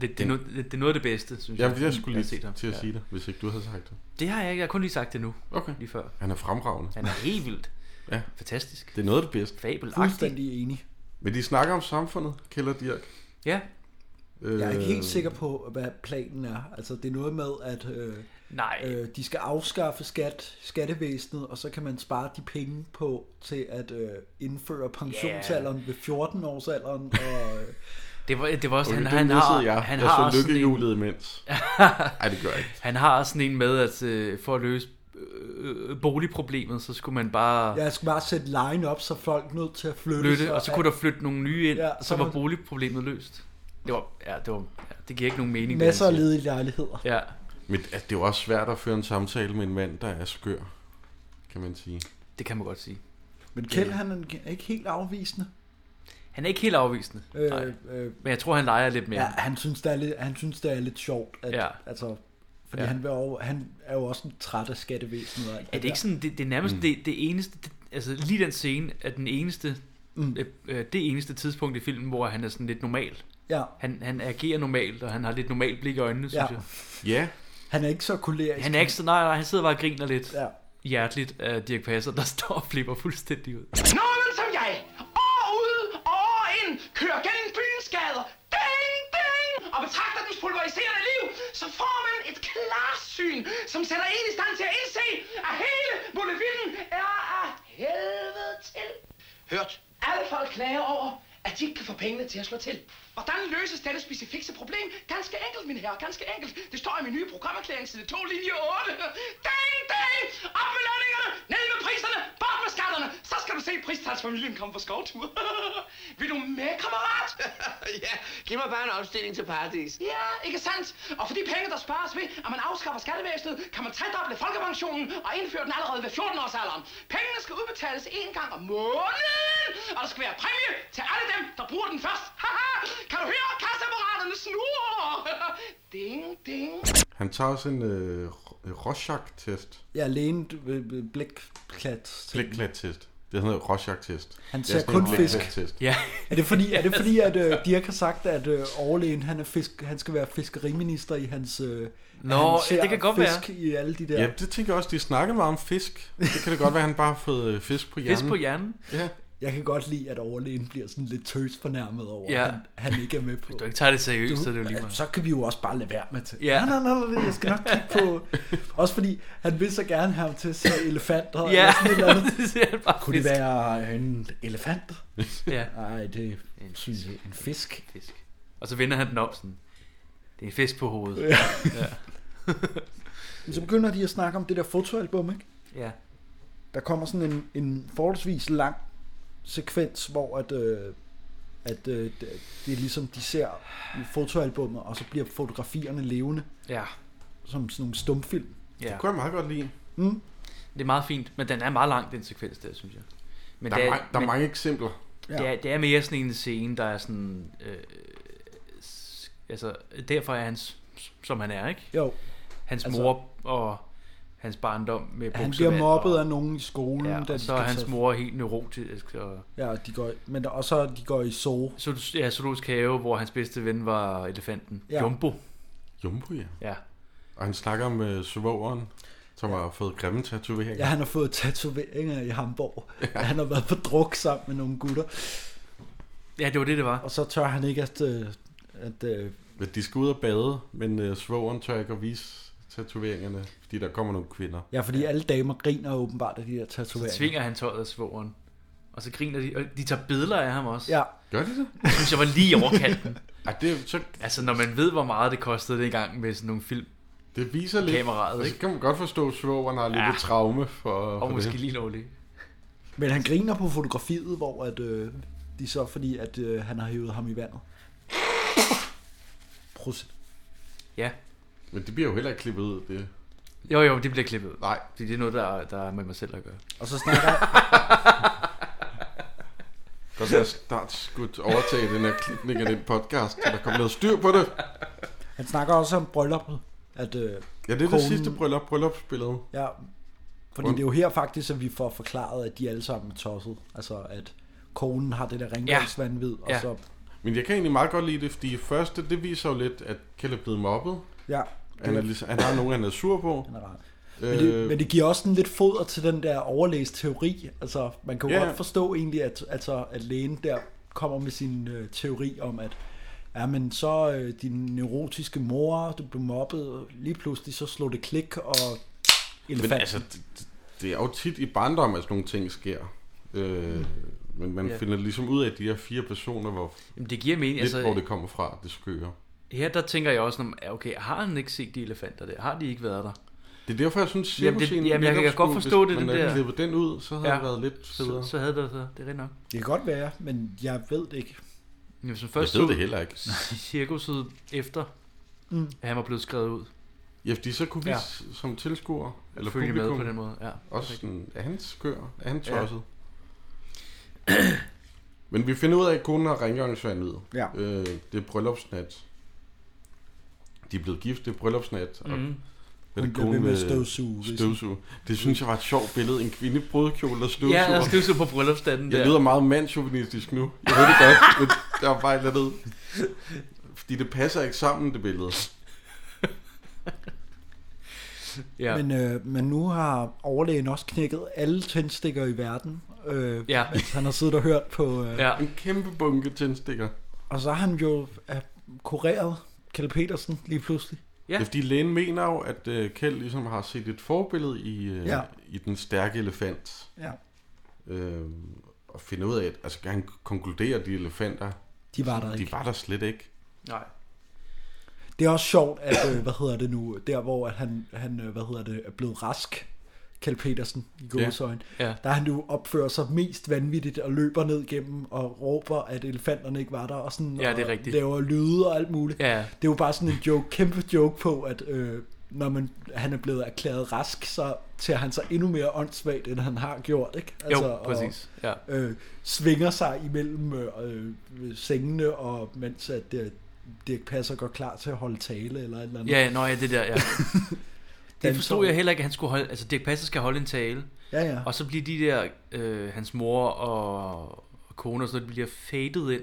Speaker 3: Det, det, er, no, det, det er noget af det bedste, synes
Speaker 2: jeg,
Speaker 3: jeg.
Speaker 2: jeg skulle
Speaker 3: har
Speaker 2: lige
Speaker 3: set ham.
Speaker 2: til at
Speaker 3: Ja.
Speaker 2: sige det, hvis ikke du havde sagt det.
Speaker 3: Det har jeg ikke. Jeg har kun lige sagt det nu,
Speaker 2: Okay.
Speaker 3: lige før.
Speaker 2: Han er fremragende.
Speaker 3: Han er helt vildt.
Speaker 2: Ja.
Speaker 3: Fantastisk.
Speaker 2: Det er noget af det bedste.
Speaker 3: Fabelagtigt.
Speaker 4: fuldstændig enig.
Speaker 2: Men de snakker om samfundet, Kjeld og Dirk.
Speaker 3: Ja.
Speaker 2: Øh,
Speaker 4: Jeg er ikke helt sikker på, hvad planen er. Altså, det er noget med, at øh,
Speaker 3: Nej.
Speaker 4: øh, de skal afskaffe skat, skattevæsenet, og så kan man spare de penge på til at øh, indføre pensionsalderen ved 14-årsalderen. Og,
Speaker 3: [LAUGHS]
Speaker 4: øh,
Speaker 3: Det var, det var også,
Speaker 2: Okay,
Speaker 3: han,
Speaker 2: han,
Speaker 3: han, har,
Speaker 2: jeg.
Speaker 3: han,
Speaker 2: jeg
Speaker 3: har
Speaker 2: så
Speaker 3: også sådan en,
Speaker 2: lykkehjulet
Speaker 3: [LAUGHS]
Speaker 2: imens. Nej, det gør jeg ikke.
Speaker 3: han har også sådan en med, at øh, for at løse øh, øh, boligproblemet, så skulle man bare...
Speaker 4: jeg skal bare sætte lejen op, så folk er nødt til at flytte.
Speaker 3: flytte, og så kunne der flytte nogle nye ind,
Speaker 4: Ja,
Speaker 3: ja, så,
Speaker 4: så
Speaker 3: var
Speaker 4: var-
Speaker 3: boligproblemet løst. Det var, ja, det var, ja, det giver ikke nogen mening.
Speaker 4: masser
Speaker 3: det,
Speaker 4: af
Speaker 3: han
Speaker 4: ledige lejligheder.
Speaker 3: siger. Ja,
Speaker 2: Men at det er jo også svært at føre en samtale med en mand, der er skør, kan man sige.
Speaker 3: det kan man godt sige.
Speaker 4: Men Kjeld, han er ikke helt afvisende.
Speaker 3: Han er ikke helt afvisende, øh, nej.
Speaker 4: Øh, øh,
Speaker 3: men jeg tror, han leger lidt mere.
Speaker 4: ja, han synes, det er lidt, han synes, det er lidt sjovt, at,
Speaker 3: Ja.
Speaker 4: altså, Fordi ja. han, var jo, han er jo også en træt af skattevæsenet. Og alt
Speaker 3: Er det
Speaker 4: der.
Speaker 3: ikke sådan, det, det er nærmest
Speaker 2: Mm.
Speaker 3: mm. det, det eneste, det, altså lige den scene er den eneste,
Speaker 4: Mm.
Speaker 3: mm. øh, øh, det eneste tidspunkt i filmen, hvor han er sådan lidt normal.
Speaker 4: Ja,
Speaker 3: Han, han agerer normalt, og han har lidt normalt blik i øjnene, synes
Speaker 4: Ja.
Speaker 3: ja. jeg.
Speaker 2: Ja,
Speaker 4: han er ikke så kolerisk.
Speaker 3: Han er ikke så, nej, nej, han sidder bare og griner lidt ja.
Speaker 4: Ja.
Speaker 3: hjerteligt af Dirk Passer, der [LAUGHS] står og flipper fuldstændig ud.
Speaker 6: Nogen som jeg, år ude og år ind, kører gennem byens gader, ding, ding, og betragter dens pulveriserende liv, så får man et klarsyn, som sætter en i stand til at indse, at hele Bolivien er af helvede til. Hørt. Alle folk klager over, at de ikke kan få pengene til at slå til. Hvordan løses dette specifikke problem? Ganske enkelt, min herre, ganske enkelt. Det står i min nye programerklæring, side 2, linje 8. Ding, ding! Op med lønningerne! Ned med priserne! Bort med skatterne! Så skal du se pristalsfamilien komme på skovtur. [LAUGHS] Vil du med, kammerat?
Speaker 11: [LAUGHS] ja, giv mig bare en opstilling til paradis.
Speaker 6: ja, ikke sandt? Og for de penge, der spares ved, at man afskaffer skattevæsenet, kan man tredoble folkepensionen og indføre den allerede ved 14-årsalderen. Pengene skal udbetales én gang om måneden, og der skal være præmie til alle dem, der bruger den først. [LAUGHS] Haha! kan du høre kasseapparaterne snurre? [LAUGHS] ding, ding.
Speaker 2: han tager også en øh, Rorschach-test.
Speaker 4: Ja, lægen øh, øh, blækklat.
Speaker 2: Blikklat-test. Det hedder Rorschach-test.
Speaker 4: Han
Speaker 2: Det er
Speaker 4: ser
Speaker 2: sådan en
Speaker 4: kun fisk.
Speaker 2: blikklat-test.
Speaker 3: Ja,
Speaker 4: Er det fordi, er det fordi at øh, Dirk har sagt, at øh, overlægen han, er fisk, han skal være fiskeriminister i hans... Øh,
Speaker 3: Nå,
Speaker 4: han ser
Speaker 3: det kan godt
Speaker 4: fisk i alle de der...
Speaker 2: Ja, det tænker jeg også, de snakker meget om fisk. Det kan det godt være, at han bare har fået øh, fisk på hjernen.
Speaker 3: fisk på hjernen.
Speaker 2: Ja.
Speaker 4: Jeg kan godt lide, at overlægen bliver sådan lidt tøs fornærmet over,
Speaker 3: Ja.
Speaker 4: ja. han, han ikke er med på.
Speaker 3: Hvis du ikke tager det seriøst, så er det jo lige
Speaker 4: Du,
Speaker 3: meget.
Speaker 4: så kan vi jo også bare lade være med til.
Speaker 3: Ja.
Speaker 4: Nej, nej, nej, nej, jeg skal nok kigge på... Også fordi, han vil så gerne have ham til at se elefanter.
Speaker 3: Ja,
Speaker 4: eller sådan et eller andet.
Speaker 3: det ser han bare
Speaker 4: Kunne det
Speaker 3: [LAUGHS] fisk.
Speaker 4: være en elefant?
Speaker 3: Ja.
Speaker 4: Nej, det synes jeg. En fisk.
Speaker 3: fisk. Og så vender han den op sådan. Det er en fisk på hovedet. Ja. ja.
Speaker 4: Men så begynder de at snakke om det der fotoalbum, ikke?
Speaker 3: ja.
Speaker 4: Der kommer sådan en, en forholdsvis lang sekvens, hvor at, øh, at øh, det det er ligesom, de ser i fotoalbummet, og så bliver fotografierne levende,
Speaker 3: ja.
Speaker 4: som sådan nogle stumfilm.
Speaker 2: Det kunne jeg meget godt lide.
Speaker 4: Mm?
Speaker 3: Det er meget fint, men den er meget lang, den sekvens der, synes jeg. Men
Speaker 2: Der
Speaker 3: det
Speaker 2: er, ma- der er
Speaker 3: men
Speaker 2: mange eksempler.
Speaker 4: Ja.
Speaker 3: det, er, det er mere sådan en scene, der er sådan... Øh, s- altså, derfor er han, s- som han er, ikke?
Speaker 4: Jo,
Speaker 3: Hans
Speaker 4: Altså-
Speaker 3: altså, mor og hans barndom med
Speaker 4: han
Speaker 3: buksevand.
Speaker 4: bliver mobbet
Speaker 3: og,
Speaker 4: af nogen i skolen,
Speaker 3: Ja,
Speaker 4: da
Speaker 3: og
Speaker 4: de
Speaker 3: så er
Speaker 4: skal
Speaker 3: hans
Speaker 4: tage-
Speaker 3: mor helt neurotisk. Og,
Speaker 4: Ja, og de går, i- men der, og så de går i sove.
Speaker 3: så, ja, zoologisk have, hvor hans bedste ven var elefanten.
Speaker 4: Ja.
Speaker 3: Ja. Jumbo.
Speaker 2: Jumbo, ja.
Speaker 3: Ja.
Speaker 2: Og han snakker om øh, svogeren, som har fået grimme tatoveringer.
Speaker 4: Ja, han har fået tatoveringer i Hamburg. Ja. Han har været på druk sammen med nogle gutter,
Speaker 3: ja, det var det, det var.
Speaker 4: og så tør han ikke at, øh, at øh,
Speaker 2: Men De skal ud og bade, men øh, svogeren tør ikke at vise tatoveringerne, fordi der kommer nogle kvinder.
Speaker 4: Ja, fordi ja. alle damer griner åbenbart af de der
Speaker 3: Så
Speaker 4: tatoveringer.
Speaker 3: tvinger han tøjet af svoren. Og så griner de, og de tager billeder af ham også.
Speaker 4: Ja,
Speaker 2: Gør de det?
Speaker 3: Det synes jeg var lige i overkanten.
Speaker 2: Ej, det, så,
Speaker 3: altså, når man ved, hvor meget det kostede dengang med sådan nogle film,
Speaker 2: det viser lidt.
Speaker 3: Kameraet,
Speaker 2: altså,
Speaker 3: ikke?
Speaker 2: kan man godt forstå, at svogeren har lidt
Speaker 3: Ja.
Speaker 2: et traume for,
Speaker 3: og
Speaker 2: for
Speaker 3: måske
Speaker 2: det.
Speaker 3: lige lovligt.
Speaker 4: men han griner på fotografiet, hvor at, øh, de så fordi, at øh, han har hævet ham i vandet. Prost.
Speaker 3: Ja.
Speaker 2: Men det bliver jo heller ikke klippet ud, det.
Speaker 3: Jo, jo, det bliver klippet. ud.
Speaker 2: Nej.
Speaker 3: Fordi det er noget, der, der er med mig selv at gøre.
Speaker 4: Og så snakker han,
Speaker 2: Godt være, at snart skulle overtage den her klipning af den podcast, så der kommer noget styr på det.
Speaker 4: han snakker også om brylluppet. At, øh,
Speaker 2: Ja, det er det
Speaker 4: Konen-
Speaker 2: sidste bryllup, bryllupsbillede.
Speaker 4: ja, fordi det er jo her faktisk, at vi får forklaret, at de alle sammen er tosset. Altså, at konen har det der rengøringsvandvid, ja. og
Speaker 3: Ja.
Speaker 4: så...
Speaker 2: Men jeg kan egentlig meget godt lide det, fordi første, det viser jo lidt, at Kjell er blevet mobbet.
Speaker 4: Ja,
Speaker 2: Han, er ligesom, han har nogen, han er sur på.
Speaker 4: generelt.
Speaker 2: Øh,
Speaker 4: Men det, men det giver også en lidt foder til den der overlæs teori. Altså, man kan jo
Speaker 2: Ja.
Speaker 4: godt forstå egentlig, at, altså, at lægen der kommer med sin øh, teori om, at ja, men så øh, din neurotiske mor, du blev mobbet, og lige pludselig så slog det klik, og elefanten.
Speaker 2: Men altså, det, det- det er jo tit i barndom, at sådan nogle ting sker. Øh, men man
Speaker 3: Ja.
Speaker 2: finder ligesom ud af de her fire personer, hvor
Speaker 3: Jamen, det giver mening.
Speaker 2: lidt hvor det
Speaker 3: Altså,
Speaker 2: kommer fra, det skøre.
Speaker 3: her der tænker jeg også, om, ja, okay, har han ikke set de elefanter der? Har de ikke været der?
Speaker 2: Det er derfor, jeg synes,
Speaker 3: Jamen, det-
Speaker 2: cirkusscenen
Speaker 3: jamen, jeg
Speaker 2: netop
Speaker 3: kan godt
Speaker 2: skulle-
Speaker 3: forstå
Speaker 2: hvis
Speaker 3: det,
Speaker 2: man
Speaker 3: den
Speaker 2: havde
Speaker 3: der-
Speaker 2: klippet den ud, så havde
Speaker 3: Ja.
Speaker 2: det været lidt federe.
Speaker 3: Så, så havde det været der. Det er rigtigt nok.
Speaker 4: det kan godt være, men jeg ved det ikke.
Speaker 3: Men hvis man først
Speaker 2: Jeg ved
Speaker 3: så
Speaker 2: det heller ikke.
Speaker 3: cirkuset efter,
Speaker 4: Mm.
Speaker 3: at han var blevet skrevet ud.
Speaker 2: Ja, fordi så kunne vi
Speaker 3: Ja.
Speaker 2: s- som tilskuer, eller
Speaker 3: Eller følge
Speaker 2: publikum,
Speaker 3: med på den måde. Ja.
Speaker 2: også sådan, er han skør? Er han
Speaker 3: Ja.
Speaker 2: tosset? [CLEARS THROAT] men vi finder ud af, at konen har rengøringsvandet.
Speaker 4: Ja.
Speaker 2: Øh, det er bryllupsnat. De er blevet gift, det er bryllupsnat. Og
Speaker 3: Mm.
Speaker 2: Hvad er det,
Speaker 4: bliver
Speaker 2: konen
Speaker 4: ved med at
Speaker 2: med
Speaker 4: støvsuge, hvis-
Speaker 2: Støvsuge. Det synes jeg var et sjovt billede. En kvinde i brudekjole, der støvsuger.
Speaker 3: Ja, der støvsuger på bryllupsdagen
Speaker 2: Jeg
Speaker 3: der.
Speaker 2: lyder meget mandsjuvenistisk nu. Jeg ved det godt, men der er bare et
Speaker 3: [LAUGHS]
Speaker 2: eller andet. Fordi det passer ikke sammen, det billede.
Speaker 3: Ja.
Speaker 4: Men, øh, men nu har overlægen også knækket alle tændstikker i verden, øh,
Speaker 3: Ja.
Speaker 4: mens han har siddet og hørt på... Øh,
Speaker 3: Ja.
Speaker 2: En kæmpe bunke tændstikker.
Speaker 4: Og så har han jo øh, kureret Kjell Petersen lige pludselig.
Speaker 2: Ja. Det er fordi lægen mener jo, at øh, Kjeld ligesom har set et forbillede i, øh,
Speaker 4: Ja.
Speaker 2: ja. i den stærke elefant.
Speaker 4: Ja.
Speaker 2: Øh, og finder ud af, at altså, han konkluderer, at de elefanter,
Speaker 4: De var der
Speaker 2: de
Speaker 4: ikke.
Speaker 2: var der slet ikke.
Speaker 3: Nej.
Speaker 4: Det er også sjovt, at, øh, hvad hedder det nu, der hvor at han, han øh, hvad hedder det, er blevet rask, Kjell Petersen i gåsøjne,
Speaker 3: Ja.
Speaker 4: der han jo opfører sig mest vanvittigt og løber ned gennem og råber, at elefanterne ikke var der, og sådan
Speaker 3: Ja, det er
Speaker 4: og
Speaker 3: rigtigt.
Speaker 4: laver lyde og alt muligt.
Speaker 3: Ja.
Speaker 4: Det er jo bare sådan en joke, kæmpe joke på, at øh, når man, han er blevet erklæret rask, så tager han sig endnu mere åndssvagt, end han har gjort, ikke?
Speaker 3: Jo, præcis, ja.
Speaker 4: Altså, Og, øh, svinger sig imellem øh, øh, sengene, og mens at øh, Dirk Passer går klar til at holde tale, eller et eller andet.
Speaker 3: Ja, nå ja, det der,
Speaker 4: [LAUGHS]
Speaker 3: ja.
Speaker 4: Danser.
Speaker 3: Det forstod jeg heller ikke, at han skulle holde, altså Dirk Passer skal holde en tale.
Speaker 4: Ja, ja.
Speaker 3: Og så bliver de der, øh, hans mor og, og kone og sådan noget, de bliver fadet ind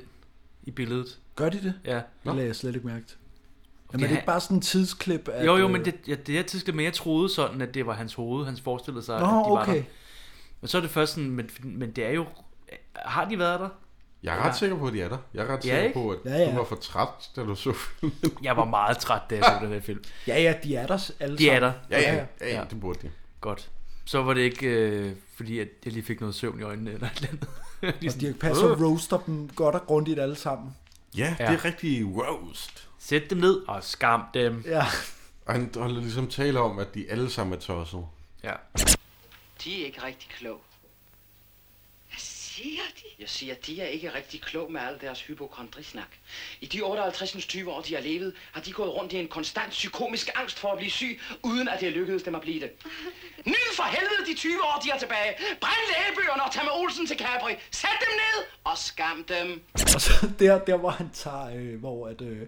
Speaker 3: i billedet.
Speaker 4: Gør de det?
Speaker 3: Ja.
Speaker 4: Det lagde jeg slet ikke mærke til. Jamen,
Speaker 3: Ja.
Speaker 4: det er ikke bare sådan en tidsklip? At,
Speaker 3: jo, jo,
Speaker 4: øh,
Speaker 3: men det, ja, det her tidspunkt, men jeg troede sådan, at det var hans hoved, han forestillede sig,
Speaker 4: Nå,
Speaker 3: at de var
Speaker 4: okay.
Speaker 3: der. Men så er det først sådan, men, men det er jo, har de været der?
Speaker 2: Jeg er ret sikker på, at de er der. Jeg er ret
Speaker 3: Ja,
Speaker 2: sikker
Speaker 3: ikke?
Speaker 2: på, at
Speaker 3: Ja, ja.
Speaker 2: du var for træt, da du så filmen.
Speaker 3: Jeg var meget træt, da jeg så den her film.
Speaker 4: Ja, ja, de er der s- alle
Speaker 3: De er
Speaker 4: sammen.
Speaker 3: der.
Speaker 2: Ja, ja, ja, ja, det burde de.
Speaker 3: Godt. Så var det ikke, øh, fordi at jeg lige fik noget søvn i øjnene eller et eller andet. [LAUGHS] Ligesom De er sådan,
Speaker 4: Og Dirk Passer
Speaker 3: "Åh."
Speaker 4: roaster dem godt og grundigt alle sammen.
Speaker 2: Ja,
Speaker 3: Ja.
Speaker 2: det er rigtig roast.
Speaker 3: Sæt dem ned og skam dem.
Speaker 4: [LAUGHS] Ja.
Speaker 2: Og han holder ligesom tale om, at de alle sammen er tossede.
Speaker 3: Ja.
Speaker 6: De er ikke rigtig klog. Hvad siger de? Jeg siger, de er ikke rigtig klog med al deres hypokondrisnak. I de 58-20 år, de har levet, har de gået rundt i en konstant psykomisk angst for at blive syg, uden at det er lykkedes dem at blive det. [LAUGHS] Nyd for helvede de 20 år, de er tilbage. Brænd lægebøgerne og tag med Olsen til Capri. Sæt dem ned og skam dem.
Speaker 4: [LAUGHS] Og så der, der hvor han tager, øh, hvor at, øh,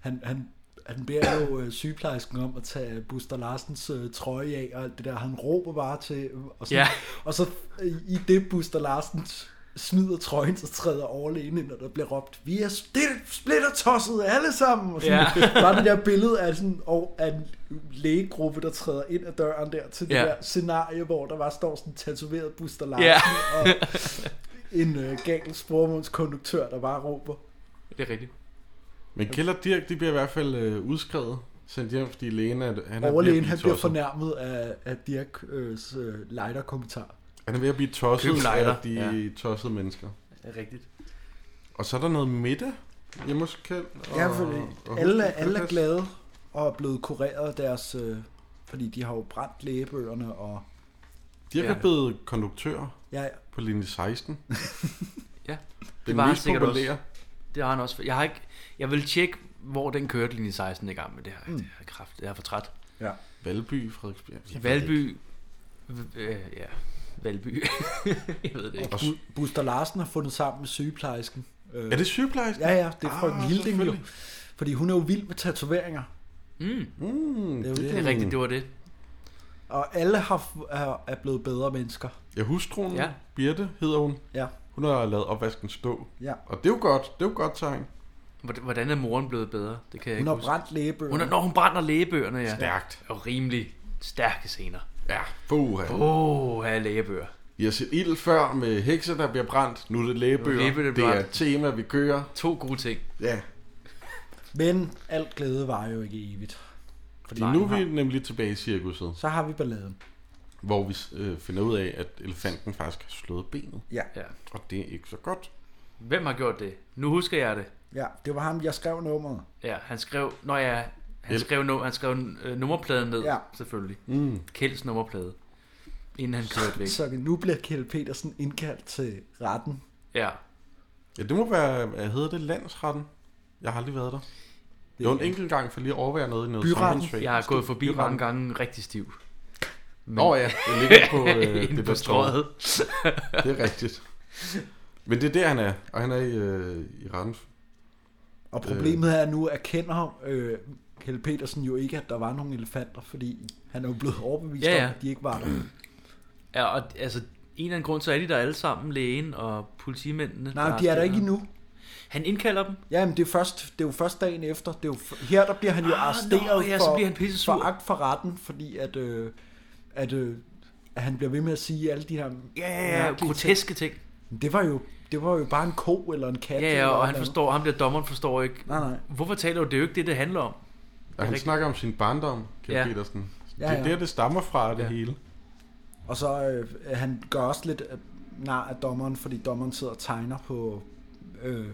Speaker 4: han, han, han beder jo øh, sygeplejersken om at tage Buster Larsens øh, trøje af og alt det der. Han råber bare til, øh, og, sådan,
Speaker 3: Ja.
Speaker 4: og så øh, i det Buster Larsen smider trøjen, så træder overlægen ind, og der bliver råbt, vi er stil- splitter tosset alle sammen. Og sådan,
Speaker 3: Ja.
Speaker 4: Bare det der billede af, sådan, og, af en lægegruppe, der træder ind ad døren der til
Speaker 3: Ja.
Speaker 4: det der scenarie, hvor der bare står sådan en tatoveret Buster Larsen,
Speaker 3: Ja.
Speaker 4: og [LAUGHS] en øh, gal sporvognskonduktør, der bare råber.
Speaker 3: Det er rigtigt.
Speaker 2: Men Kjeld og Dirk, de bliver i hvert fald øh, udskrevet, sendt hjem, fordi lægen er, han er
Speaker 4: Overlægen,
Speaker 2: ved at
Speaker 4: han
Speaker 2: blive
Speaker 4: bliver
Speaker 2: tosset.
Speaker 4: fornærmet af, af Dirks øh, lighter-kommentar.
Speaker 2: Han er ved at blive tosset
Speaker 3: Køb lighter.
Speaker 2: af de ja. tossede mennesker.
Speaker 3: Det er rigtigt.
Speaker 2: Og så er der noget middag hjemme hos Kjeld. Og,
Speaker 4: Ja, fordi
Speaker 2: og
Speaker 4: alle,
Speaker 2: huset.
Speaker 4: alle er glade og er blevet kureret af deres... Øh, fordi de har jo brændt lægebøgerne og...
Speaker 2: Dirk
Speaker 3: Ja.
Speaker 2: er blevet konduktør
Speaker 4: Ja, ja.
Speaker 2: på linje
Speaker 4: [LAUGHS]
Speaker 2: 16.
Speaker 3: Ja.
Speaker 2: Den
Speaker 3: han
Speaker 2: mest
Speaker 3: sikkert
Speaker 2: populære.
Speaker 3: også. Det har han også. Jeg har ikke... Jeg vil tjekke, hvor den kørte linje 16 i gang, men det har mm. det har kraft. Jeg er for træt.
Speaker 4: ja.
Speaker 2: Valby, Frederiksbjerg. Jeg ved det ikke.
Speaker 3: Valby... V- øh, ja. Valby. [LAUGHS] jeg ved det ikke.
Speaker 2: Og s-
Speaker 4: Bu- Buster Larsen har fundet sammen med sygeplejersken. Øh,
Speaker 2: Er det sygeplejersken?
Speaker 4: Ja, ja, det er frøken
Speaker 2: Ah,
Speaker 4: Hilding jo.
Speaker 2: selvfølgelig.
Speaker 4: Fordi hun er jo vild med tatoveringer.
Speaker 2: Mm,
Speaker 4: Det er jo
Speaker 3: Det er rigtigt, det var det.
Speaker 4: Og alle har, f- er, er blevet bedre mennesker.
Speaker 2: Ja, hustruen,
Speaker 3: Ja.
Speaker 2: ja. Birte hedder hun.
Speaker 4: Ja,
Speaker 2: Hun har lavet opvasken stå.
Speaker 4: ja.
Speaker 2: Og det er jo godt. Det er jo et godt tegn.
Speaker 3: Hvordan- Hvordan er moren blevet bedre? Det kan jeg
Speaker 4: Hun
Speaker 3: ikke
Speaker 4: har
Speaker 3: huske.
Speaker 4: brændt lægebøgerne.
Speaker 3: Hun er, når hun brænder lægebøgerne, ja.
Speaker 2: Stærkt.
Speaker 3: Og rimelig stærke scener.
Speaker 2: Ja, fuha.
Speaker 3: Åh, oh, lægebøger.
Speaker 2: Vi har set ild før med hekse, der bliver brændt. Nu er det
Speaker 3: Nu
Speaker 2: lægebøger.
Speaker 3: er lægebøger,
Speaker 2: det
Speaker 3: der bliver
Speaker 2: er et
Speaker 3: brændt.
Speaker 2: tema, vi kører.
Speaker 3: To gode ting.
Speaker 2: Ja.
Speaker 4: Men alt glæde var jo ikke evigt.
Speaker 2: Fordi nu er vi nemlig tilbage i cirkuset,
Speaker 4: Så har vi balladen.
Speaker 2: hvor vi øh, finder ud af, at elefanten faktisk har slået benet.
Speaker 4: Ja.
Speaker 3: Ja.
Speaker 2: Og det er ikke så godt.
Speaker 3: Hvem har gjort det? Nu husker jeg det.
Speaker 4: Ja, det var ham, jeg skrev nummeret.
Speaker 3: Ja, han skrev... Nå ja, han
Speaker 2: Hjælp.
Speaker 3: skrev, nu, han skrev øh, nummerpladen ned,
Speaker 4: Ja.
Speaker 3: ja. selvfølgelig. Mm. Kjelds nummerplade. Inden han kørte væk.
Speaker 4: Så nu bliver Kjell Petersen indkaldt til retten.
Speaker 3: Ja.
Speaker 2: Ja, det må være, hvad hedder det, landsretten? Jeg har aldrig været der. Det var en enkelt gang for lige at overvære noget i noget
Speaker 4: Byretten.
Speaker 2: samfundsfag.
Speaker 3: Jeg har gået forbi
Speaker 2: Byretten.
Speaker 3: mange gange rigtig stiv.
Speaker 2: Nå ja, det ligger på øh,
Speaker 3: [LAUGHS] Inde
Speaker 2: det
Speaker 3: på
Speaker 2: der strået.
Speaker 3: strøget. [LAUGHS]
Speaker 2: Det er rigtigt. Men det er der, han er. Og han er i, øh, i retten.
Speaker 4: Og problemet er, at nu erkender øh, Kjell Petersen jo ikke, at der var nogen elefanter, fordi han er jo blevet overbevist
Speaker 3: Ja,
Speaker 4: ja,
Speaker 3: ja.
Speaker 4: ja. om, at de ikke var
Speaker 3: [CLEARS THROAT]
Speaker 4: der.
Speaker 3: Ja, og altså, en eller anden grund, så er de der alle sammen, lægen og politimændene.
Speaker 4: Nej, de er der ikke endnu.
Speaker 3: Han indkalder dem?
Speaker 4: Jamen, det er, først, det er jo først dagen efter. Det er jo, f- her der bliver han jo
Speaker 3: Ah,
Speaker 4: ah,
Speaker 3: nå,
Speaker 4: arresteret
Speaker 3: ja, så
Speaker 4: for,
Speaker 3: bliver
Speaker 4: for agt for retten, fordi at, øh, at, øh, at han bliver ved med at sige alle de her
Speaker 3: Ja, ja, ja,
Speaker 4: mærkelige
Speaker 3: groteske ting.
Speaker 4: Men Det var jo det var jo bare en ko eller en kat.
Speaker 3: Ja,
Speaker 4: eller
Speaker 3: ja, og
Speaker 4: et
Speaker 3: han
Speaker 4: eller
Speaker 3: forstår, ham der dommeren forstår ikke.
Speaker 4: Nej, nej.
Speaker 3: Hvorfor taler du? Det er jo ikke det, det handler om.
Speaker 2: Og han snakker om sin barndom, Kjell
Speaker 3: Ja.
Speaker 2: ja. Petersen. Det
Speaker 4: Ja,
Speaker 2: er
Speaker 4: ja.
Speaker 2: der, det stammer fra, det ja. hele.
Speaker 4: andet. Og så øh, han gør også lidt øh, nar af dommeren, fordi dommeren sidder og tegner på øh,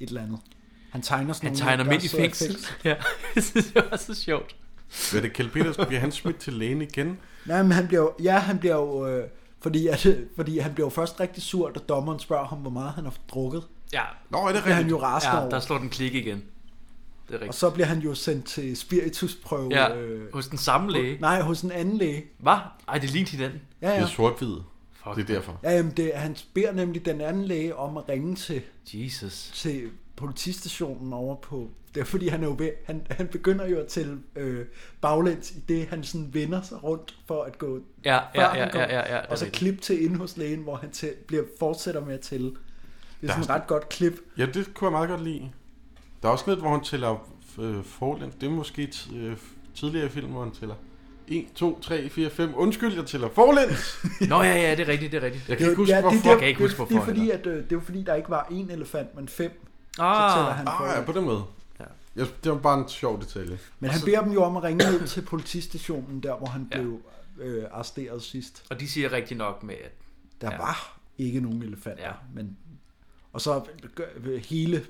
Speaker 4: et eller andet. Han tegner sådan
Speaker 3: Han
Speaker 4: nogle,
Speaker 3: tegner
Speaker 4: der
Speaker 3: midt i
Speaker 4: sidder
Speaker 3: fængsel. Ja, [LAUGHS] det synes jeg også er sjovt.
Speaker 2: Hvad er det, Kjell Petersen? Bliver han smidt til lægen igen?
Speaker 4: Nej, men han bliver jo, ja, han bliver jo, øh, fordi, at, [LAUGHS] fordi han bliver jo først rigtig sur, da dommeren spørger ham, hvor meget han har drukket.
Speaker 3: Ja.
Speaker 2: Nå, er det
Speaker 4: bliver han jo rasende
Speaker 3: ja,
Speaker 4: over.
Speaker 3: der slår den klik igen. Det er
Speaker 4: Og
Speaker 3: rigtigt.
Speaker 4: så bliver han jo sendt til spiritusprøve. øh,
Speaker 3: Ja, hos den samme læge.
Speaker 4: Nej, hos en anden læge.
Speaker 3: Hvad? Ej, det lignede hinanden.
Speaker 4: Ja, ja.
Speaker 2: Det er sort-hvid.
Speaker 3: Fuck.
Speaker 2: Det er derfor.
Speaker 4: Ja, jamen det, han beder nemlig den anden læge om at ringe til,
Speaker 3: Jesus.
Speaker 4: til politistationen over på... Det er fordi, han, er jo ved, han, han begynder jo at tælle øh, baglæns i det, han sådan vender sig rundt for at gå...
Speaker 3: Ja, ja,
Speaker 4: før han
Speaker 3: ja,
Speaker 4: går.
Speaker 3: ja, ja, ja, det er
Speaker 4: og så
Speaker 3: rigtigt.
Speaker 4: klip til ind hos lægen, hvor han tæ, bliver, fortsætter med at tælle. Det
Speaker 2: Der
Speaker 4: er
Speaker 2: er
Speaker 4: sådan et
Speaker 2: sådan-
Speaker 4: ret godt klip.
Speaker 2: Ja, det kunne jeg meget godt lide. Der er også noget, hvor han tæller op, øh, forlæns. Det er måske t- øh, tidligere film, hvor han tæller. 1, 2, 3, 4, 5. Undskyld, jeg tæller
Speaker 3: [LAUGHS]
Speaker 2: forlæns.
Speaker 3: Nå ja, ja, det er rigtigt, det er rigtigt.
Speaker 2: Jeg kan ikke
Speaker 4: jo-
Speaker 2: huske,
Speaker 4: det er
Speaker 2: hvorfor.
Speaker 4: der-
Speaker 3: Jeg kan ikke
Speaker 4: det-
Speaker 3: huske, hvorfor
Speaker 4: Det er, fordi, at, øh, det er jo fordi, der ikke var én elefant, men fem.
Speaker 3: Ah.
Speaker 4: så tæller han
Speaker 2: Ah, ja,
Speaker 4: forlæns.
Speaker 2: på den måde.
Speaker 3: Ja.
Speaker 2: Jeg, det var bare en sjov detalje.
Speaker 4: Men han beder dem jo om at ringe ned til politistationen, der hvor han blev øh, arresteret sidst.
Speaker 3: Og de siger rigtig nok med, at
Speaker 4: Der
Speaker 3: Ja.
Speaker 4: ja. var ikke nogen elefanter.
Speaker 3: Ja.
Speaker 4: Ja. Men, og så gør, hele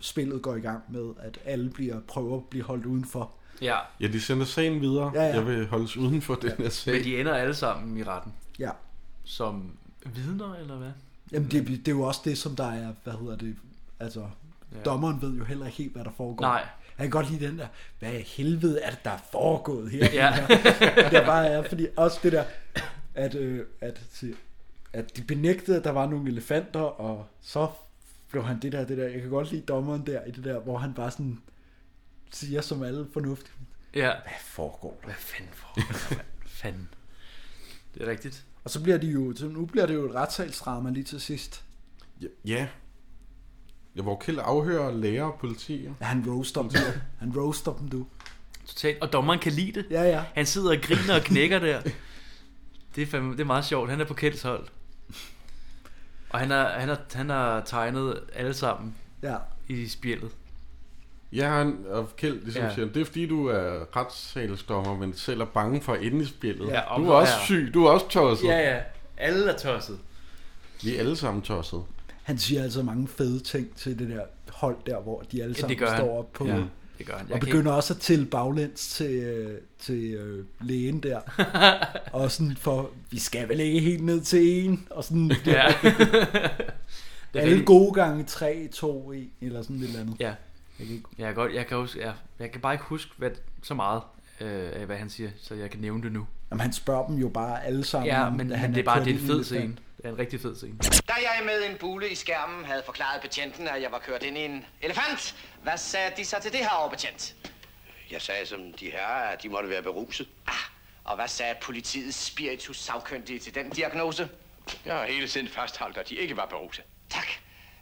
Speaker 4: spillet går i gang med, at alle bliver prøver at blive holdt udenfor.
Speaker 3: ja,
Speaker 2: Ja, de sender sagen videre.
Speaker 4: Ja, ja.
Speaker 2: Jeg vil holdes uden for den her sag.
Speaker 3: men de ender alle sammen i retten.
Speaker 4: Ja.
Speaker 3: Som vidner, eller hvad?
Speaker 4: Jamen det, det er jo også det, som der er, hvad hedder det, altså,
Speaker 3: Ja.
Speaker 4: ja. dommeren ved jo heller ikke helt, hvad der foregår.
Speaker 3: Nej.
Speaker 4: Han kan godt lide den der, hvad i helvede er det, der er foregået her?
Speaker 3: Ja.
Speaker 4: [LAUGHS] det er bare er, fordi også det der, at, øh, at, at de benægtede, at der var nogle elefanter, og så blev han det der, det der. Jeg kan godt lide dommeren der, i det der, hvor han bare sådan siger som alle fornuftigt.
Speaker 3: Ja.
Speaker 4: Hvad foregår der?
Speaker 3: Hvad fanden for? fanden. Det er rigtigt.
Speaker 4: Og så bliver de jo, så nu bliver det jo et retssalsdrama lige til sidst.
Speaker 2: Ja. ja. Ja, hvor Kjeld afhører læger og politi.
Speaker 4: Ja, han roaster dem du. Han roaster dem du.
Speaker 3: Totalt. Og dommeren kan lide det.
Speaker 4: Ja, ja.
Speaker 3: Han sidder og griner og knækker der. Det er, fandme, det er meget sjovt. Han er på Kjelds hold. Og han har, han, har, han har tegnet alle sammen
Speaker 4: Ja.
Speaker 3: i spjældet.
Speaker 2: Ja, han, og Kjeld ligesom
Speaker 3: Ja.
Speaker 2: ja. siger, det er fordi, du er retssalsdommer, men selv er bange for inde i spillet.
Speaker 3: Ja,
Speaker 2: Ja,
Speaker 3: og-
Speaker 2: du er også
Speaker 3: ja.
Speaker 2: syg, du er også tosset. Ja.
Speaker 3: ja. Alle er tosset.
Speaker 2: Vi er alle sammen tosset.
Speaker 4: Han siger altså mange fede ting til det der hold der, hvor de alle
Speaker 3: Ja,
Speaker 4: sammen
Speaker 3: det gør han.
Speaker 4: står op på.
Speaker 3: Ja, det gør han. kan
Speaker 4: og begynder også at tælle baglæns til, øh, til øh,
Speaker 3: [LAUGHS]
Speaker 4: lægen der. og sådan for, vi skal vel ikke helt ned til en. Og sådan, det, [LAUGHS]
Speaker 3: Ikke... [LAUGHS] Ja. det
Speaker 4: alle
Speaker 3: rigtigt.
Speaker 4: gode gange 3, 2, 1, eller sådan et eller andet.
Speaker 3: Ja.
Speaker 4: Jeg kan ikke-
Speaker 3: Jeg kan, godt, jeg kan, huske, ja, jeg kan bare ikke huske hvad, så meget øh, af, hvad han siger, så jeg kan nævne det nu.
Speaker 4: Jamen, han spørger dem jo bare alle sammen.
Speaker 3: Ja,
Speaker 4: om,
Speaker 3: men,
Speaker 4: at
Speaker 3: men det er
Speaker 4: er
Speaker 3: bare
Speaker 4: kørt
Speaker 3: det er en
Speaker 4: ind i
Speaker 3: fed
Speaker 4: lidt af-
Speaker 3: scene. Det er en rigtig fed scene.
Speaker 6: Da jeg med en bule i skærmen havde forklaret betjenten, at jeg var kørt ind i en elefant, hvad sagde de så til det her over betjent?
Speaker 9: Jeg sagde som de herrer, at de måtte være beruset.
Speaker 6: Ah, Og hvad sagde politiets spiritus sagkyndige til den diagnose?
Speaker 9: Jeg har hele tiden fastholdt, at de ikke var beruset.
Speaker 6: Tak.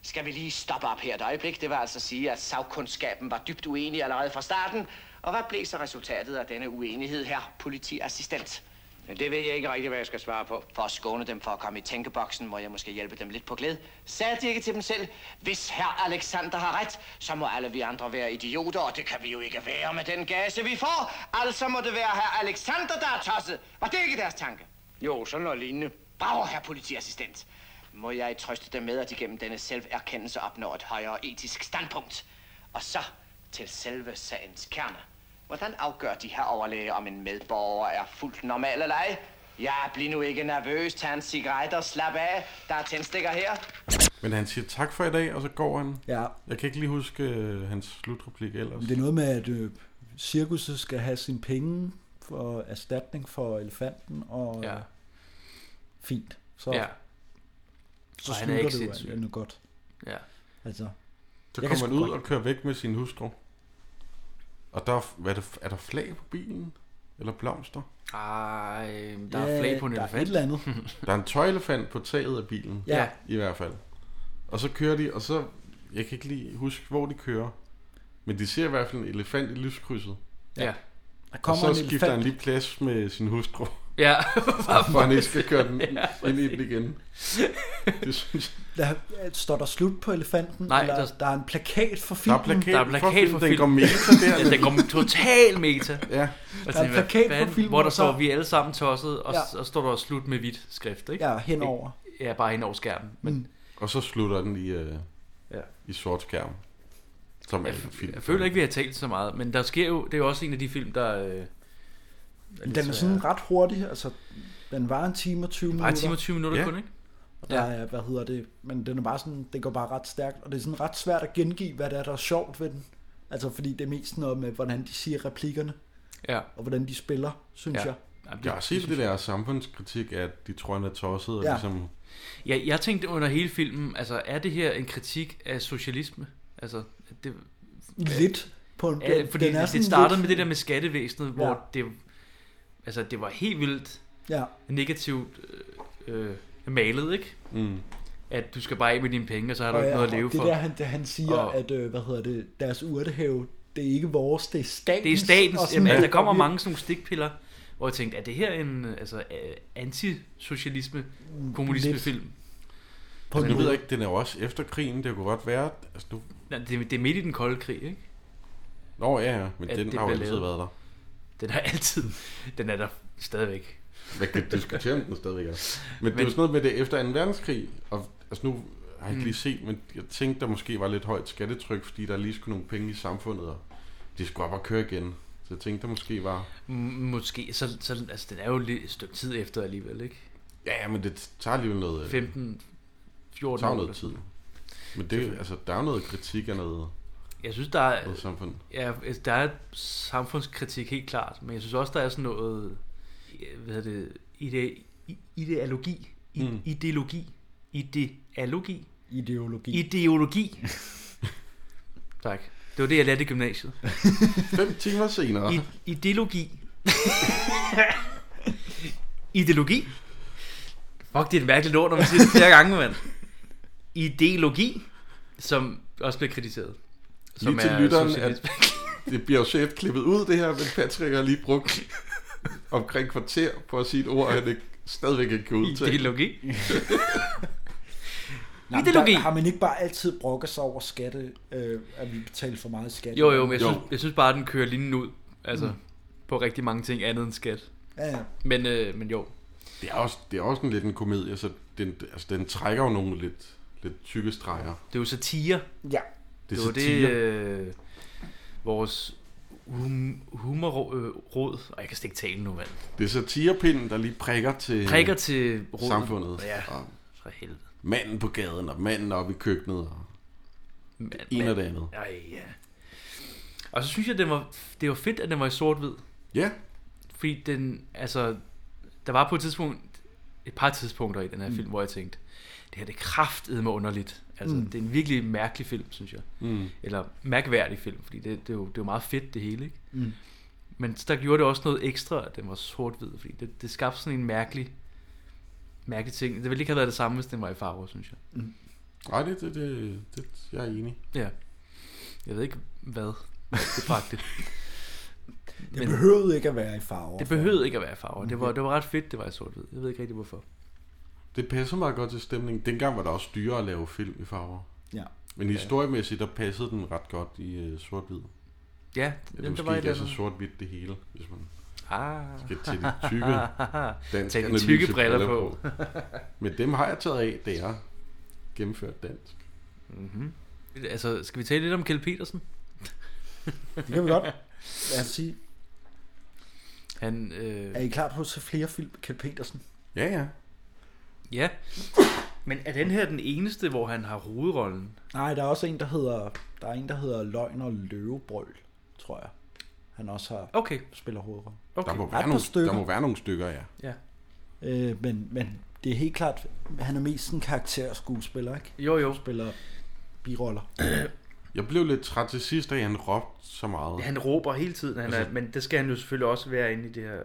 Speaker 6: Skal vi lige stoppe op her et øjeblik? Det var altså at sige, at sagkundskaben var dybt uenig allerede fra starten. Og hvad blev så resultatet af denne uenighed her, politiassistent?
Speaker 9: Men det ved jeg ikke rigtig, hvad jeg skal svare på.
Speaker 6: For at skåne dem for at komme i tænkeboksen, må jeg måske hjælpe dem lidt på glæde. Sagde de ikke til dem selv, hvis herr Alexander har ret, så må alle vi andre være idioter, og det kan vi jo ikke være med den gase, vi får. Altså må det være herr Alexander, der er tosset. Var det ikke deres tanke?
Speaker 9: Jo, sådan noget lignende.
Speaker 6: Bravo, herr politiassistent. Må jeg trøste dem med, at de gennem denne selverkendelse opnår et højere etisk standpunkt. Og så til selve sagens kerne. Hvordan afgør de her overlæge, om en medborger er fuldt normal eller ej? Ja, bliv nu ikke nervøs, tag en cigaret og slap af. Der er tændstikker her.
Speaker 2: Men han siger tak for i dag, og så går han.
Speaker 4: Ja,
Speaker 2: Jeg kan ikke lige huske øh, hans slutreplik ellers.
Speaker 4: men det er noget med, at øh, cirkuset skal have sine penge for erstatning for elefanten, og
Speaker 3: Ja.
Speaker 4: ja. fint. Så,
Speaker 3: Ja.
Speaker 4: så
Speaker 3: Og han er
Speaker 4: slutter
Speaker 3: ikke
Speaker 4: det
Speaker 3: sindssyg.
Speaker 4: jo alt andet godt.
Speaker 3: Ja.
Speaker 4: Altså,
Speaker 2: Så
Speaker 4: Jeg kan
Speaker 2: kommer han
Speaker 4: sgu
Speaker 2: ud
Speaker 4: godt-
Speaker 2: og kører væk med sin hustru. Og der er, f- hvad er, det, er der flag på bilen? Eller blomster?
Speaker 3: Ej, der er flag på en elefant. [LAUGHS]
Speaker 2: der er en tøjelefant på taget af bilen.
Speaker 3: Ja.
Speaker 2: I hvert fald. Og så kører de, og så... Jeg kan ikke lige huske, hvor de kører. Men de ser i hvert fald en elefant i lyskrydset.
Speaker 3: Ja.
Speaker 2: Der
Speaker 3: Der
Speaker 2: kommer
Speaker 3: kommer
Speaker 2: og
Speaker 3: en
Speaker 2: så skifter
Speaker 3: elefant.
Speaker 2: han lige plads med sin hustru. [LAUGHS]
Speaker 3: Ja. [LAUGHS]
Speaker 2: for han ikke skal køre den
Speaker 3: Ja,
Speaker 2: ind i den igen. Det synes jeg.
Speaker 4: Der, står der slut på elefanten?
Speaker 3: Nej,
Speaker 4: eller der,
Speaker 3: der-
Speaker 4: der er en plakat for filmen.
Speaker 3: Der er plakat for film.
Speaker 2: Den går meta
Speaker 3: [LAUGHS]
Speaker 2: der,
Speaker 3: ja,
Speaker 2: men-
Speaker 3: den går total meta.
Speaker 2: ja.
Speaker 3: Og
Speaker 4: Der er
Speaker 3: tænker, hvad
Speaker 4: en plakat på
Speaker 3: fanden,
Speaker 4: filmen,
Speaker 3: Hvor der
Speaker 4: og så-
Speaker 3: står, vi er alle sammen tosset, og,
Speaker 4: Ja.
Speaker 3: ja. og står der slut med hvidt skrift, ikke?
Speaker 4: Ja, henover.
Speaker 3: Ikke- Ja, bare henover skærmen. Men
Speaker 4: Mm.
Speaker 2: Og så slutter den i, øh,
Speaker 3: ja.
Speaker 2: i sort skærm. Som er
Speaker 3: jeg,
Speaker 2: en film.
Speaker 3: jeg føler ikke, vi har talt så meget, men der sker jo, det er jo også en af de film, der... Øh, er lidt
Speaker 4: Den er
Speaker 3: svær.
Speaker 4: sådan ret hurtig, altså den var en time og 20 minutter.
Speaker 3: Bare en time og 20 minutter kun, ikke?
Speaker 4: Og der er, hvad hedder det, men den er bare sådan, det går bare ret stærkt, og det er sådan ret svært at gengive, hvad der er, der er sjovt ved den. Altså fordi det er mest noget med, hvordan de siger replikkerne,
Speaker 3: Ja.
Speaker 4: og hvordan de spiller, synes
Speaker 3: Ja.
Speaker 4: jeg.
Speaker 3: Jamen, det- ligesom
Speaker 2: Jeg har set det der samfundskritik, at de tror, han er tosset. Og
Speaker 4: Ja.
Speaker 2: ligesom,
Speaker 3: Ja, jeg tænkte under hele filmen, altså er det her en kritik af socialisme? Altså, det,
Speaker 4: Lidt. På en,
Speaker 3: ja, fordi den
Speaker 4: er
Speaker 3: det
Speaker 4: sådan
Speaker 3: startede
Speaker 4: lidt-
Speaker 3: med det der med skattevæsenet, ja.
Speaker 4: Ja.
Speaker 3: hvor det, altså, det var helt vildt
Speaker 4: Ja.
Speaker 3: negativt øh, øh, malet, ikke?
Speaker 2: Mm.
Speaker 3: At du skal bare af med dine penge, og så har du
Speaker 4: Og
Speaker 3: ikke
Speaker 4: ja,
Speaker 3: noget at
Speaker 4: og
Speaker 3: leve
Speaker 4: det
Speaker 3: for.
Speaker 4: der, han, det, han siger,
Speaker 3: Og-
Speaker 4: og... at, øh, hvad hedder det, deres urtehave, det er ikke vores, det er statens.
Speaker 3: Det er statens.
Speaker 4: og sådan
Speaker 3: Jamen,
Speaker 4: lidt.
Speaker 3: altså, der kommer mange sådan nogle stikpiller, hvor jeg tænkte, er det her en øh, altså, øh, antisocialisme,
Speaker 4: Mm,
Speaker 3: kommunismefilm?
Speaker 2: På altså, nu ved jeg ikke, den er jo også efter krigen, det kunne godt være. Altså, nu,
Speaker 3: Nej, det, det er midt i den kolde krig, ikke?
Speaker 2: nå ja, ja, men
Speaker 3: At
Speaker 2: den
Speaker 3: det
Speaker 2: har jo
Speaker 3: bliver
Speaker 2: altid
Speaker 3: lavet.
Speaker 2: været der.
Speaker 3: Den er [LAUGHS] altid, den er der stadigvæk.
Speaker 2: Man kan diskutere om den stadigvæk er. Men, men det er jo sådan noget med det er efter 2. verdenskrig, og altså nu har jeg ikke
Speaker 3: Mm.
Speaker 2: lige set, men jeg tænkte, der måske var lidt højt skattetryk, fordi der lige skulle nogle penge i samfundet, og de skulle op og køre igen. Så jeg tænkte, der måske var...
Speaker 3: M- Måske, så, så altså, den er jo lidt et stykke tid efter alligevel, ikke?
Speaker 2: Ja, men det tager alligevel noget... øh,
Speaker 3: 15, 14
Speaker 2: tager
Speaker 3: år
Speaker 2: noget
Speaker 3: eller
Speaker 2: tid.
Speaker 3: sådan.
Speaker 2: Men det, altså, der er jo noget kritik af noget...
Speaker 3: Jeg synes, der er,
Speaker 2: Noget samfund.
Speaker 3: Ja, altså, der er samfundskritik helt klart, men jeg synes også, der er sådan noget, ja, hvad hedder det, ide, i- ideologi, i,
Speaker 2: Mm.
Speaker 3: mm. ideologi, ideologi,
Speaker 4: Ideologi.
Speaker 3: ideologi. tak. Det var det, jeg lærte i gymnasiet.
Speaker 2: Fem timer senere.
Speaker 3: [LAUGHS] I, ideologi. ideologi. Fuck, det er et mærkeligt ord, når man siger det flere gange, mand. Ideologi, som også bliver kritiseret.
Speaker 2: Lige til lytteren,
Speaker 3: socialist-
Speaker 2: at det bliver jo set klippet ud det her, men Patrick har lige brugt omkring kvarter på at sige et ord, han ikke, stadigvæk ikke kan udtale.
Speaker 3: Ideologi.
Speaker 4: Nej, men
Speaker 3: Ideologi.
Speaker 4: Der, har man ikke bare altid brokket sig over skatte, øh, at vi betaler for meget skat?
Speaker 3: Jo, jo, men jeg, jo. Synes, jeg synes bare, at den kører linjen ud. Altså, mm. på rigtig mange ting andet end skat.
Speaker 4: Ja, ja.
Speaker 3: Men, øh, men jo.
Speaker 2: Det er også, det er også en lidt en komedie, så den, altså, den trækker jo nogle lidt, lidt tykke streger.
Speaker 3: Det er jo satire.
Speaker 4: Ja.
Speaker 2: Det
Speaker 3: Det,
Speaker 2: er
Speaker 3: er jo det,
Speaker 2: satire.
Speaker 3: øh, vores hum, humorråd... Øh, jeg kan slet ikke tale nu, mand.
Speaker 2: Det er satirepinden, der lige prikker til,
Speaker 3: Prikker til roden.
Speaker 2: samfundet.
Speaker 3: Ja,
Speaker 2: Og
Speaker 3: for helvede.
Speaker 2: manden på gaden, og manden oppe i køkkenet, og
Speaker 3: Men,
Speaker 2: en og det andet.
Speaker 3: Ej, ja. Og så synes jeg, den var, det var fedt, at den var i sort-hvid.
Speaker 2: Ja.
Speaker 3: Fordi den, altså, der var på et tidspunkt, et par tidspunkter i den her mm. film, hvor jeg tænkte, det her det er kraftedme underligt. Altså,
Speaker 4: Mm.
Speaker 3: mm. det er en virkelig mærkelig film, synes jeg.
Speaker 2: Mm.
Speaker 3: Eller mærkværdig film, fordi det, det, er jo, det er jo meget fedt det hele, ikke?
Speaker 4: Mm.
Speaker 3: Men der gjorde det også noget ekstra, at den var sort-hvid, fordi det, det skabte sådan en mærkelig, mærkelig ting. Det ville ikke have været det samme, hvis den var i farver, synes jeg.
Speaker 2: Ej, det, det, det, det, jeg er enig.
Speaker 3: Ja. Jeg ved ikke, hvad [LAUGHS] det bragte.
Speaker 4: Det men... behøvede ikke at være i farver.
Speaker 3: Det behøvede ikke at være i farver. Det var, det var ret fedt, det var i sort-hvid. Jeg ved ikke rigtig, hvorfor.
Speaker 2: Det passer meget godt til stemningen. Dengang var det også dyrere at lave film i farver.
Speaker 4: Ja.
Speaker 2: Men historiemæssigt, der passede den ret godt i øh, sort-hvid.
Speaker 3: Ja,
Speaker 2: Ja, det
Speaker 3: der
Speaker 2: måske
Speaker 3: var et
Speaker 2: ikke er
Speaker 3: eller
Speaker 2: så
Speaker 3: andet.
Speaker 2: sort-hvidt det hele, hvis man
Speaker 3: Ah.
Speaker 2: skal
Speaker 3: [LAUGHS]
Speaker 2: til de tykke dansk
Speaker 3: Tag de tykke briller
Speaker 2: analysebriller
Speaker 3: på.
Speaker 2: Men dem har jeg taget af, da jeg gennemførte dansk.
Speaker 3: mm-hmm. Altså, skal vi tale lidt om Kjell Petersen?
Speaker 4: Det kan
Speaker 3: [LAUGHS]
Speaker 4: vi godt. Lad os sige,
Speaker 3: Han, øh,
Speaker 4: er I klar på at se flere film med Kjeld Petersen?
Speaker 2: Ja, ja.
Speaker 3: ja. Men er den her den eneste, hvor han har hovedrollen?
Speaker 4: Nej, der er også en, der hedder, der er en, der hedder Løgn og Løvebrøl, tror jeg. Han også har
Speaker 3: Okay,
Speaker 4: spiller hovedrollen.
Speaker 3: okay.
Speaker 2: Der, må
Speaker 4: Der er et
Speaker 2: være
Speaker 4: par
Speaker 2: nogle,
Speaker 4: stykker.
Speaker 2: der må være nogle stykker, ja.
Speaker 3: Ja.
Speaker 4: Øh, men, men det er helt klart, han er mest en karakterskuespiller, ikke?
Speaker 3: Jo, jo.
Speaker 4: Spiller biroller.
Speaker 2: Jeg blev lidt træt til sidst, da han råbte så meget.
Speaker 3: Han råber hele tiden, han er,
Speaker 2: Altså-
Speaker 3: men det skal han jo selvfølgelig også være inde i, det her,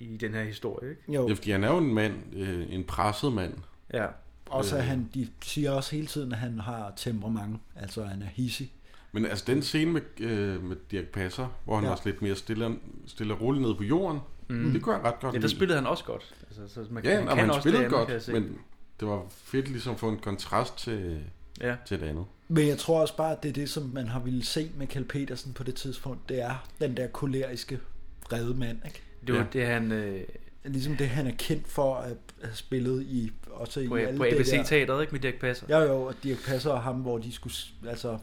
Speaker 3: i den her historie, ikke?
Speaker 2: Jo. Ja, fordi han er jo en mand, øh, en presset mand.
Speaker 3: Ja.
Speaker 4: Også at
Speaker 2: Øh.
Speaker 4: han, de siger også hele tiden, at han har temperament, altså han er hissig.
Speaker 2: Men altså den scene med, øh, med Dirk Passer, hvor han
Speaker 4: Ja.
Speaker 2: ja. også lidt mere stille, stille og roligt ned på jorden,
Speaker 3: Mm.
Speaker 2: mm. det kunne jeg ret godt
Speaker 3: Ja, der
Speaker 2: lide.
Speaker 3: spillede han også godt. Altså, så man,
Speaker 2: ja,
Speaker 3: man
Speaker 2: og han
Speaker 3: også det
Speaker 2: spillede
Speaker 3: andet, kan jeg
Speaker 2: godt,
Speaker 3: se.
Speaker 2: men det var fedt ligesom at få en kontrast til,
Speaker 3: ja.
Speaker 2: til det andet.
Speaker 4: Men jeg tror også bare, at det er det, som man har ville se med Kjell Petersen på det tidspunkt. Det er den der koleriske, brede mand. Ikke?
Speaker 3: Det var Ja. det, han... Øh...
Speaker 4: Ligesom det, han er kendt for at have spillet i, også
Speaker 3: På-
Speaker 4: i alle
Speaker 3: på
Speaker 4: det
Speaker 3: ABC
Speaker 4: der-
Speaker 3: Teatret, ikke? Med Dirch Passer.
Speaker 4: Jo, jo, og Dirk Passer og ham, hvor de skulle, s- altså,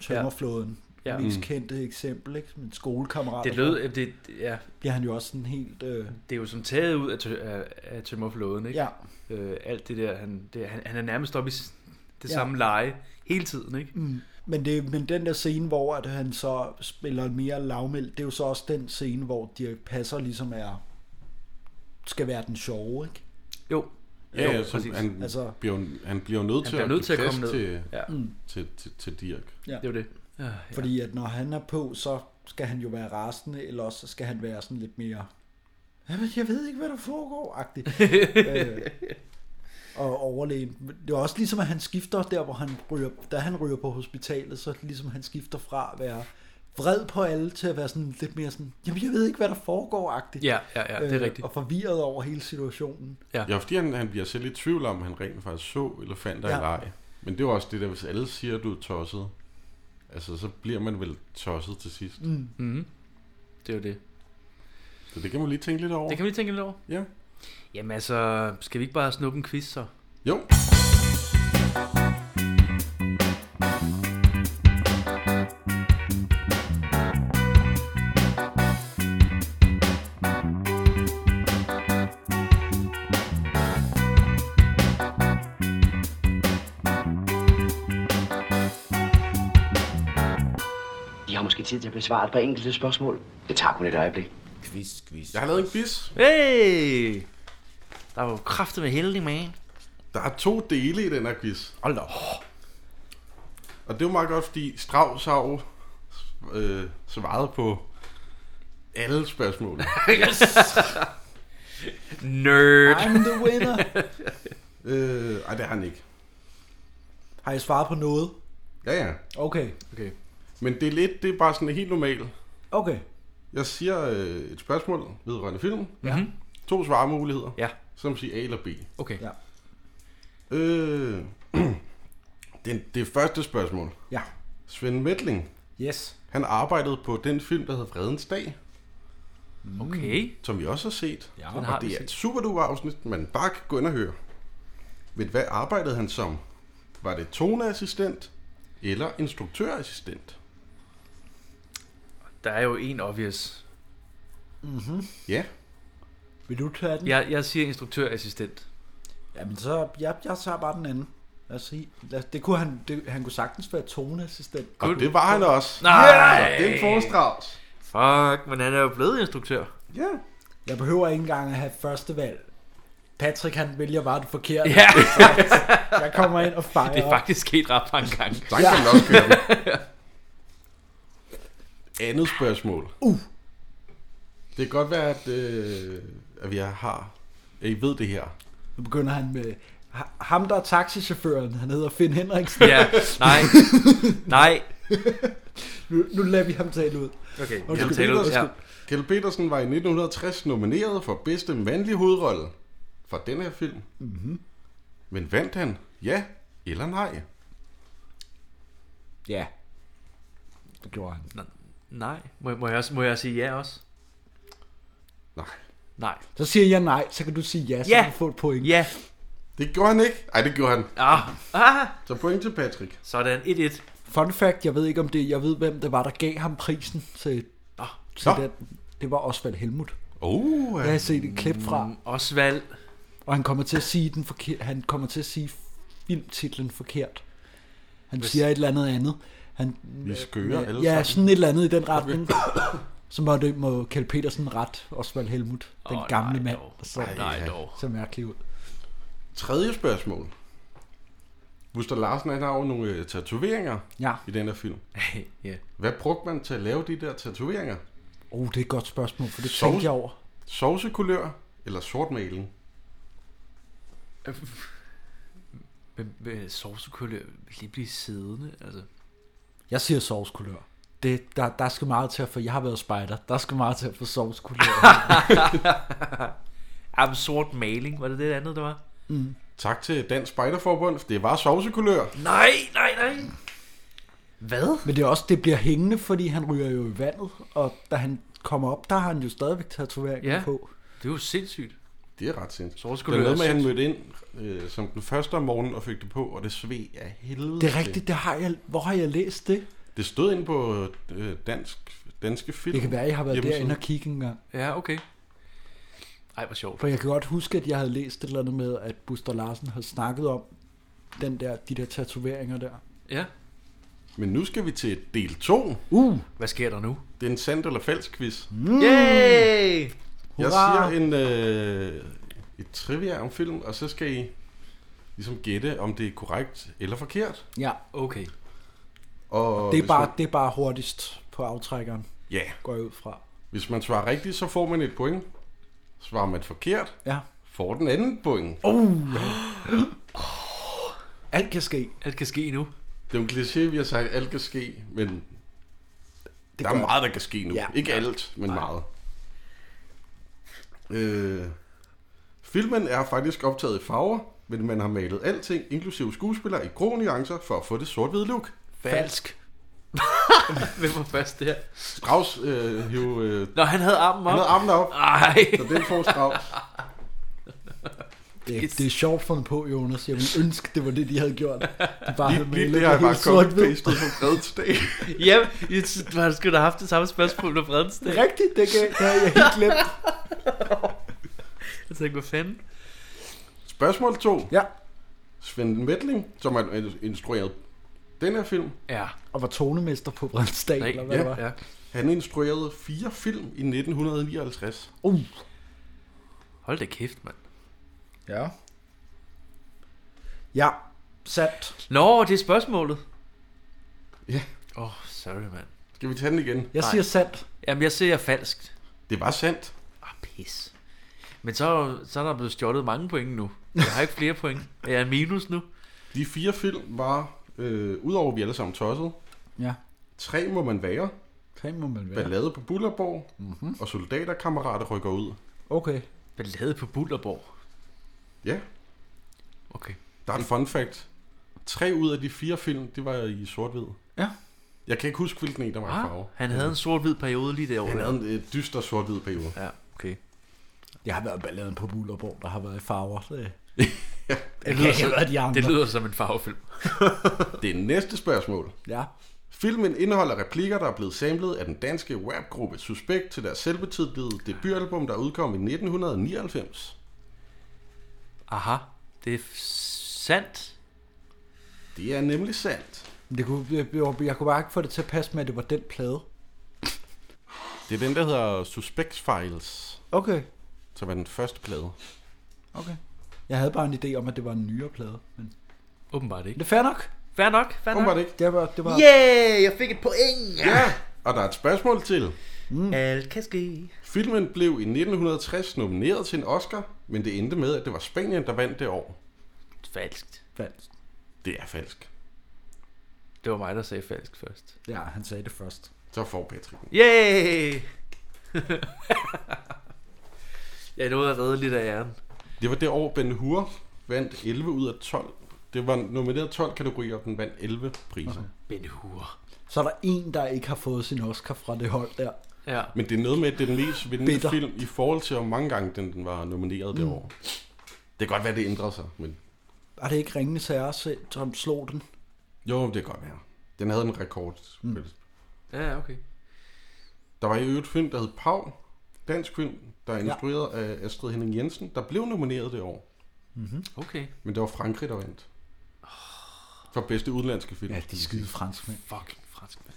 Speaker 4: tømmerflåden.
Speaker 3: Ja.
Speaker 4: Ja.
Speaker 3: Ja.
Speaker 4: Mest
Speaker 3: Mm.
Speaker 4: kendte eksempel, ikke? Som en skolekammerat.
Speaker 3: Det lød... øh, Det, ja.
Speaker 4: Bliver han jo også sådan helt... Øh...
Speaker 3: Det er jo som taget ud af, tø, af, af tømmerflåden, ikke?
Speaker 4: Ja.
Speaker 3: Øh, alt det der, han, det, han, han er nærmest oppe i s- det
Speaker 4: Ja.
Speaker 3: samme leje hele tiden, ikke?
Speaker 4: Mm. Men, det, men den der scene, hvor at han så spiller mere lavmæld, det er jo så også den scene, hvor Dirk Passer ligesom er, skal være den sjove, ikke?
Speaker 3: Jo.
Speaker 2: Ja, ja så han,
Speaker 4: altså,
Speaker 2: altså, bliver, jo- han bliver jo nødt
Speaker 4: Han
Speaker 2: til
Speaker 4: bliver
Speaker 2: at
Speaker 4: nødt
Speaker 2: give
Speaker 4: til at
Speaker 2: plads
Speaker 4: komme ned.
Speaker 2: til,
Speaker 4: Ja. Mm.
Speaker 2: til, til, til, til Dirk.
Speaker 4: Ja.
Speaker 3: Det var det. Ja, ja.
Speaker 4: Fordi at når han er på, så skal han jo være rasende, eller også så skal han være sådan lidt mere... Jamen, jeg ved ikke, hvad der foregår,
Speaker 3: [LAUGHS]
Speaker 4: agtigt. øh, og overlægen. Det er også ligesom, at han skifter der, hvor han ryger, da han ryger på hospitalet, så er det ligesom han skifter fra at være vred på alle til at være sådan lidt mere sådan, jamen jeg ved ikke, hvad der foregår, agtigt.
Speaker 3: Ja, ja, ja, det er rigtigt.
Speaker 4: Og forvirret over hele situationen.
Speaker 3: Ja.
Speaker 2: ja, fordi han, han bliver selv i tvivl om, han rent faktisk så elefanter ja.
Speaker 4: Ja.
Speaker 2: eller ej. Men det er jo også det der, hvis alle siger, at du er tosset, altså så bliver man vel tosset til sidst.
Speaker 4: Mm.
Speaker 3: Mm. Det er jo det.
Speaker 2: Så det kan man lige tænke lidt over.
Speaker 3: Det kan vi lige tænke lidt over.
Speaker 2: Ja.
Speaker 3: Jamen altså, skal vi ikke bare snuppe en quiz så?
Speaker 2: Jo.
Speaker 6: I har måske tid til at besvare et par enkelte spørgsmål. Det tager kun et øjeblik. Quiz, quiz.
Speaker 2: Jeg har lavet en quiz.
Speaker 3: Hey! Der var jo kraftet med heldig, man.
Speaker 2: Der er to dele i den her quiz. Hold da. Og det er jo meget godt, fordi Strauss har jo øh, svaret på alle spørgsmål.
Speaker 3: Yes! Nerd.
Speaker 4: I'm the
Speaker 3: [LAUGHS]
Speaker 4: winner.
Speaker 2: øh, ej, det har han ikke.
Speaker 4: Har I svaret på noget?
Speaker 2: Ja, ja.
Speaker 4: Okay.
Speaker 3: Okay.
Speaker 2: Men det er lidt, det er bare sådan helt normalt.
Speaker 4: Okay.
Speaker 2: Jeg siger øh, et spørgsmål vedrørende film.
Speaker 3: Ja.
Speaker 2: To svaremuligheder.
Speaker 3: Ja.
Speaker 2: Som siger A eller B.
Speaker 3: Okay.
Speaker 4: Ja.
Speaker 2: Øh, [CLEARS THROAT] det, det første spørgsmål.
Speaker 4: Ja.
Speaker 2: Svend Medling.
Speaker 4: Yes.
Speaker 2: Han arbejdede på den film, der hed Fredens Dag.
Speaker 3: Okay.
Speaker 2: Som vi også har set.
Speaker 3: Ja. Den
Speaker 2: og
Speaker 3: har vi
Speaker 2: det er
Speaker 3: set.
Speaker 2: et super duper afsnit, man bare kan gå ind og høre. Men hvad arbejdede han som? Var det toneassistent eller instruktørassistent?
Speaker 3: Der er jo en obvious.
Speaker 4: Mm-hmm.
Speaker 2: Ja.
Speaker 4: Vil du tage den?
Speaker 3: Jeg, jeg siger instruktørassistent.
Speaker 4: Jamen så, jeg, jeg tager bare den anden. Lad os sige. Lad os, det kunne han, det, han kunne sagtens være toneassistent.
Speaker 2: Og det var han også.
Speaker 3: Nej!
Speaker 2: Så Den får Strauss.
Speaker 3: Fuck, men han er jo blevet instruktør.
Speaker 2: Ja.
Speaker 4: Jeg behøver ikke engang at have første valg. Patrick, han vælger bare det forkerte.
Speaker 3: Ja. [LAUGHS]
Speaker 4: jeg kommer ind og fejrer.
Speaker 3: Det er faktisk sket ret mange gange.
Speaker 2: Tak kan den også
Speaker 3: [LAUGHS]
Speaker 2: køre. Andet spørgsmål.
Speaker 4: Uh.
Speaker 2: Det kan godt være, at, øh, at vi har... At I ved det her.
Speaker 4: Nu begynder han med... ha- Ham, der er taxichaufføren, han hedder Finn Henriksen.
Speaker 3: Ja, nej. Nej.
Speaker 4: nu, nu lader vi ham tale ud.
Speaker 3: Okay,
Speaker 4: Undskyld,
Speaker 2: Kjeld
Speaker 4: Peter,
Speaker 2: Petersen,
Speaker 4: undskyld.
Speaker 2: Kjeld Petersen var i 1960 nomineret for bedste mandlige hovedrolle for den her film.
Speaker 4: Mhm.
Speaker 2: Men vandt han ja eller nej?
Speaker 4: Ja. Det gjorde han.
Speaker 3: Nej. Må, må, jeg, også, må jeg sige ja også?
Speaker 2: Nej.
Speaker 3: Nej.
Speaker 4: Så siger jeg nej, så kan du sige ja, så
Speaker 3: Ja.
Speaker 4: kan du få et point.
Speaker 3: Ja.
Speaker 2: Det gjorde han ikke. Nej, det gjorde han.
Speaker 3: Ah. ah.
Speaker 2: Så point til Patrick.
Speaker 3: Sådan, 1-1.
Speaker 4: Fun fact, jeg ved ikke om det, jeg ved hvem det var, der gav ham prisen til, til
Speaker 3: Nå.
Speaker 4: den. Det var Osvald Helmut.
Speaker 2: Oh,
Speaker 4: ja. Jeg har set et klip
Speaker 3: Mm,
Speaker 4: fra.
Speaker 3: Osvald.
Speaker 4: Og han kommer til at sige, den forkert, han kommer til at sige filmtitlen forkert. Han
Speaker 2: Hvis-
Speaker 4: Hvis... siger et eller andet andet. Han,
Speaker 2: Uh, Vi skører alle
Speaker 4: Ja,
Speaker 2: sammen.
Speaker 4: sådan et eller andet i den retning. Så må, det, må Kjeld Petersen ret Osvald Helmut, den
Speaker 2: Åh,
Speaker 4: gamle
Speaker 2: nej
Speaker 4: mand,
Speaker 2: dog.
Speaker 4: der så,
Speaker 2: Ej, nej
Speaker 4: så mærkelig ud.
Speaker 2: Tredje spørgsmål. Buster Larsen han har jo nogle øh, tatoveringer
Speaker 4: ja.
Speaker 2: i den her film.
Speaker 3: [LAUGHS] ja.
Speaker 2: Hvad brugte man til at lave de der tatoveringer?
Speaker 4: Oh, det er et godt spørgsmål, for det tænkte jeg over.
Speaker 2: Sovsekulør eller sort maling?
Speaker 3: Med, med sovsekulør lige blive siddende, altså.
Speaker 4: Jeg siger sovskulør. Det, der, der skal meget til at få, jeg har været spejder, der skal meget til at få
Speaker 2: [LAUGHS]
Speaker 4: sovskulør.
Speaker 3: Ah, men sort maling, var det det andet, der var?
Speaker 4: Mm.
Speaker 2: Tak til Dansk Spejderforbund. Det var sovsekulør.
Speaker 3: Nej, nej, nej. Hvad?
Speaker 4: Men det er også, det bliver hængende, fordi han ryger jo i vandet, og da han kommer op, der har han jo stadigvæk tatoveringer
Speaker 3: Ja.
Speaker 4: ja. på.
Speaker 3: Det er jo sindssygt.
Speaker 2: Det er ret sindssygt.
Speaker 3: Sovsekulør
Speaker 2: Det er noget
Speaker 3: er
Speaker 2: med, at han mødte ind øh, som den første om morgenen og fik det på, og det sved af helvede.
Speaker 4: Det er rigtigt, det har jeg, hvor har jeg læst det?
Speaker 2: Det stod inde på øh, dansk, danske film.
Speaker 4: Det kan være, jeg har været
Speaker 2: hjemmeside.
Speaker 4: derinde og kigge engang.
Speaker 3: Ja, okay. Ej, hvor sjovt.
Speaker 4: For jeg kan godt huske, at jeg havde læst et eller andet med, at Buster Larsen havde snakket om den der, de der tatoveringer der.
Speaker 3: Ja.
Speaker 2: Men nu skal vi til del 2.
Speaker 4: Uh.
Speaker 3: Hvad sker der nu?
Speaker 2: Det er en sandt eller falsk quiz.
Speaker 3: Yay!
Speaker 4: Mm.
Speaker 2: Jeg
Speaker 3: Hurra!
Speaker 2: siger en, øh, et trivia om film, og så skal I ligesom gætte, om det er korrekt eller forkert.
Speaker 4: Ja.
Speaker 3: Okay.
Speaker 2: Og
Speaker 4: Det er,
Speaker 2: hvis
Speaker 4: bare,
Speaker 2: Man,
Speaker 4: det er bare hurtigst på aftrækkeren,
Speaker 2: ja,
Speaker 4: går jeg ud fra.
Speaker 2: hvis man svarer rigtigt, så får man et point. Svarer man forkert,
Speaker 4: Ja.
Speaker 2: får den anden point.
Speaker 4: Uh. Alt kan ske.
Speaker 3: Alt kan ske nu.
Speaker 2: Det er jo en kliché, vi har sagt, alt kan ske, men det der er
Speaker 4: gør-
Speaker 2: meget, der kan ske nu.
Speaker 4: Ja.
Speaker 2: Ja. Ikke alt, men Nej. meget. Øh, filmen er faktisk optaget i farver, men man har malet alting, inklusive skuespillere, i grå nuancer for at få det sort-hvide look.
Speaker 3: Falsk. Hvem var først der?
Speaker 2: Strauss øh, hiv, øh,
Speaker 3: Nå, han havde armen op.
Speaker 2: han havde armen op,
Speaker 3: Ej.
Speaker 2: så den får Strauss.
Speaker 4: Det, det er sjovt fundet på, Jonas. Jeg ville ønske, det var det, de havde gjort. De bare havde
Speaker 2: Lige, lige
Speaker 4: malet
Speaker 2: det har jeg
Speaker 4: hele
Speaker 2: bare
Speaker 4: sort-hvid.
Speaker 2: copy-pastet på Freds dag.
Speaker 3: ja, jeg synes, du har sgu da haft det samme spørgsmål på Fredens dag.
Speaker 4: Rigtigt, det, kan, det har jeg helt glemt.
Speaker 3: Jeg tænkte, hvad fanden?
Speaker 2: Spørgsmål 2.
Speaker 4: Ja,
Speaker 2: Svend Medling, som har instrueret den her film,
Speaker 3: Ja.
Speaker 4: og var tonemester på Brandsdal,
Speaker 3: Nej,
Speaker 4: eller hvad
Speaker 2: ja,
Speaker 4: det var.
Speaker 3: ja.
Speaker 2: han instruerede fire film i 1959.
Speaker 4: Uh.
Speaker 3: Hold da kæft, mand.
Speaker 4: Ja. Ja, sandt.
Speaker 3: Nå, det er spørgsmålet.
Speaker 2: Ja.
Speaker 3: Åh, oh, sorry, mand.
Speaker 2: Skal vi tage den igen?
Speaker 4: Jeg
Speaker 3: Nej.
Speaker 4: siger sandt.
Speaker 3: Jamen, jeg ser falskt.
Speaker 2: Det var sandt.
Speaker 3: Ah, pis. Men så, så er der blevet stjålet mange point nu. Jeg har ikke flere point. Jeg er minus nu.
Speaker 2: De fire film var, øh, udover at vi alle sammen tossede,
Speaker 4: Ja,
Speaker 2: tre må man være,
Speaker 4: kan må man være.
Speaker 2: ballade på Bullerborg, mm-hmm. og soldaterkammerater rykker ud.
Speaker 4: Okay.
Speaker 3: Ballade på Bullerborg.
Speaker 2: Ja,
Speaker 3: Okay.
Speaker 2: der er et fun fact. Tre ud af de fire film, det var i sort-hvid.
Speaker 4: Ja.
Speaker 2: Jeg kan ikke huske, hvilken en, der var i
Speaker 3: Ah,
Speaker 2: farve.
Speaker 3: han havde en sort-hvid periode lige derovre.
Speaker 2: Han havde en øh, dyster sort-hvid periode. [LAUGHS]
Speaker 3: Ja, okay.
Speaker 4: Jeg har været i balladen på Bullerborg, der har været i farver. Det,
Speaker 3: Det
Speaker 4: lyder som- de andre.
Speaker 3: det lyder som en farvefilm.
Speaker 2: Det næste spørgsmål.
Speaker 4: ja.
Speaker 2: Filmen indeholder replikker, der er blevet samlet af den danske rapgruppe Suspekt til deres selvbetitlede debutalbum, der udkom i 1999.
Speaker 3: Aha, det er f- sandt.
Speaker 2: Det er nemlig sandt.
Speaker 4: Men Det kunne, jeg, jeg, jeg kunne bare ikke få det til at passe med, at det var den plade.
Speaker 2: Det er den, der hedder Suspects Files,
Speaker 4: Okay,
Speaker 2: som er den første plade.
Speaker 4: okay. Jeg havde bare en idé om, at det var en nyere plade. Men
Speaker 3: Åbenbart ikke.
Speaker 4: det er fair nok.
Speaker 3: Fair nok, fair
Speaker 2: Hun var
Speaker 3: nok.
Speaker 2: det ikke.
Speaker 4: Det var, det var
Speaker 3: Yeah, jeg fik et point. Mm.
Speaker 2: Ja! Og der er et spørgsmål til.
Speaker 3: Alt kan ske.
Speaker 2: Filmen blev i 1960 nomineret til en Oscar, men det endte med, at det var Spanien, der vandt det år.
Speaker 3: Falskt.
Speaker 4: falsk.
Speaker 2: Det er falsk.
Speaker 3: Det var mig, der sagde falsk først.
Speaker 4: Ja, han sagde det først.
Speaker 2: Så får Patrick. den.
Speaker 3: [LAUGHS] Yay! jeg nåede at redde lidt af hjernen.
Speaker 2: Det var det år, Ben Hur vandt 11 ud af 12. Det var nomineret 12 kategorier, og den vandt 11 priser. Okay.
Speaker 3: Ben Hur.
Speaker 4: Så er der en, der ikke har fået sin Oscar fra det hold der.
Speaker 3: Ja.
Speaker 2: Men det er noget med, at det er den mest vindende
Speaker 4: Bitter.
Speaker 2: film i forhold til, hvor mange gange den, den var nomineret det år. Det kan godt være, det ændrer sig, men
Speaker 4: Var det ikke Ringende Sager, selv, som slog den?
Speaker 2: jo, det kan godt være. Den havde en rekord. Mm.
Speaker 3: Ja, okay.
Speaker 2: Der var i øvrigt film, der hed Pau, dansk film, der er instrueret ja. af Astrid Henning Jensen, der blev nomineret det år.
Speaker 3: Okay.
Speaker 2: Men det var Frankrig, der vandt. For bedste udenlandske film.
Speaker 4: Ja, de skide franskmænd.
Speaker 3: Fucking fransk, mand.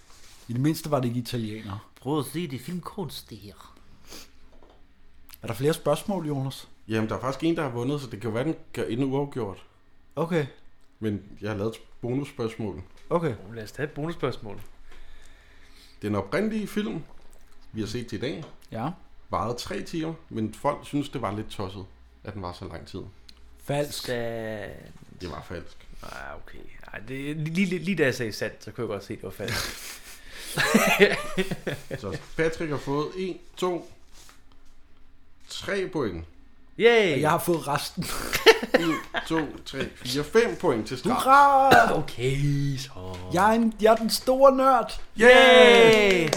Speaker 4: I det mindste var det ikke italienere.
Speaker 3: Prøv at se det filmkunst, det her.
Speaker 4: Er der flere spørgsmål, Jonas?
Speaker 2: Jamen, der er faktisk en, der har vundet, så det kan jo være, den gør endnu uafgjort.
Speaker 4: Okay.
Speaker 2: Men jeg har lavet et bonusspørgsmål.
Speaker 4: Okay.
Speaker 3: Lad os tage et bonusspørgsmål.
Speaker 2: Den oprindelige film, vi har set til i dag,
Speaker 4: Ja.
Speaker 2: varede tre timer, men folk synes, det var lidt tosset, at den var så lang tid.
Speaker 4: Falsk.
Speaker 2: Det var falsk.
Speaker 3: Ah, okay. Ej, det, lige, lige, lige da jeg sagde sandt, så kunne jeg godt se, det var falsk.
Speaker 2: Så Altså, Patrick har fået 1, 2, 3 point.
Speaker 3: Yay!
Speaker 4: Og jeg har fået resten.
Speaker 2: 1, 2, 3, 4, 5 point til start.
Speaker 4: Hurra!
Speaker 3: Okay, så...
Speaker 4: [LAUGHS] Jeg er, en, jeg er den store nørd.
Speaker 3: Yay!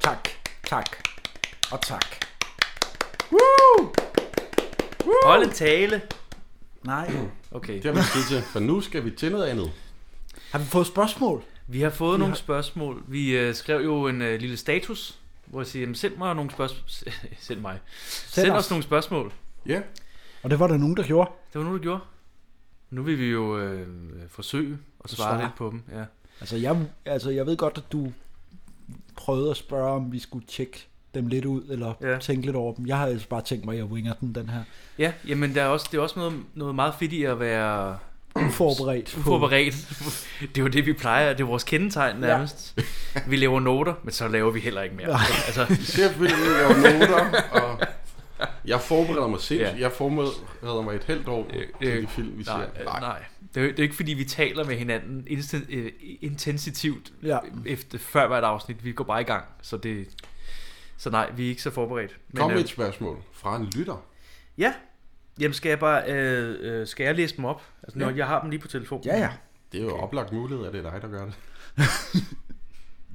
Speaker 4: Tak, tak og tak.
Speaker 3: Hold en tale.
Speaker 4: Nej.
Speaker 3: Okay.
Speaker 2: Det har vi tid til, for nu skal vi til noget andet.
Speaker 4: Har vi fået spørgsmål?
Speaker 3: Vi har fået nogle spørgsmål. Vi øh, skrev jo en øh, lille status, hvor jeg siger, jamen, send mig nogle spørgsmål. [LAUGHS] send mig. Send, send
Speaker 4: os.
Speaker 3: os nogle spørgsmål.
Speaker 2: Ja.
Speaker 4: Og det var der nogen, der gjorde.
Speaker 3: Det var nogen, der gjorde. Nu vil vi jo øh, forsøge at svare,
Speaker 4: Svare.
Speaker 3: svare lidt på dem. Ja.
Speaker 4: Altså jeg, altså, jeg ved godt, at du prøvede at spørge, om vi skulle tjekke dem lidt ud, eller ja.
Speaker 3: Ja.
Speaker 4: tænke lidt over dem. Jeg har altså bare tænkt mig, at jeg winger den, den her.
Speaker 3: Ja, jamen der er også, det er også noget, noget meget fedt i at være
Speaker 4: Uforberedt.
Speaker 3: uforberedt. [LAUGHS] Det er jo det, vi plejer. Det er vores kendetegn nærmest. Ja. Vi laver noter, men så laver vi heller ikke mere. Altså,
Speaker 2: Selvfølgelig laver noter, og jeg forbereder mig selv.
Speaker 3: Ja.
Speaker 2: Jeg forbereder mig et halvt år til de film, vi
Speaker 3: nej,
Speaker 2: ser.
Speaker 3: øh, nej. Det er, jo- det er ikke fordi, vi taler med hinanden insten, øh, intensitivt
Speaker 4: Ja.
Speaker 3: ja. efter, før hvert afsnit. Vi går bare i gang, så det... Så nej, vi er ikke så forberedt. øh,
Speaker 2: Kom med et spørgsmål fra en lytter.
Speaker 3: ja, jamen skal jeg bare... Øh, øh, skal jeg læse dem op? Altså, nu,
Speaker 2: Ja.
Speaker 3: Jeg har dem lige på telefonen.
Speaker 4: Ja, ja.
Speaker 2: Det er jo oplagt mulighed, at det er dig, der gør det.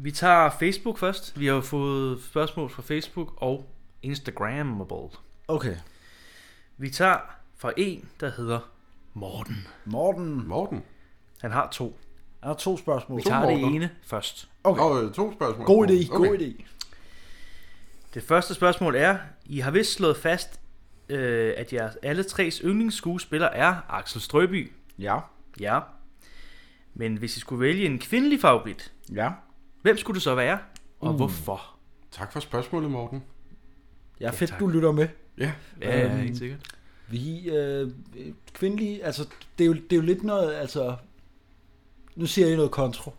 Speaker 3: Vi tager Facebook først. Vi har jo fået spørgsmål fra Facebook og Instagrammable.
Speaker 4: Okay.
Speaker 3: Vi tager fra en, der hedder Morten.
Speaker 4: Morten,
Speaker 2: Morten.
Speaker 3: Han har to.
Speaker 4: er der to spørgsmål?
Speaker 3: Vi tager det
Speaker 2: Mortener.
Speaker 3: ene først.
Speaker 4: Okay.
Speaker 2: Og øh, to spørgsmål.
Speaker 4: God idé,
Speaker 2: Okay.
Speaker 4: god idé.
Speaker 3: Det første spørgsmål er, I har vist slået fast, øh, at jeres alle tres yndlingsskuespiller er Axel Strøby.
Speaker 4: Ja,
Speaker 3: Ja. Men hvis I skulle vælge en kvindelig favorit,
Speaker 4: ja.
Speaker 3: hvem skulle det så være? Og uh. hvorfor?
Speaker 2: Tak for spørgsmålet, Morten.
Speaker 4: Jeg er fedt,
Speaker 3: tak.
Speaker 4: du lytter med.
Speaker 2: Ja,
Speaker 3: Ja, øhm. helt sikkert.
Speaker 4: Vi øh, kvindelige, altså det er, jo, det er jo lidt noget, altså nu siger jeg noget kontro.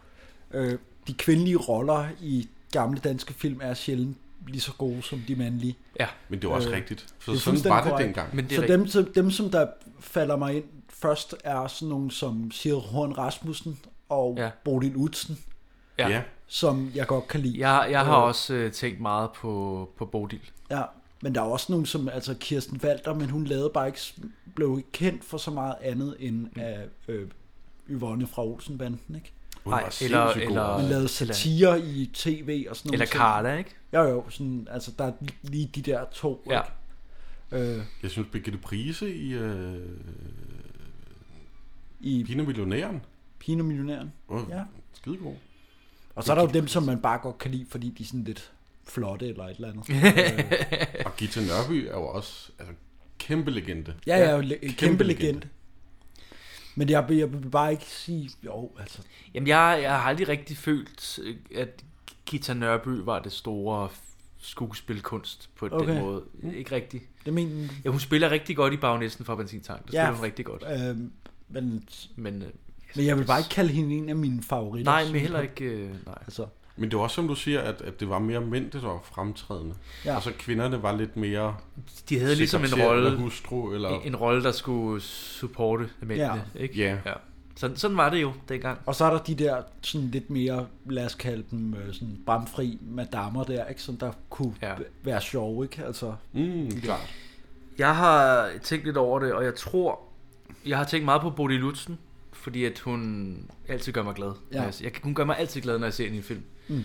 Speaker 4: Øh, de kvindelige roller i gamle danske film er sjældent lige så gode som de mandlige.
Speaker 3: Ja,
Speaker 2: men det er jo også
Speaker 4: Øh,
Speaker 2: rigtigt.
Speaker 4: det
Speaker 2: Så
Speaker 4: er
Speaker 2: sådan
Speaker 4: fuldstændig
Speaker 2: var det
Speaker 4: korrekt.
Speaker 2: dengang.
Speaker 3: men det er
Speaker 4: Så dem, som, dem, som der falder mig ind først, er sådan nogle som Sir Horn Rasmussen og ja.
Speaker 3: Ja.
Speaker 4: Bodil Utsen,
Speaker 3: Ja.
Speaker 2: ja.
Speaker 4: som jeg godt kan lide.
Speaker 3: Jeg, jeg har også øh, tænkt meget på, på Bodil.
Speaker 4: Ja, men der er også nogen som, altså Kirsten Walter, men hun lavede bare ikke, blev ikke kendt for så meget andet end af øh, Yvonne fra Olsenbanden, ikke?
Speaker 2: Hun
Speaker 3: Nej,
Speaker 2: var
Speaker 3: eller-
Speaker 2: sindssygt god.
Speaker 3: eller-
Speaker 4: Hun lavede satire i tv og sådan noget.
Speaker 3: Eller Carla, ikke?
Speaker 4: Ja, jo, sådan, altså der er lige de der to,
Speaker 3: Ja.
Speaker 4: ikke? Øh,
Speaker 2: Jeg synes, Birgitte Prise i øh,
Speaker 4: I
Speaker 2: Pina Millionæren
Speaker 4: Pino Millionæren.
Speaker 2: var
Speaker 4: Ja.
Speaker 2: ja. skidegod.
Speaker 4: Og så er der jo dem, som man bare godt kan lide, fordi de er sådan lidt flotte eller et eller andet. Øh,
Speaker 2: Og Gita Nørby er jo også altså, kæmpe legende.
Speaker 4: Ja, ja, jo, le- kæmpe, kæmpe
Speaker 2: Kæmpe
Speaker 4: legende.
Speaker 2: legende.
Speaker 4: Men jeg, jeg vil bare ikke sige, jo, altså,
Speaker 3: Jamen, jeg, jeg har aldrig rigtig følt, øh, at Gita Nørby var det store f- skuespilkunst på okay. Mm.
Speaker 4: Okay.
Speaker 3: den måde. Ikke rigtigt.
Speaker 4: det mener
Speaker 3: Ja, hun spiller rigtig godt i Bagnæsten fra Benzintank. Det
Speaker 4: Ja.
Speaker 3: spiller hun rigtig godt.
Speaker 4: øh, men,
Speaker 3: Men, øh,
Speaker 4: men jeg vil bare ikke kalde hende en af mine favoritter.
Speaker 3: nej, men
Speaker 4: sådan.
Speaker 3: heller ikke... Øh, nej.
Speaker 4: Altså,
Speaker 2: Men det var også, som du siger, at, at det var mere mænd, der var fremtrædende.
Speaker 4: Ja.
Speaker 2: Ja.
Speaker 3: Altså-
Speaker 2: Og så kvinderne var lidt mere...
Speaker 3: De havde ligesom en
Speaker 2: sekretær
Speaker 3: rolle,
Speaker 2: Eller hustru, eller...
Speaker 3: en- en rolle, der skulle supporte mændene.
Speaker 4: Ja.
Speaker 3: Ikke?
Speaker 2: Ja.
Speaker 3: ja. Sådan, sådan var det jo dengang.
Speaker 4: og så er der de der sådan lidt mere, lad os kalde dem øh, sådan bramfri madamer der, ikke? Som der kunne ja.
Speaker 3: Ja.
Speaker 4: være sjove, ikke? Altså,
Speaker 2: Mm, klart.
Speaker 3: Jeg har tænkt lidt over det, og jeg tror... Jeg har tænkt meget på Bodil Lutzen, fordi at hun altid gør mig glad.
Speaker 4: Ja.
Speaker 3: når jeg ser- Jeg, hun gør mig altid glad, når jeg ser hende i en film. Mm.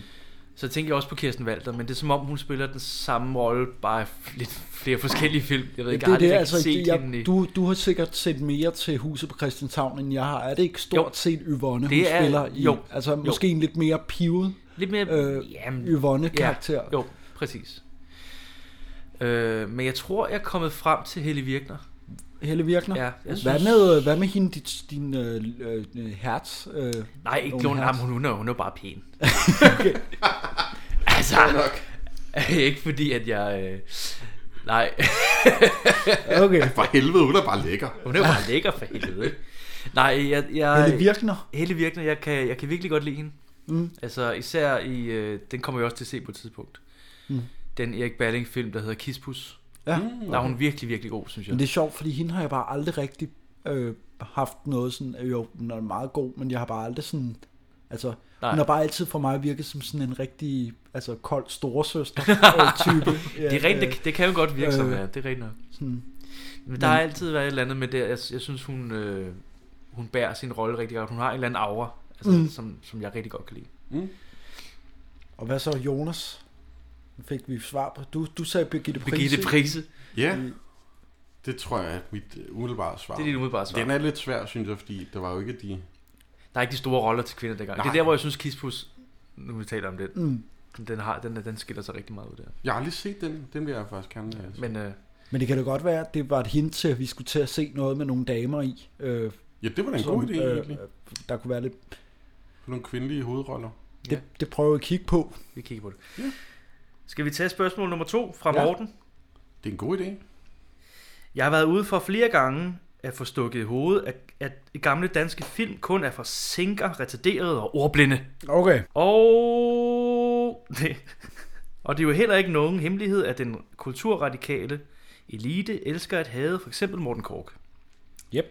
Speaker 3: Så tænker jeg også på Kirsten Walter, men det er som om, hun spiller den samme rolle, bare i f- lidt flere forskellige film. Jeg ved ikke, altså, jeg har aldrig rigtig set hende i...
Speaker 4: altså, jeg, du, du har sikkert set mere til Huset på Christianshavn, end jeg har. Er det ikke stort jo.
Speaker 3: Jo.
Speaker 4: set Yvonne, hun
Speaker 3: Det er-
Speaker 4: spiller i?
Speaker 3: jo.
Speaker 4: Altså,
Speaker 3: Jo.
Speaker 4: måske en lidt mere pivet
Speaker 3: Lidt mere...
Speaker 4: øh,
Speaker 3: jamen,
Speaker 4: Yvonne-karakter.
Speaker 3: Ja, jo, præcis. Øh, men jeg tror, jeg er kommet frem til Helle Virkner.
Speaker 4: Helle Virkner?
Speaker 3: Ja, jeg
Speaker 4: hvad,
Speaker 3: synes-
Speaker 4: med, øh, hvad med hende, dit, din øh, øh, øh, hertz? Øh,
Speaker 3: Nej, ikke
Speaker 4: Lone
Speaker 3: Lone
Speaker 4: Hertz?
Speaker 3: Ham, hun, hun, er, hun er bare
Speaker 4: [LAUGHS]
Speaker 3: pæn. [LAUGHS] altså, nok. ikke fordi, at jeg... Øh, Nej. [LAUGHS]
Speaker 4: Okay.
Speaker 2: For helvede, hun er bare lækker.
Speaker 3: Hun er bare lækker for helvede. [LAUGHS] Nej, jeg... jeg
Speaker 4: Helle Virkner.
Speaker 3: Helle Virkner, jeg kan, jeg kan virkelig godt lide hende.
Speaker 4: Mm.
Speaker 3: Altså især i... Øh, den kommer jeg også til at se på et tidspunkt.
Speaker 4: Mm.
Speaker 3: Den Erik Balling film, der hedder Kispus.
Speaker 4: Ja. Mm,
Speaker 3: Der er
Speaker 4: okay.
Speaker 3: hun virkelig, virkelig god, synes jeg.
Speaker 4: Men det er sjovt, fordi hende har jeg bare aldrig rigtig øh, haft noget sådan, øh, jo, hun er meget god, men jeg har bare aldrig sådan, altså,
Speaker 3: Nej.
Speaker 4: Nej. hun har bare altid for mig virket som sådan en rigtig, altså, kold
Speaker 3: [LAUGHS]
Speaker 4: øh, storesøster-type.
Speaker 3: det, er rent, det, det kan jo godt virke øh, som, ja. Det er rent nok.
Speaker 4: Sådan.
Speaker 3: Men der har altid været et eller andet med det. Jeg, jeg synes, hun, øh, hun bærer sin rolle rigtig godt. Hun har en eller anden aura, altså, mm.
Speaker 4: Mm.
Speaker 3: som, som jeg rigtig godt kan lide.
Speaker 2: Mm.
Speaker 4: øh, Og hvad så, Jonas? Nu fik vi svar på. Du, du sagde Birgitte Price.
Speaker 3: Birgitte Price.
Speaker 2: Ja, det tror jeg er mit øh, umiddelbare svar.
Speaker 3: Det er dit umiddelbare svar.
Speaker 2: Den er lidt svær, synes jeg, fordi der var jo ikke de...
Speaker 3: Der er ikke de store roller til kvinder dengang. Det er
Speaker 2: Nej.
Speaker 3: der, hvor jeg synes, Kispus, nu vi taler om det,
Speaker 4: Mm.
Speaker 3: den, har, den, den skiller sig rigtig meget ud der.
Speaker 2: Jeg har aldrig set den. Den vil jeg faktisk gerne have. set.
Speaker 3: Men øh,
Speaker 4: Men det kan da godt være, at det var et hint til, at vi skulle til at se noget med nogle damer i. Øh,
Speaker 2: Ja, det var da en god idé, egentlig.
Speaker 4: der kunne være lidt...
Speaker 2: Nogle kvindelige hovedroller.
Speaker 4: Det, det prøver vi at kigge på.
Speaker 3: vi kigger på det. Ja. Skal vi tage spørgsmål nummer to fra
Speaker 4: Ja.
Speaker 3: Morten?
Speaker 2: Det er en god idé.
Speaker 3: Jeg har været ude for flere gange at få stukket i hovedet, at, at gamle danske film kun er for sinker, retarderede og ordblinde.
Speaker 4: Okay.
Speaker 3: Og... Det. Og det er jo heller ikke nogen hemmelighed, at den kulturradikale elite elsker at have for eksempel Morten Kork.
Speaker 4: Yep.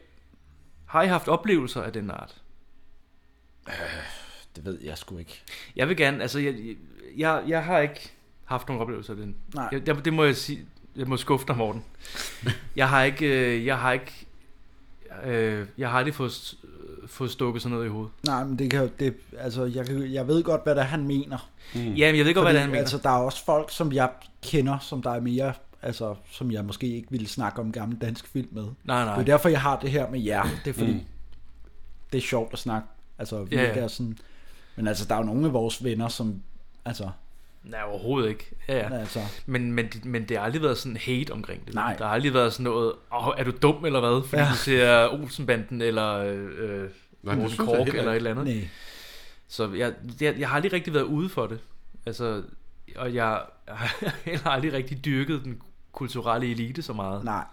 Speaker 3: Har I haft oplevelser af den art?
Speaker 4: Det ved jeg sgu ikke.
Speaker 3: Jeg vil gerne, altså jeg, jeg, jeg har ikke haft nogen oplevelser af den.
Speaker 4: Nej.
Speaker 3: Jeg, jeg, det må jeg sige, jeg må skuffe dig, Morten. jeg har ikke, øh, jeg har ikke, øh, jeg har aldrig fået, st- øh, fået stukket sådan noget i hovedet.
Speaker 4: Nej, men det kan, det, altså, jeg, kan, jeg ved godt, hvad det er, han mener.
Speaker 3: Mm. Jamen, jeg ved godt, hvad det er, han mener.
Speaker 4: Altså, der er også folk, som jeg kender, som der er mere, altså, som jeg måske ikke ville snakke om gamle danske film med.
Speaker 3: Nej, nej.
Speaker 4: Det er derfor, jeg har det her med jer. Det er fordi, mm. det er sjovt at snakke. Altså, vi
Speaker 3: Ja, ja.
Speaker 4: ja, ja. sådan... Men altså, der er jo nogle af vores venner, som... Altså,
Speaker 3: Nej, overhovedet ikke. Ja, ja.
Speaker 4: Altså.
Speaker 3: Men, men, det- men det har aldrig været sådan hate omkring det.
Speaker 4: Nej.
Speaker 3: Der har aldrig været sådan noget, Åh, er du dum eller hvad, fordi ja.
Speaker 4: Ja.
Speaker 3: du ser Olsenbanden eller øh,
Speaker 2: Nej,
Speaker 3: Nej,
Speaker 2: det
Speaker 3: Morten
Speaker 2: synes jeg
Speaker 3: Kork
Speaker 2: heller
Speaker 3: eller et
Speaker 2: ikke.
Speaker 3: eller andet.
Speaker 4: Nej.
Speaker 3: Så jeg, jeg, jeg har aldrig rigtig været ude for det. Altså, og jeg [LAUGHS] har heller aldrig rigtig dyrket den kulturelle elite så meget.
Speaker 4: Nej.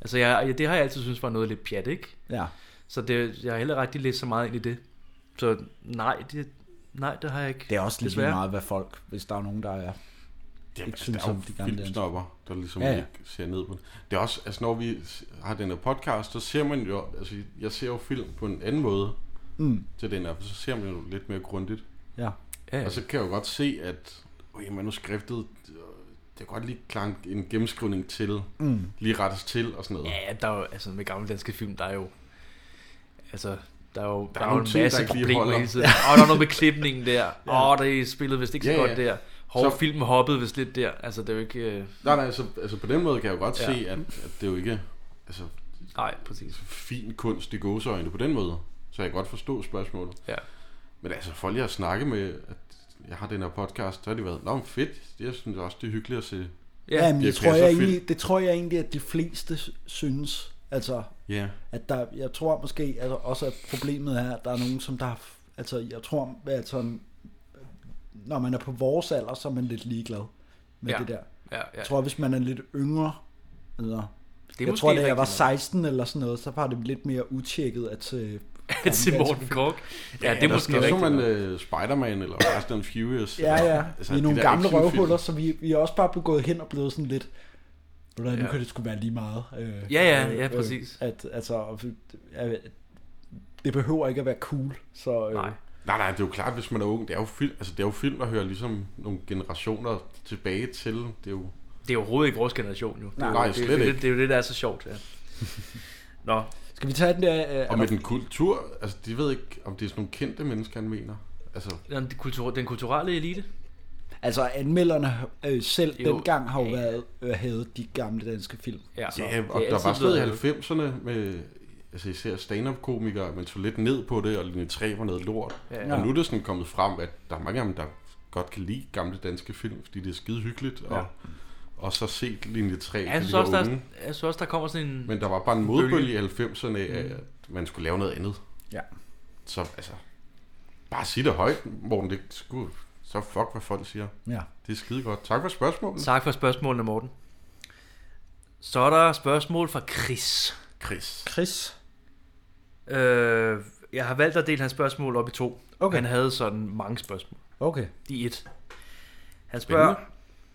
Speaker 3: Altså, jeg, jeg, det har jeg altid synes var noget lidt pjat, ikke?
Speaker 4: Ja.
Speaker 3: Så det, jeg har heller rigtig læst så meget ind i det. Så nej, det, nej, det har jeg ikke.
Speaker 4: det er også lidt
Speaker 3: desværre.
Speaker 4: meget, hvad folk... Hvis der er nogen, der er...
Speaker 2: Jamen,
Speaker 4: ikke
Speaker 2: altså,
Speaker 4: synes
Speaker 2: der er jo
Speaker 4: om de gamle danske.
Speaker 2: filmsnopper, der ligesom ja,
Speaker 4: Ja,
Speaker 2: ja.
Speaker 4: ja.
Speaker 2: ikke ser ned på det. Det er også, altså når vi s- har den her podcast, så ser man jo, altså jeg ser jo film på en anden måde
Speaker 4: Mm.
Speaker 2: til den her, for så ser man jo lidt mere grundigt.
Speaker 4: Ja.
Speaker 3: Ja, ja.
Speaker 2: Og så kan jeg jo godt se, at okay, manuskriptet, øh, det er godt lige klang en gennemskrivning til,
Speaker 4: Mm.
Speaker 2: lige rettes til og sådan noget.
Speaker 3: Ja, der er jo, altså med gamle danske film, der er jo, altså, der er jo, der er jo
Speaker 2: nogle
Speaker 3: en
Speaker 2: ting, der
Speaker 3: masse
Speaker 2: ikke lige
Speaker 3: problemer
Speaker 2: holder.
Speaker 3: hele tiden. Åh, oh, der er noget med klipningen der. Åh, ja. oh, det spillede vist ikke så
Speaker 2: Ja,
Speaker 3: ja,
Speaker 2: ja.
Speaker 3: godt der. Hård
Speaker 2: Så-
Speaker 3: så... film hoppede vist lidt der. Altså, det er jo ikke... Øh...
Speaker 2: Nej, nej, altså, altså på den måde kan jeg jo godt
Speaker 3: Ja.
Speaker 2: ja. se, at, at det er jo ikke altså,
Speaker 3: Nej, præcis.
Speaker 2: fin kunst i gåseøjne på den måde. Så jeg kan godt forstå spørgsmålet.
Speaker 3: Ja.
Speaker 2: Men altså, folk jeg har snakket med, at jeg har den her podcast, så har de været, nå, men fedt, jeg synes også, det er hyggeligt at se.
Speaker 4: Ja,
Speaker 2: Det
Speaker 4: men
Speaker 2: er altså
Speaker 4: det, tror jeg
Speaker 2: plasserfilm.
Speaker 4: egentlig, det tror jeg egentlig, at de fleste s- synes. Altså,
Speaker 2: Ja.
Speaker 4: at der, jeg tror måske altså, også, at problemet er, at der er nogen, som der... har f- Altså, jeg tror, at sådan, når man er på vores alder, så er man lidt ligeglad med
Speaker 3: Ja.
Speaker 4: det der.
Speaker 3: Ja, ja.
Speaker 4: Jeg tror, hvis man er lidt yngre, altså,
Speaker 3: Det er
Speaker 4: jeg
Speaker 3: måske
Speaker 4: tror, da jeg var
Speaker 3: rigtigt nok.
Speaker 4: 16 eller sådan noget, så var det lidt mere utjekket at se...
Speaker 3: [LAUGHS] til Morten Kork. Ja, det er
Speaker 2: der-
Speaker 3: måske
Speaker 2: der
Speaker 3: rigtigt.
Speaker 2: så man
Speaker 3: nok.
Speaker 2: øh, Spider-Man eller Fast and Furious.
Speaker 4: Ja, ja. vi er
Speaker 2: de
Speaker 4: nogle
Speaker 2: der
Speaker 4: gamle
Speaker 2: actionfilm.
Speaker 4: røvhuller, så vi, vi er også bare blevet gået hen og blevet sådan lidt... Ved du hvad, nu
Speaker 3: Ja.
Speaker 4: kan det sgu være lige meget. Øh,
Speaker 3: Ja, ja, ja, præcis.
Speaker 4: Øh, at, altså, og vi- at det behøver ikke at være cool, så... Øh,
Speaker 3: Nej.
Speaker 2: Nej, nej, det er jo klart, hvis man er ung. Det er jo film, altså, det er jo film der hører ligesom nogle generationer tilbage til. Det er jo...
Speaker 3: Det er overhovedet ikke vores generation, jo. Det er
Speaker 4: Nej,
Speaker 3: jo-
Speaker 2: nej,
Speaker 3: det, er-
Speaker 2: slet
Speaker 3: det, er-
Speaker 2: ikke.
Speaker 3: Det er jo det, der er så sjovt, ja. Nå,
Speaker 4: Skal vi tage den der... Øh,
Speaker 2: Og med den kultur, altså, de ved ikke, om det er sådan nogle kendte mennesker, han mener. Altså,
Speaker 3: den, kultur, den kulturelle elite.
Speaker 4: altså, anmelderne øh, selv
Speaker 3: Jo.
Speaker 4: jo. dengang har jo været øh, hadet de gamle danske film.
Speaker 3: Ja,
Speaker 2: ja,
Speaker 3: det er
Speaker 2: og der
Speaker 3: altid
Speaker 2: var
Speaker 3: blevet
Speaker 2: stadig
Speaker 3: hadet.
Speaker 2: 90'erne med altså især stand-up-komikere, man så lidt ned på det, og linje 3 var noget lort.
Speaker 3: Ja.
Speaker 2: Ja. Og nu er det sådan kommet frem, at der er mange af dem, der godt kan lide gamle danske film, fordi det er skide hyggeligt, og,
Speaker 3: Ja.
Speaker 2: og så set linje 3,
Speaker 3: Ja,
Speaker 2: ja,
Speaker 3: Jeg
Speaker 2: fordi
Speaker 3: synes,
Speaker 2: de
Speaker 3: også,
Speaker 2: var
Speaker 3: der,
Speaker 2: unge.
Speaker 3: jeg synes også, der kommer sådan en...
Speaker 2: Men der var bare en modbølge i 90'erne af,
Speaker 3: Mm.
Speaker 2: at man skulle lave noget andet.
Speaker 4: Ja.
Speaker 2: Så altså, bare sig det højt, Morten, det skulle, så fuck, hvad folk siger.
Speaker 4: Ja.
Speaker 2: Det er skide godt. Tak for spørgsmålet.
Speaker 3: Tak for spørgsmålene, Morten. Så er der spørgsmål fra Chris.
Speaker 2: Chris.
Speaker 4: Chris.
Speaker 3: Øh, jeg har valgt at dele hans spørgsmål op i to.
Speaker 4: Okay.
Speaker 3: Han havde sådan mange spørgsmål.
Speaker 4: Okay.
Speaker 3: I et. Han spørger,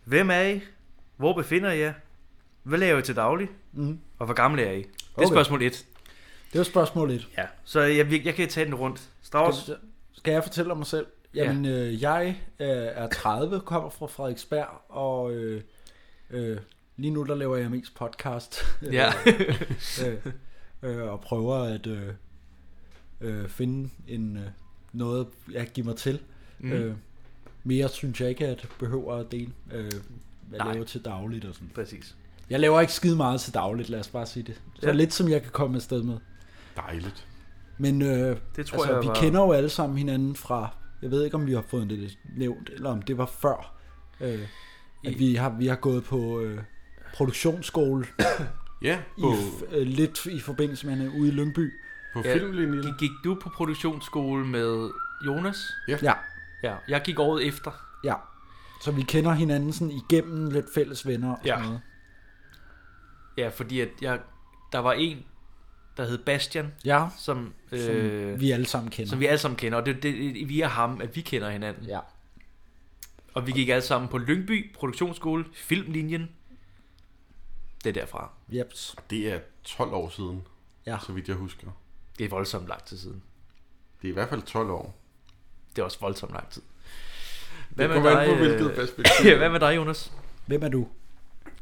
Speaker 3: hvem er I? Hvor befinder I jer? Hvad laver I til daglig?
Speaker 4: Mhm.
Speaker 3: Og hvor gamle er I? Det er
Speaker 4: Okay.
Speaker 3: okay. spørgsmål 1.
Speaker 4: Det var spørgsmål 1.
Speaker 3: Ja. Så jeg, jeg kan tage den rundt. Strauss,
Speaker 4: Skal, skal jeg fortælle om mig selv? Jamen, ja. øh, jeg øh, er 30, kommer fra Frederiksberg, og øh, øh, lige nu der laver jeg mest podcast.
Speaker 3: [LAUGHS] Ja.
Speaker 4: [LAUGHS] øh, øh, og prøver at øh, øh, finde en, øh, noget, jeg giver mig til.
Speaker 3: Mm.
Speaker 4: Mm. Øh, mere synes jeg ikke, at jeg behøver at dele, øh, hvad jeg
Speaker 3: Nej.
Speaker 4: laver til dagligt og sådan.
Speaker 3: Præcis.
Speaker 4: Jeg laver ikke skide meget til dagligt, lad os bare sige det. Så
Speaker 3: Ja.
Speaker 4: ja. lidt som jeg kan komme afsted med.
Speaker 2: Dejligt.
Speaker 4: Men øh,
Speaker 3: Det tror
Speaker 4: altså,
Speaker 3: jeg
Speaker 4: vi
Speaker 3: var-
Speaker 4: kender jo alle sammen hinanden fra, jeg ved ikke om vi har fået det nævnt, eller om det var før, øh, at vi har, vi har gået på øh, produktionsskole.
Speaker 2: Ja,
Speaker 4: i,
Speaker 2: på-
Speaker 4: f- øh, lidt i forbindelse med hinanden ude i Lyngby.
Speaker 2: filmlinjen.
Speaker 3: Gik, gik du på produktionsskole med Jonas?
Speaker 2: Ja.
Speaker 4: Ja.
Speaker 3: ja. Jeg gik året efter.
Speaker 4: Ja, så vi kender hinanden sådan igennem lidt fælles venner og ja. sådan noget.
Speaker 3: Ja, fordi at jeg, der var en, der hed Bastian.
Speaker 4: Ja,
Speaker 3: Som, øh,
Speaker 4: som vi alle sammen kender.
Speaker 3: Som vi alle sammen kender. Og det er det- via ham, at vi kender hinanden.
Speaker 4: Ja.
Speaker 3: Og vi gik alle sammen på Lyngby Produktionsskole, Filmlinjen. Det er derfra.
Speaker 4: Jeps.
Speaker 2: Det er 12 år siden,
Speaker 4: ja.
Speaker 2: så vidt jeg husker.
Speaker 3: Det er voldsomt lang tid siden.
Speaker 2: Det er i hvert fald 12 år.
Speaker 3: Det er også voldsomt lang tid.
Speaker 2: kommer an på,
Speaker 3: øh,
Speaker 2: hvilket perspektiv.
Speaker 3: [LAUGHS] ja, hvad med dig, Jonas?
Speaker 4: Hvem er du?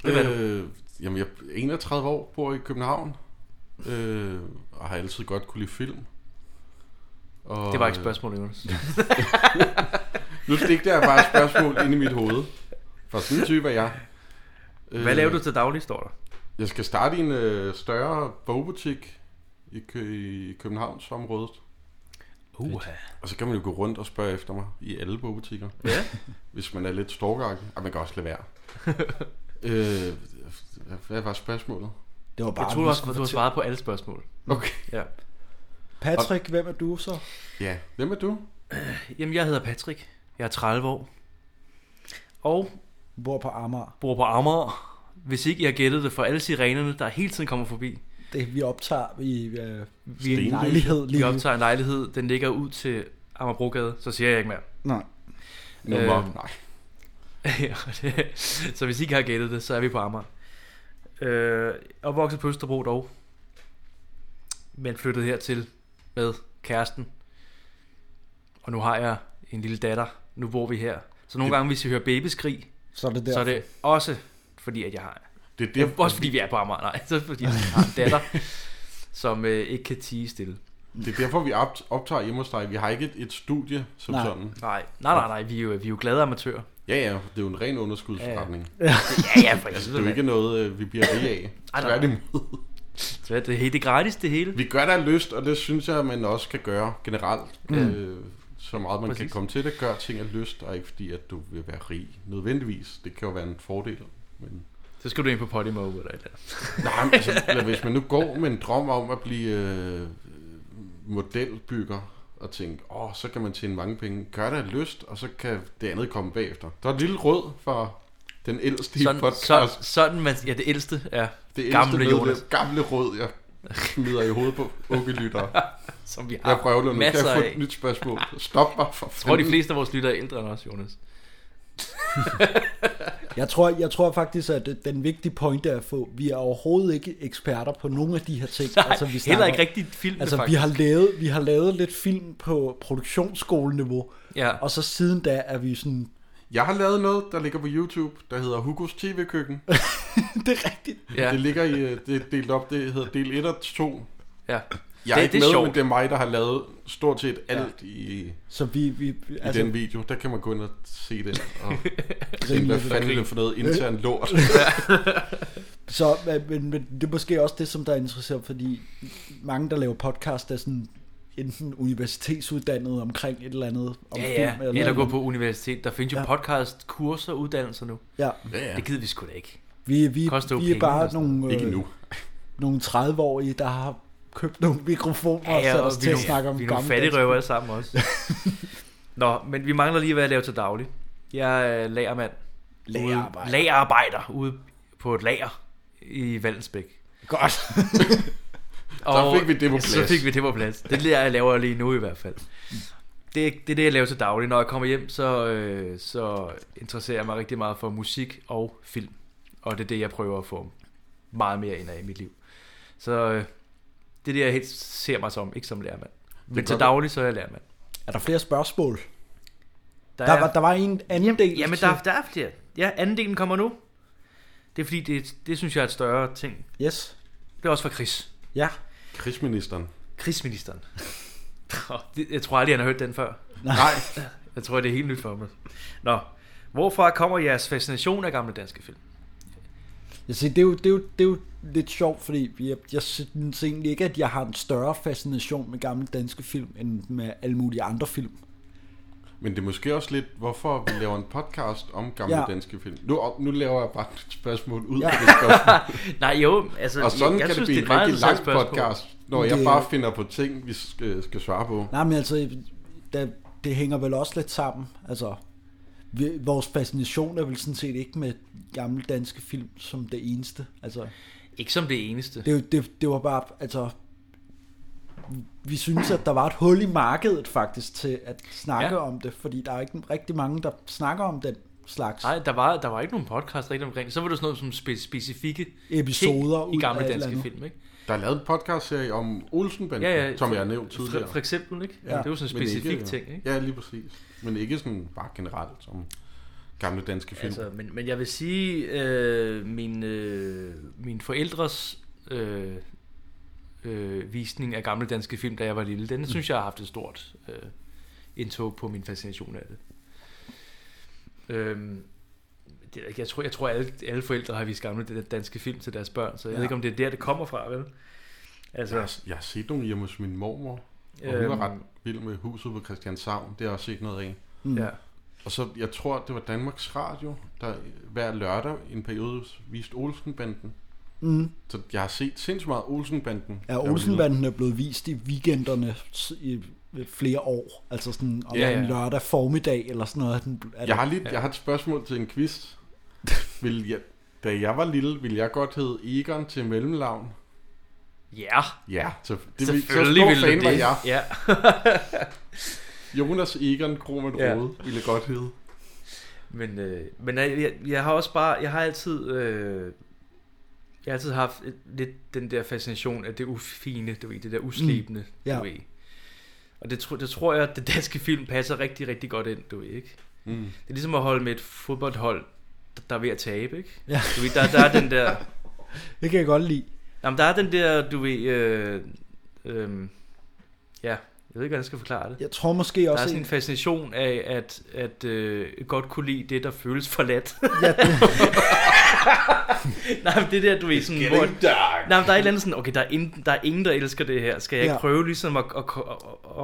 Speaker 3: Hvem er du?
Speaker 2: Øh, jamen, jeg er 31 år, bor i København, øh, og har altid godt kunne lide film. Og,
Speaker 3: Det var ikke
Speaker 2: øh,
Speaker 3: spørgsmålet, Jonas.
Speaker 2: nu stikte jeg bare et spørgsmål ind i mit hoved. For sådan en type er jeg. Øh,
Speaker 3: Hvad laver du til daglig, står der?
Speaker 2: Jeg skal starte i en øh, større bogbutik i, Kø- i Københavnsområdet.
Speaker 3: Uha.
Speaker 2: Og så kan man jo gå rundt og spørge efter mig i alle bogbutikker.
Speaker 3: Ja.
Speaker 2: [LAUGHS] Hvis man er lidt stalkeragtig. Og man kan også lade
Speaker 3: [LAUGHS]
Speaker 2: være. øh, hvad var spørgsmålet?
Speaker 4: Det var
Speaker 3: Jeg tror også, du har svaret på alle spørgsmål.
Speaker 2: Okay.
Speaker 3: Ja.
Speaker 4: Patrick, hvem er du så?
Speaker 2: Ja, hvem er du?
Speaker 3: Jamen, jeg hedder Patrick. Jeg er 30 år. Og...
Speaker 4: Bor på Amager.
Speaker 3: Bor på Amager. Hvis ikke I har gættet det for alle sirenerne, der hele tiden kommer forbi.
Speaker 4: Det vi optager i øh,
Speaker 3: Vi
Speaker 4: en lejlighed lige
Speaker 3: Vi
Speaker 4: nu.
Speaker 3: optager en lejlighed. Den ligger ud til Amagerbrogade. Så siger jeg ikke mere. [LAUGHS]
Speaker 4: Nej.
Speaker 3: Øh,
Speaker 2: Nummer, nej.
Speaker 3: Ja, det- så hvis I ikke har gættet det, så er vi på Amager. Øh, opvokset på Østerbro dog. Men flyttet hertil med kæresten. Og nu har jeg en lille datter. Nu bor vi her. Så nogle gange, hvis I hører babyskrig,
Speaker 4: så er det,
Speaker 3: så er
Speaker 4: derfor.
Speaker 3: det også fordi, at jeg har...
Speaker 2: Det er
Speaker 3: det. Også fordi vi er på Amager, nej. Så er det fordi, jeg har en datter, som øh, ikke kan tige stille.
Speaker 2: Det er derfor, vi opt- optager hjemme hos dig. Vi har ikke et, et studie som
Speaker 3: Nej.
Speaker 2: sådan.
Speaker 3: Nej, nej, nej, nej. Vi er jo, vi er jo glade amatører.
Speaker 2: Ja, ja. Det er jo en ren underskudsforretning.
Speaker 3: Ja, ja. Ja, ja, for
Speaker 2: altså, Det
Speaker 3: helvede,
Speaker 2: er jo
Speaker 3: mand.
Speaker 2: ikke noget, øh, vi bliver rige af.
Speaker 3: Ej, nej.
Speaker 2: Tværtimod.
Speaker 3: Så er det, hele- det er gratis, det hele.
Speaker 2: Vi gør det af lyst, og det synes jeg, man også kan gøre generelt.
Speaker 3: Ja.
Speaker 2: Øh, så meget man Præcis. kan
Speaker 3: Mm. Præcis.
Speaker 2: komme til det, gør ting af lyst, og ikke fordi, at du vil være rig nødvendigvis. Det kan jo være en fordel.
Speaker 3: [LAUGHS]
Speaker 2: Men...
Speaker 3: Så skal du ind på Podimo eller et eller andet.
Speaker 2: Nej, men altså, eller hvis man nu går med en drøm om at blive øh, modelbygger, og tænke, åh, så kan man tjene mange penge. Gør det af lyst, og så kan det andet komme bagefter. Der er et lille råd for den ældste i podcast.
Speaker 3: sådan, sådan man, ja, det ældste er
Speaker 2: Det
Speaker 3: det
Speaker 2: ældste
Speaker 3: gamle
Speaker 2: medlem,
Speaker 3: Jonas.
Speaker 2: Gamle råd, jeg smider i hovedet på unge lyttere.
Speaker 3: Som vi har
Speaker 2: jeg prøver nu, kan jeg
Speaker 3: masser
Speaker 2: få
Speaker 3: af.
Speaker 2: et nyt spørgsmål. Stop mig for
Speaker 3: Jeg tror, de
Speaker 2: fanden.
Speaker 3: fleste af vores lyttere er ældre end os, Jonas.
Speaker 4: Jeg tror, jeg tror faktisk, at det- den vigtige pointe er at få, vi er overhovedet ikke eksperter på nogen af de her ting.
Speaker 3: [LAUGHS]
Speaker 4: Altså,
Speaker 3: Nej,
Speaker 4: vi
Speaker 3: heller
Speaker 4: snakker-
Speaker 3: ikke rigtig filmene,
Speaker 4: Altså, vi
Speaker 3: faktisk.
Speaker 4: har, lavet, vi har lavet lidt film på produktionsskoleniveau,
Speaker 3: Ja.
Speaker 4: og så siden da er vi sådan... [LAUGHS]
Speaker 2: Jeg har lavet noget, der ligger på YouTube, der hedder Hugos TV-køkken. det
Speaker 4: er rigtigt.
Speaker 3: Ja.
Speaker 2: Det ligger i, øh, det er delt op, det hedder del 1 og 2.
Speaker 3: Ja.
Speaker 2: Jeg er
Speaker 3: Det-
Speaker 2: ikke
Speaker 3: det er
Speaker 2: med,
Speaker 3: sjovt.
Speaker 2: men det er mig, der har lavet stort set alt i,
Speaker 4: Så vi, vi,
Speaker 2: i
Speaker 4: altså-
Speaker 2: den video. Der kan man gå ind og se det.
Speaker 4: [LAUGHS]
Speaker 2: Og se,
Speaker 4: Grine
Speaker 2: hvad
Speaker 4: lidt.
Speaker 2: fanden er det for noget
Speaker 4: Øh.
Speaker 2: intern lort.
Speaker 4: Så, øh, men- men, men det er måske også det, som der er interessant, fordi mange, der laver podcast, er sådan enten universitetsuddannede omkring et eller andet. Om
Speaker 3: Ja,
Speaker 4: film
Speaker 3: ja. Eller, eller
Speaker 4: andet.
Speaker 3: gå på universitet. Der findes jo ja. podcast, kurser, uddannelser nu.
Speaker 4: Ja.
Speaker 2: Ja, ja.
Speaker 3: Det gider vi sgu da ikke.
Speaker 4: Vi, vi,
Speaker 3: Koster jo
Speaker 4: vi er
Speaker 3: penge
Speaker 4: bare
Speaker 3: og sådan
Speaker 4: nogle, øh,
Speaker 3: noget. Ikke endnu.
Speaker 4: nogle 30-årige, der har købt nogle mikrofoner
Speaker 3: Ja,
Speaker 4: og
Speaker 3: ja,
Speaker 4: sat
Speaker 3: og
Speaker 4: os
Speaker 3: vi
Speaker 4: til
Speaker 3: er
Speaker 4: at
Speaker 3: nogle-
Speaker 4: snakke om
Speaker 3: vi er nogle
Speaker 4: gamle
Speaker 3: fattigrøver alle
Speaker 4: danske
Speaker 3: sammen
Speaker 4: [LAUGHS]
Speaker 3: også. Nå, men vi mangler lige, hvad jeg laver til daglig. Jeg er lagermand. Ude-
Speaker 4: Lagerarbejder.
Speaker 3: Lagerarbejder ude på et lager i Valdensbæk.
Speaker 4: Godt. [LAUGHS]
Speaker 2: Så fik vi det på
Speaker 3: Så
Speaker 2: plads.
Speaker 3: fik vi det på plads. Det er det, jeg laver lige nu i hvert fald. Det, er- det er det, jeg laver til daglig. Når jeg kommer hjem, så, øh, så interesserer jeg mig rigtig meget for musik og film. Og det er det, jeg prøver at få meget mere ind af i mit liv. Så øh, det er det, jeg helt ser mig som. Ikke som lærermand. Men til
Speaker 4: godt.
Speaker 3: daglig, så er jeg lærermand.
Speaker 4: Er der flere spørgsmål?
Speaker 3: Der
Speaker 4: Der,
Speaker 3: er-
Speaker 4: der, var, der var en anden del.
Speaker 3: Jamen, der, der er flere. Ja, anden delen kommer nu. Det er fordi, det, det synes jeg er et større ting.
Speaker 4: Yes.
Speaker 3: Det er også fra Chris.
Speaker 4: Ja.
Speaker 2: Krigsministeren.
Speaker 3: Krigsministeren. Åh, det- jeg tror aldrig, han har hørt den før.
Speaker 2: Nej.
Speaker 3: [LAUGHS] Jeg tror, det er helt nyt for mig. Nå, hvorfra kommer jeres fascination af gamle danske film?
Speaker 4: Jeg siger, det, er jo, det, er jo, det er jo lidt sjovt, fordi jeg, jeg synes egentlig ikke, at jeg har en større fascination med gamle danske film, end med alle mulige andre film.
Speaker 2: Men det er måske også lidt, hvorfor vi laver en podcast om gamle
Speaker 4: Ja.
Speaker 2: ja. danske film. Nu, nu laver jeg bare et spørgsmål ud
Speaker 4: Ja.
Speaker 2: ja. af det spørgsmål.
Speaker 3: Nej, jo, altså,
Speaker 2: Og sådan
Speaker 3: jeg- jeg
Speaker 2: kan
Speaker 3: synes,
Speaker 2: det
Speaker 3: det er
Speaker 2: blive en
Speaker 3: et meget
Speaker 2: rigtig lang
Speaker 3: interessant spørgsmål.
Speaker 2: podcast, når
Speaker 4: Men
Speaker 2: jeg
Speaker 4: det-
Speaker 2: bare finder på ting, vi skal, skal svare på.
Speaker 4: Nej, men altså, det, det hænger vel også lidt sammen. Altså, vi, vores fascination er vel sådan set ikke med gamle danske film som det eneste. Altså,
Speaker 3: Ikke som det eneste.
Speaker 4: det, er jo- det, det var bare, altså, vi synes, at der var et hul i markedet faktisk til at snakke
Speaker 3: Ja.
Speaker 4: ja. om det, fordi der er ikke rigtig mange, der snakker om den slags.
Speaker 3: Nej, der var, der var ikke nogen podcast rigtig omkring. Så var det sådan noget som spe- specifikke
Speaker 4: Episoder
Speaker 3: ting i
Speaker 4: ud af
Speaker 3: gamle
Speaker 4: et
Speaker 3: danske
Speaker 4: eller andet.
Speaker 3: film, ikke?
Speaker 2: Der er lavet en podcastserie om Olsenbanden,
Speaker 3: Ja, ja,
Speaker 2: som
Speaker 3: for-
Speaker 2: jeg har nævnt
Speaker 3: for-
Speaker 2: tidligere.
Speaker 3: for eksempel, ikke? Ja, det er jo sådan en
Speaker 2: Men øh,
Speaker 3: specifik ting, ikke?
Speaker 2: Ja, lige præcis. Men ikke sådan bare generelt om gamle danske film.
Speaker 3: Altså, men, men jeg vil sige, øh, min, øh, min forældres øh, øh, visning af gamle danske film, da jeg var lille,
Speaker 2: Mm.
Speaker 3: den synes jeg har haft et stort øh, indtog på min fascination af det. Øhm, det ved jeg ikke. jeg tror, jeg tror alle, alle forældre har vist gamle danske film til deres børn, så jeg ja.
Speaker 2: Ja.
Speaker 3: ved ikke, om det er der, det kommer fra, vel? Altså,
Speaker 2: jeg, har, jeg har set nogle hjemme hos min mormor, og hun
Speaker 3: Øhm.
Speaker 2: var ret vild med huset på Christianshavn. Det har jeg også set noget af.
Speaker 4: Mm.
Speaker 3: Ja.
Speaker 2: Og så, jeg tror, det var Danmarks Radio, der hver lørdag i en periode viste Olsenbanden.
Speaker 4: Mm.
Speaker 2: Så jeg har set sindssygt meget Olsenbanden. da jeg var
Speaker 4: Ja,
Speaker 2: lille.
Speaker 4: Olsenbanden er blevet vist i weekenderne s- i flere år. Altså sådan om
Speaker 2: Ja,
Speaker 4: ja,
Speaker 2: ja.
Speaker 4: ja. en lørdag formiddag eller sådan noget. er Den, er
Speaker 2: Jeg har, lige, jeg har et spørgsmål til en quiz. Vil jeg, da jeg var lille, ville jeg godt hedde Egon til mellemnavn.
Speaker 3: Ja.
Speaker 2: Ja, så, det, vil-
Speaker 3: Selvfølgelig
Speaker 2: så
Speaker 3: ville
Speaker 2: stor fan
Speaker 3: det
Speaker 2: var
Speaker 3: det.
Speaker 2: jeg.
Speaker 3: Ja.
Speaker 2: Jonas Egon Krohmann
Speaker 3: Ja.
Speaker 2: ja. Rode ville godt hedde.
Speaker 3: Men, øh, men jeg, jeg, jeg har også bare, jeg har altid, øh, jeg har altid haft et, lidt den der fascination af det ufine, du ved, det der uslebende, mm.
Speaker 4: Mm,
Speaker 3: ja.
Speaker 4: ja.
Speaker 3: du ved. Og det, tro- det tror jeg, at den danske film passer rigtig, rigtig godt ind, du ved, ikke?
Speaker 2: Mm.
Speaker 3: Det er ligesom at holde med et fodboldhold, der, der er ved at tabe, ikke?
Speaker 4: Ja.
Speaker 3: Du ved, der, der er den der,
Speaker 4: Det kan jeg godt lide.
Speaker 3: jamen, der er den der, du ved, øh, øh, ja, jeg ved ikke, hvordan jeg skal forklare det.
Speaker 4: Jeg tror måske
Speaker 3: Der
Speaker 4: også...
Speaker 3: er sådan
Speaker 4: en-
Speaker 3: en fascination af at, at øh, godt kunne lide det, der føles forladt.
Speaker 4: Ja, det...
Speaker 3: [LAUGHS] Nej, men det der, du ved, sådan...
Speaker 4: getting
Speaker 3: Hvor, nej, men der er et eller andet sådan, okay, der er, ingen, der er ingen, der elsker det her. Skal jeg ikke
Speaker 4: Ja.
Speaker 3: prøve ligesom at, at, at,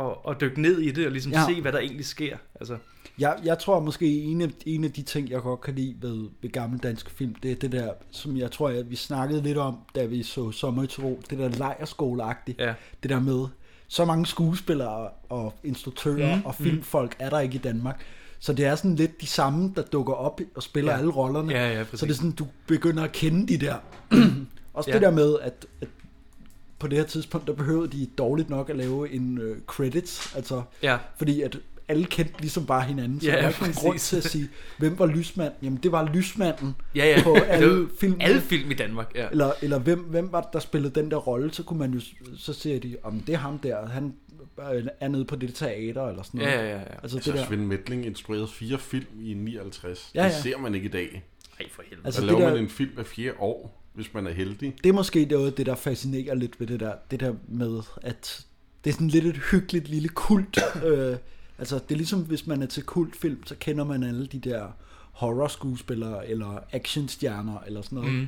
Speaker 3: at, at dykke ned i det og ligesom ja.
Speaker 4: Ja.
Speaker 3: se, hvad der egentlig sker? Altså,
Speaker 4: Jeg, jeg tror måske en af, en af de ting, jeg godt kan lide ved, ved gamle danske film, det er det der, som jeg tror, at vi snakkede lidt om, da vi så Sommer i Tyrol, det der lejerskoleagtigt,
Speaker 3: Ja.
Speaker 4: det der med, så mange skuespillere og instruktører
Speaker 3: Mm.
Speaker 4: mm. og filmfolk er der ikke i Danmark. Så det er sådan lidt de samme, der dukker op og spiller
Speaker 3: Ja.
Speaker 4: alle rollerne.
Speaker 3: Ja, ja, præcis.
Speaker 4: så det er sådan, du begynder at kende de der. [CLEARS THROAT] Også
Speaker 3: Ja.
Speaker 4: det der med, at, at på det her tidspunkt, der behøvede de dårligt nok at lave en øh, credits, altså,
Speaker 3: Ja.
Speaker 4: fordi at alle kendte ligesom bare hinanden, så
Speaker 3: Ja,
Speaker 4: ja, der var ikke nogen
Speaker 3: præcis.
Speaker 4: grund til at sige, hvem var lysmanden? Jamen, det var lysmanden
Speaker 3: ja, ja. [LAUGHS]
Speaker 4: på
Speaker 3: Det er
Speaker 4: alle
Speaker 3: jo
Speaker 4: film.
Speaker 3: Alle film i Danmark, ja.
Speaker 4: Eller, eller hvem, hvem var det, der spillede den der rolle, så kunne man jo, så ser de, om det er ham der, han øh, er nede på det teater, eller sådan noget.
Speaker 2: Ja, ja, ja, ja.
Speaker 4: Altså, det der,
Speaker 2: Svend Mætling instruerede fire film i 59.
Speaker 4: Ja,
Speaker 2: Ja, ja.
Speaker 4: ja.
Speaker 2: Det ser man ikke i dag.
Speaker 3: Nej, for helvede.
Speaker 2: Altså,
Speaker 4: Altså,
Speaker 2: der
Speaker 4: det
Speaker 2: laver
Speaker 4: der-
Speaker 2: man en film hver fjerde år, hvis man er heldig.
Speaker 4: det er måske noget af det, der fascinerer lidt ved det der, det der med, at det er sådan lidt et hyggeligt lille [COUGHS] kult. øh, altså, det er ligesom, hvis man er til kultfilm, så kender man alle de der horror-skuespillere, eller actionstjerner, eller sådan noget.
Speaker 3: Mhm.
Speaker 4: Mm.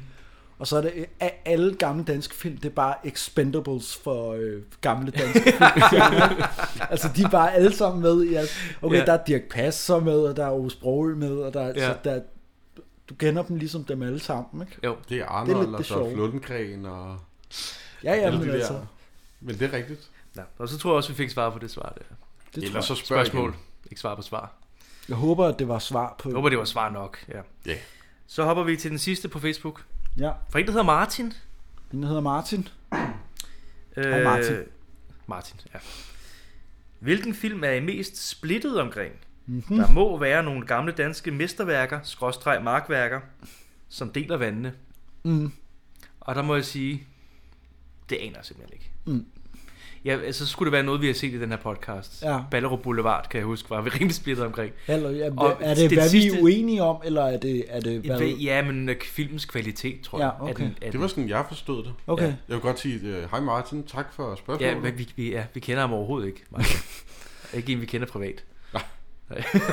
Speaker 4: Og så er det øh, af alle gamle danske film, det er bare Expendables for øh, gamle [LAUGHS] danske film. altså, de er bare alle sammen med. I alt. Okay,
Speaker 3: Ja.
Speaker 4: ja. der er Dirk Passer med, og der er Ove Sprogø med, og der, ja.
Speaker 3: Ja.
Speaker 4: så der, du kender dem ligesom dem alle sammen, ikke?
Speaker 3: Jo.
Speaker 2: Det er
Speaker 4: Det er
Speaker 2: Arnold,
Speaker 4: lidt
Speaker 2: og
Speaker 4: det
Speaker 2: så er
Speaker 4: sjove.
Speaker 2: Flundgren, og...
Speaker 4: Ja, ja,
Speaker 2: alle
Speaker 4: men
Speaker 2: de
Speaker 4: altså-
Speaker 2: Men det er rigtigt.
Speaker 3: Ja. Og så tror jeg også, vi fik svar på det svar der.
Speaker 2: Det Ellers tror jeg. så spørg
Speaker 3: Spørgsmål.
Speaker 2: igen.
Speaker 3: Ikke svar på svar.
Speaker 4: Jeg håber, at det var svar på...
Speaker 3: Jeg håber, det var svar nok. Ja.
Speaker 2: Ja.
Speaker 3: Så hopper vi til den sidste på Facebook.
Speaker 4: Ja.
Speaker 3: For en, der hedder Martin.
Speaker 4: Den hedder Martin.
Speaker 3: Øh,
Speaker 4: Martin.
Speaker 3: Martin, ja. Hvilken film er I mest splittet omkring?
Speaker 4: Mhm.
Speaker 3: Mm-hmm. Der må være nogle gamle danske mesterværker, skråstreg markværker, som deler vandene.
Speaker 4: Mm.
Speaker 3: Og der må jeg sige, det aner jeg simpelthen ikke.
Speaker 4: Mm.
Speaker 3: Ja, altså, så skulle det være noget, vi har set i den her podcast.
Speaker 4: Ja.
Speaker 3: Ballerup Boulevard, kan jeg huske, var vi rimelig splittet omkring.
Speaker 4: Eller, ja,
Speaker 3: Og
Speaker 4: er det,
Speaker 3: den
Speaker 4: hvad vi
Speaker 3: sidste-
Speaker 4: er uenige om, eller er det, er det hvad...
Speaker 3: Hvad? Ja, men øh, filmens kvalitet, tror jeg.
Speaker 4: Ja, okay.
Speaker 2: Det var sådan, jeg forstod det.
Speaker 4: Okay.
Speaker 2: Jeg vil godt sige, øh, hej Martin, tak for spørgsmålet.
Speaker 3: Ja, men vi, vi, ja, vi kender ham overhovedet ikke.
Speaker 4: [LAUGHS]
Speaker 3: Martin. ikke en, vi kender privat. Nej.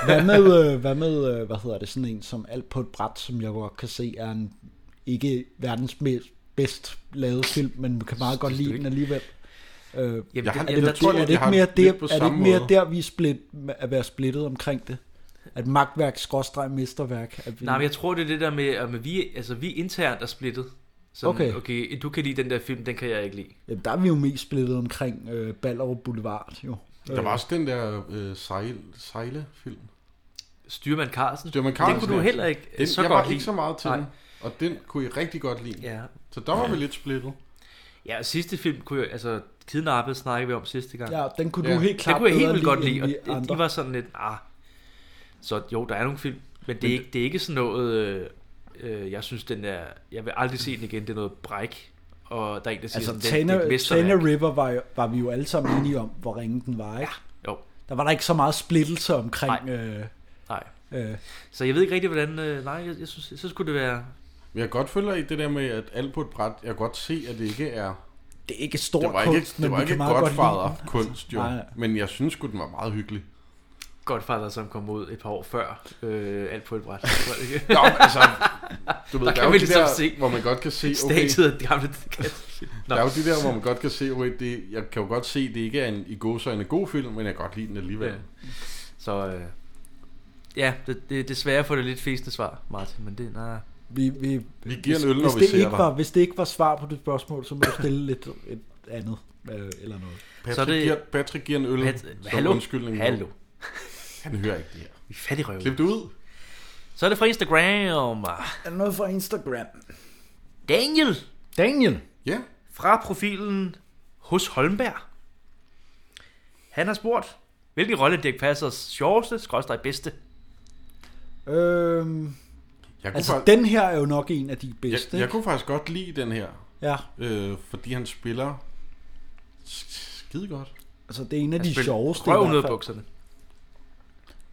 Speaker 4: hvad med, øh, hvad med, øh, hvad hedder det, sådan en som alt på et bræt, som jeg godt kan se er en, ikke verdens mest, bedst lavet film, men man kan meget godt lide den alligevel. Øh, Jamen,
Speaker 3: det-
Speaker 4: er
Speaker 3: jeg
Speaker 4: det,
Speaker 3: tror,
Speaker 4: er det, er
Speaker 3: jeg
Speaker 4: det ikke
Speaker 3: har
Speaker 4: mere,
Speaker 3: lidt
Speaker 4: der,
Speaker 3: på
Speaker 4: er det
Speaker 3: samme
Speaker 4: ikke mere
Speaker 3: måde.
Speaker 4: der, vi er split, at være splittet omkring det? At magtværk, skråstreg, mesterværk. At vi,
Speaker 3: Nej, men jeg tror, det er det der med, at med vi, altså, vi internt er splittet. Sådan,
Speaker 4: Okay.
Speaker 3: okay. okay, du kan lide den der film, den kan jeg ikke lide.
Speaker 4: Jamen, der er vi jo mest splittet omkring øh, Ballerup Boulevard, jo.
Speaker 2: Der var også den der øh, sejl, sejlefilm.
Speaker 3: Styrmand Carlsen.
Speaker 2: Styrman
Speaker 3: Den
Speaker 2: Carlsen.
Speaker 3: kunne du
Speaker 2: ja.
Speaker 3: heller ikke
Speaker 2: den,
Speaker 3: så
Speaker 2: jeg
Speaker 3: godt
Speaker 2: var
Speaker 3: lide.
Speaker 2: ikke så meget til
Speaker 3: Nej.
Speaker 2: den, og den kunne jeg rigtig godt lide.
Speaker 3: Ja.
Speaker 2: Så der var vi lidt splittet.
Speaker 3: Ja, og sidste film kunne jeg, altså kidnappet snakkede vi om sidste gang.
Speaker 4: Ja, den kunne du helt klart
Speaker 3: Den kunne jeg helt
Speaker 4: bedre
Speaker 3: vildt godt
Speaker 4: lide,
Speaker 3: lide, og
Speaker 4: end vi
Speaker 3: det- de
Speaker 4: andre.
Speaker 3: var sådan lidt, ah. Så jo, der er nogle film, men det er ikke, det er ikke sådan noget, øh, øh, jeg synes den er, jeg vil aldrig se den igen, det er noget bræk. Og der er en, der siger,
Speaker 4: Altså,
Speaker 3: sådan, den, det er et
Speaker 4: Tana,
Speaker 3: mesterværk.
Speaker 4: Tana River var, jo- var vi jo alle sammen enige om, hvor ringe den var, ikke?
Speaker 3: Ja, jo.
Speaker 4: Der var der ikke så meget splittelse omkring... Nej. Øh,
Speaker 3: Nej.
Speaker 4: Øh.
Speaker 3: Så jeg ved ikke rigtig, hvordan... Øh, nej, jeg, jeg synes, så skulle det være...
Speaker 2: Men jeg kan godt følge dig i det der med, at alt på et bræt, jeg kan godt se, at det ikke er...
Speaker 4: Det er ikke stor
Speaker 2: det var ikke,
Speaker 4: kunst, men
Speaker 2: det var
Speaker 4: vi
Speaker 2: ikke
Speaker 4: kan meget godt lide den.
Speaker 2: Godfather kunst, jo.
Speaker 4: Nej.
Speaker 2: Men jeg synes sgu, den var meget
Speaker 3: [LAUGHS]
Speaker 2: hyggelig.
Speaker 3: Godfather, som kom ud et par år før øh, alt på et
Speaker 2: [LAUGHS]
Speaker 3: bræt.
Speaker 2: Nå, men altså, du ved, der,
Speaker 3: der,
Speaker 2: der
Speaker 3: kan
Speaker 2: er jo
Speaker 3: vi
Speaker 2: de
Speaker 3: ligesom
Speaker 2: der,
Speaker 3: se,
Speaker 2: hvor man godt kan se, okay,
Speaker 3: Statiet af de gamle... Nå.
Speaker 2: der er jo de der, hvor man godt kan se, okay, det, jeg kan jo godt se, det ikke er en i gode en god film, men jeg kan godt lide den alligevel.
Speaker 3: Ja. Så øh, ja, det, det er desværre for det lidt fæsende svar, Martin, men det nej.
Speaker 4: Altså, Vi, vi,
Speaker 2: Vi giver en øl, når
Speaker 4: hvis
Speaker 2: vi
Speaker 4: det
Speaker 2: ser
Speaker 4: ikke
Speaker 2: dig.
Speaker 4: Var, hvis det ikke var svar på dit spørgsmål, så må du stille lidt et andet øh, eller noget.
Speaker 2: Patrick, så det, giver, Patrick giver en øl
Speaker 3: Pat-
Speaker 2: som
Speaker 3: hallo?
Speaker 2: undskyldning. nu.
Speaker 3: Hallo.
Speaker 2: Han hører ikke det her.
Speaker 3: Vi er fat i røven.
Speaker 2: Klip det ud.
Speaker 3: Så er det fra Instagram.
Speaker 4: Er der noget fra Instagram?
Speaker 3: Daniel.
Speaker 4: Daniel.
Speaker 2: Ja.
Speaker 3: Fra profilen hos Holmberg. Han har spurgt, hvilken rolle Dirk Passers sjoveste, skrådstræk bedste.
Speaker 4: Øhm,
Speaker 2: Jeg kunne
Speaker 4: altså,
Speaker 2: fakt-
Speaker 4: den her er jo nok en af de
Speaker 2: Jeg,
Speaker 4: bedste.
Speaker 2: jeg kunne faktisk godt lide den her.
Speaker 4: Ja.
Speaker 2: Øh, fordi han spiller s- skide godt.
Speaker 4: Altså, det er en af
Speaker 2: Han
Speaker 4: de
Speaker 2: spiller
Speaker 4: sjoveste.
Speaker 2: røven
Speaker 4: i hvert
Speaker 2: ud af
Speaker 4: fald.
Speaker 3: bukserne.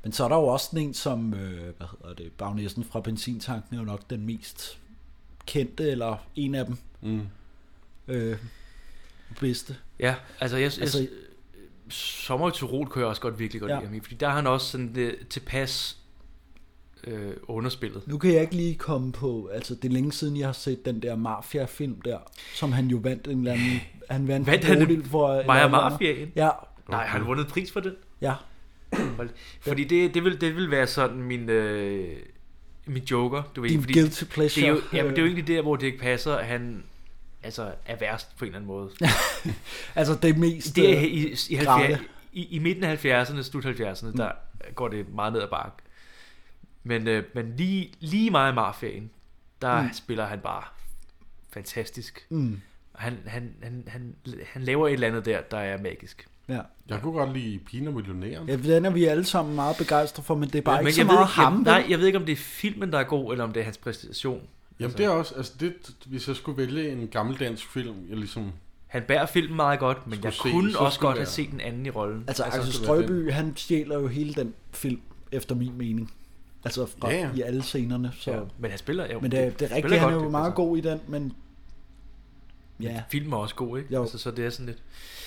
Speaker 4: Men så er der jo også sådan en som, øh, hvad hedder det, Bagnæssen fra Benzintanken er jo nok den mest kendte, eller en af dem.
Speaker 2: Mm.
Speaker 4: Øh, bedste.
Speaker 3: Ja, altså jeg...
Speaker 4: Altså-
Speaker 3: Altså, jeg Sommer i Tyrol kunne jeg også godt virkelig godt
Speaker 4: Ja.
Speaker 3: ja. lide ham i, fordi der har han også sådan det tilpas øh, underspillet.
Speaker 4: Nu kan jeg ikke lige komme på, altså det er længe siden, jeg har set den der Mafia-film der, som han jo vandt en eller anden, han vandt,
Speaker 3: Vandt
Speaker 4: en
Speaker 3: han
Speaker 4: Bodil for... eller
Speaker 3: Maja
Speaker 4: andet.
Speaker 3: Mafiaen?
Speaker 4: Ja.
Speaker 3: Nej, har han vundet pris for den?
Speaker 4: Ja.
Speaker 3: Hold- Fordi det, det, vil, det vil være sådan min, øh, min joker, du ved.
Speaker 4: Din
Speaker 3: fordi
Speaker 4: guilty pleasure. Øh.
Speaker 3: Det er jo, ja, men det er jo egentlig der, hvor det ikke passer, at han altså, er værst på en eller anden måde.
Speaker 4: Altså det mest
Speaker 3: det er
Speaker 4: øh,
Speaker 3: i, i,
Speaker 4: grelle.
Speaker 3: 70, i, i midten af 70'erne, slut
Speaker 4: Mm.
Speaker 3: 70'erne, der går det meget ned ad bakke. Men, øh, men lige, lige meget i Marfagen, der
Speaker 4: Mm.
Speaker 3: mm. spiller han bare fantastisk.
Speaker 4: Mm.
Speaker 3: Han, han, han, han, han laver et eller andet der, der er magisk.
Speaker 4: Ja.
Speaker 2: Jeg kunne godt lide Pina Millionæren.
Speaker 4: Ja, den er vi alle sammen meget begejstrede for, men det er bare
Speaker 3: Men
Speaker 4: ikke så
Speaker 3: jeg
Speaker 4: meget
Speaker 3: ved, ikke-
Speaker 4: ham.
Speaker 3: Jeg,
Speaker 4: vel?
Speaker 3: nej, jeg ved ikke, om det er filmen, der er god, eller om det er hans præstation.
Speaker 2: Jamen det er også, altså det, hvis jeg skulle vælge en gammeldansk film, jeg ligesom...
Speaker 3: Han bærer filmen meget godt, men jeg
Speaker 2: Skulle se,
Speaker 3: kunne
Speaker 2: så
Speaker 3: også
Speaker 2: skulle
Speaker 3: godt
Speaker 2: jeg.
Speaker 3: have set den anden i rollen.
Speaker 4: Altså,
Speaker 2: Altså,
Speaker 4: Axel
Speaker 2: det var den.
Speaker 4: Strøby, han stjæler jo hele den film, efter min mening. Altså fra,
Speaker 3: Ja,
Speaker 4: ja,
Speaker 3: ja.
Speaker 4: ja. i alle scenerne. Så.
Speaker 3: Ja, men han spiller- jo, det-
Speaker 4: Men det, det er
Speaker 3: spiller
Speaker 4: rigtigt, han
Speaker 3: godt,
Speaker 4: er jo
Speaker 3: det,
Speaker 4: meget
Speaker 3: altså.
Speaker 4: god i den, men Ja.
Speaker 3: Filmen er også god, ikke?
Speaker 4: Jo.
Speaker 3: Altså, så det er sådan lidt...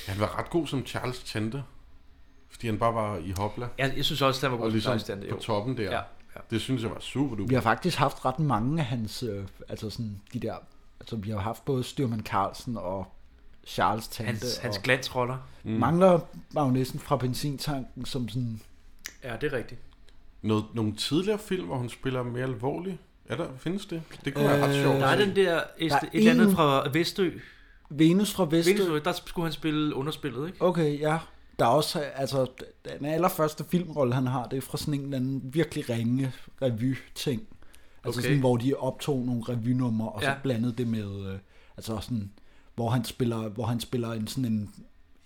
Speaker 2: Han var ret god som Charles Tante. Fordi han bare var i hopla.
Speaker 3: Jeg, jeg synes også, han var god
Speaker 2: Og
Speaker 3: som
Speaker 2: ligesom
Speaker 3: Charles Tante,
Speaker 2: på
Speaker 3: jo.
Speaker 2: toppen der.
Speaker 3: Ja, ja.
Speaker 2: Det synes jeg var super duper.
Speaker 4: vi har faktisk haft ret mange af hans, øh, altså sådan de der, altså vi har haft både Styrman Carlsen og Charles Tante.
Speaker 3: Hans- hans
Speaker 4: og
Speaker 3: glansroller.
Speaker 2: Mm.
Speaker 4: Mangler Magnesen fra benzintanken, som sådan,
Speaker 3: Ja, det er rigtigt.
Speaker 2: Noget, nogle tidligere film, hvor hun spiller mere alvorlig. Er der, findes det? Det kunne være ret
Speaker 4: Øh,
Speaker 2: sjovt. at
Speaker 3: Der er
Speaker 2: se.
Speaker 3: den der, et,
Speaker 4: Der er
Speaker 3: et eller andet
Speaker 4: en-
Speaker 3: fra Vestø.
Speaker 4: Venus fra Vestø.
Speaker 3: Vestø, der skulle han spille underspillet, ikke?
Speaker 4: Okay, ja. Der er også, altså, den allerførste filmrolle, han har, det er fra sådan en eller anden virkelig ringe revy-ting. Altså
Speaker 3: Okay.
Speaker 4: sådan, hvor de optog nogle revynumre, og så
Speaker 3: Ja.
Speaker 4: ja. blandede det med, øh, altså sådan, hvor han spiller, hvor han spiller en sådan en,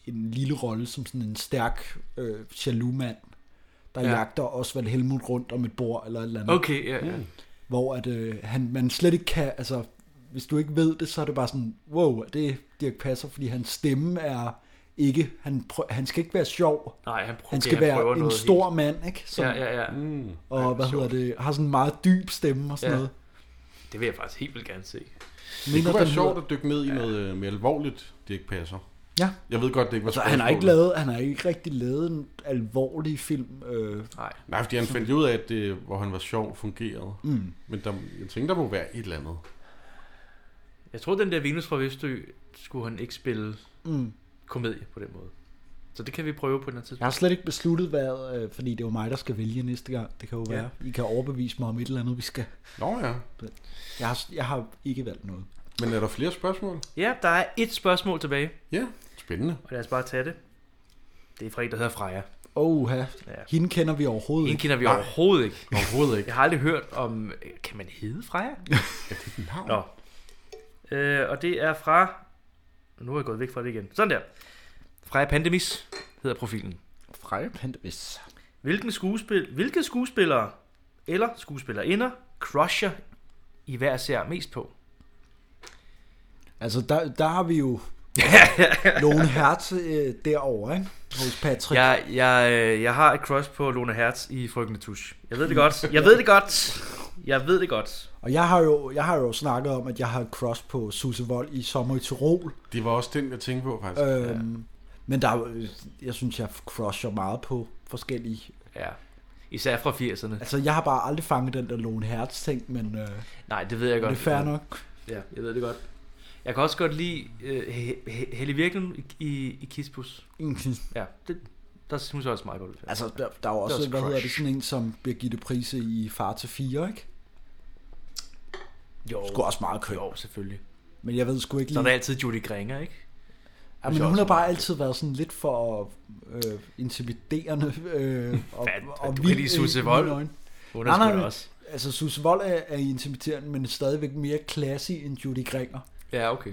Speaker 4: en lille rolle som sådan en stærk øh, jaloux-mand, der
Speaker 3: Ja.
Speaker 4: ja. jagter Osvald Helmut rundt om et bord eller et eller andet.
Speaker 3: Okay, ja, ja.
Speaker 4: Hvor at, øh, han, man slet ikke kan, altså hvis du ikke ved det, så er det bare sådan, wow, det er Dirk Passer, fordi hans stemme er ikke, han, prø- han skal ikke være sjov.
Speaker 3: Nej, han prøver-
Speaker 4: han
Speaker 3: ja,
Speaker 4: skal
Speaker 3: han prøver
Speaker 4: være en
Speaker 3: noget
Speaker 4: stor mand, ikke?
Speaker 3: Ja, ja, ja. Mm.
Speaker 4: Og hvad hedder det, har sådan en meget dyb stemme og sådan
Speaker 3: Ja.
Speaker 4: ja. noget.
Speaker 3: Det vil jeg faktisk helt vildt gerne se.
Speaker 2: Det kunne
Speaker 4: den
Speaker 2: være
Speaker 4: hedder-
Speaker 2: sjovt at dykke ned i noget øh, mere alvorligt, det ikke passer.
Speaker 4: Ja.
Speaker 2: Jeg ved godt, det ikke var
Speaker 4: Altså, han har
Speaker 2: spørgsmålet.
Speaker 4: ikke lavet, han har ikke rigtig lavet en alvorlig film. Øh,
Speaker 3: Nej.
Speaker 2: Nej, fordi han fandt jo ud af, at det, hvor han var sjov, fungerede.
Speaker 4: Mm.
Speaker 2: Men der, jeg tænkte, der må være et eller andet.
Speaker 3: Jeg tror, den der Venus fra Vestø, skulle han ikke spille
Speaker 4: Mm.
Speaker 3: komedie på den måde. Så det kan vi prøve på den her tidspunkt.
Speaker 4: Jeg har slet ikke besluttet, hvad, øh, fordi det er jo mig, der skal vælge næste gang. Det kan jo
Speaker 3: Ja.
Speaker 4: være, I kan overbevise mig om et eller andet, vi skal.
Speaker 2: Nå ja.
Speaker 4: Jeg har, jeg har ikke valgt noget.
Speaker 2: Men er der flere spørgsmål?
Speaker 3: Ja, der er et spørgsmål tilbage.
Speaker 2: Ja, spændende.
Speaker 3: Og lad os bare tage det. Det er fra en, der hedder Freja.
Speaker 4: Oha,
Speaker 3: Ja.
Speaker 4: hende kender vi overhovedet
Speaker 3: Hende
Speaker 4: ikke.
Speaker 3: kender vi
Speaker 2: Nej.
Speaker 3: overhovedet ikke.
Speaker 2: Overhovedet ikke.
Speaker 3: Jeg har aldrig hørt om... Kan man hedde Freja? Nå. Øh, og det er fra... Nu er jeg gået væk fra det igen. Sådan der. Freja Pandemis hedder profilen.
Speaker 4: Freja Pandemis.
Speaker 3: Hvilken skuespil, hvilke skuespillere eller skuespillerinder crusher I hver ser mest på?
Speaker 4: Altså, der, der har
Speaker 3: [LAUGHS]
Speaker 4: vi jo Lone Hertz øh, derovre, ikke? Hos Patrick.
Speaker 3: Jeg, jeg, øh, jeg har et crush på Lone Hertz i Frygtende Tusch. Jeg ved det godt. Jeg ved det godt. Jeg ved det godt.
Speaker 4: Og jeg har, jo, jeg har jo snakket om, at jeg har et cross på Susse Vold i Sommer i Tirol.
Speaker 2: Det var også den, jeg tænkte på, faktisk. Øh.
Speaker 4: Øhm, ja. Men der, er jo- øh, jeg synes, jeg crusher meget på forskellige...
Speaker 3: Ja. Især fra 80'erne.
Speaker 4: Altså, jeg har bare aldrig fanget den der Lone Hertz-ting, men øh,
Speaker 3: Nej, det ved jeg
Speaker 4: det
Speaker 3: godt.
Speaker 4: er fair nok.
Speaker 3: Ja, jeg ved det godt. Jeg kan også godt lide øh, He- He- Helle Virkelen i, i, i Kispus. Ja, det, der synes jeg også meget godt. ud.
Speaker 4: Altså, der, der er jo også,
Speaker 3: også
Speaker 4: hvad hedder det,
Speaker 3: crush.
Speaker 4: sådan en som Birgitte Prise i Far til 4, ikke?
Speaker 3: jo,
Speaker 4: Sgu også meget køn.
Speaker 3: jo, selvfølgelig.
Speaker 4: Men jeg ved sgu ikke
Speaker 3: Så er der
Speaker 4: lige...
Speaker 3: altid Judy Gringer, ikke?
Speaker 4: Ja, men hun har bare altid været sådan lidt for øh, intimiderende.
Speaker 3: [LAUGHS]
Speaker 4: Øh, og,
Speaker 3: Hvad-
Speaker 4: og
Speaker 3: du kan
Speaker 4: vild
Speaker 3: lide
Speaker 4: i-
Speaker 3: Susse
Speaker 4: i mine
Speaker 3: Wold.
Speaker 4: øjne.
Speaker 3: Hun er
Speaker 4: Nej, nej,
Speaker 3: sgu da
Speaker 4: men-
Speaker 3: også.
Speaker 4: Altså, Susse Vold er, er intimiderende, men stadigvæk mere classy end Judy Gringer.
Speaker 3: Ja, okay.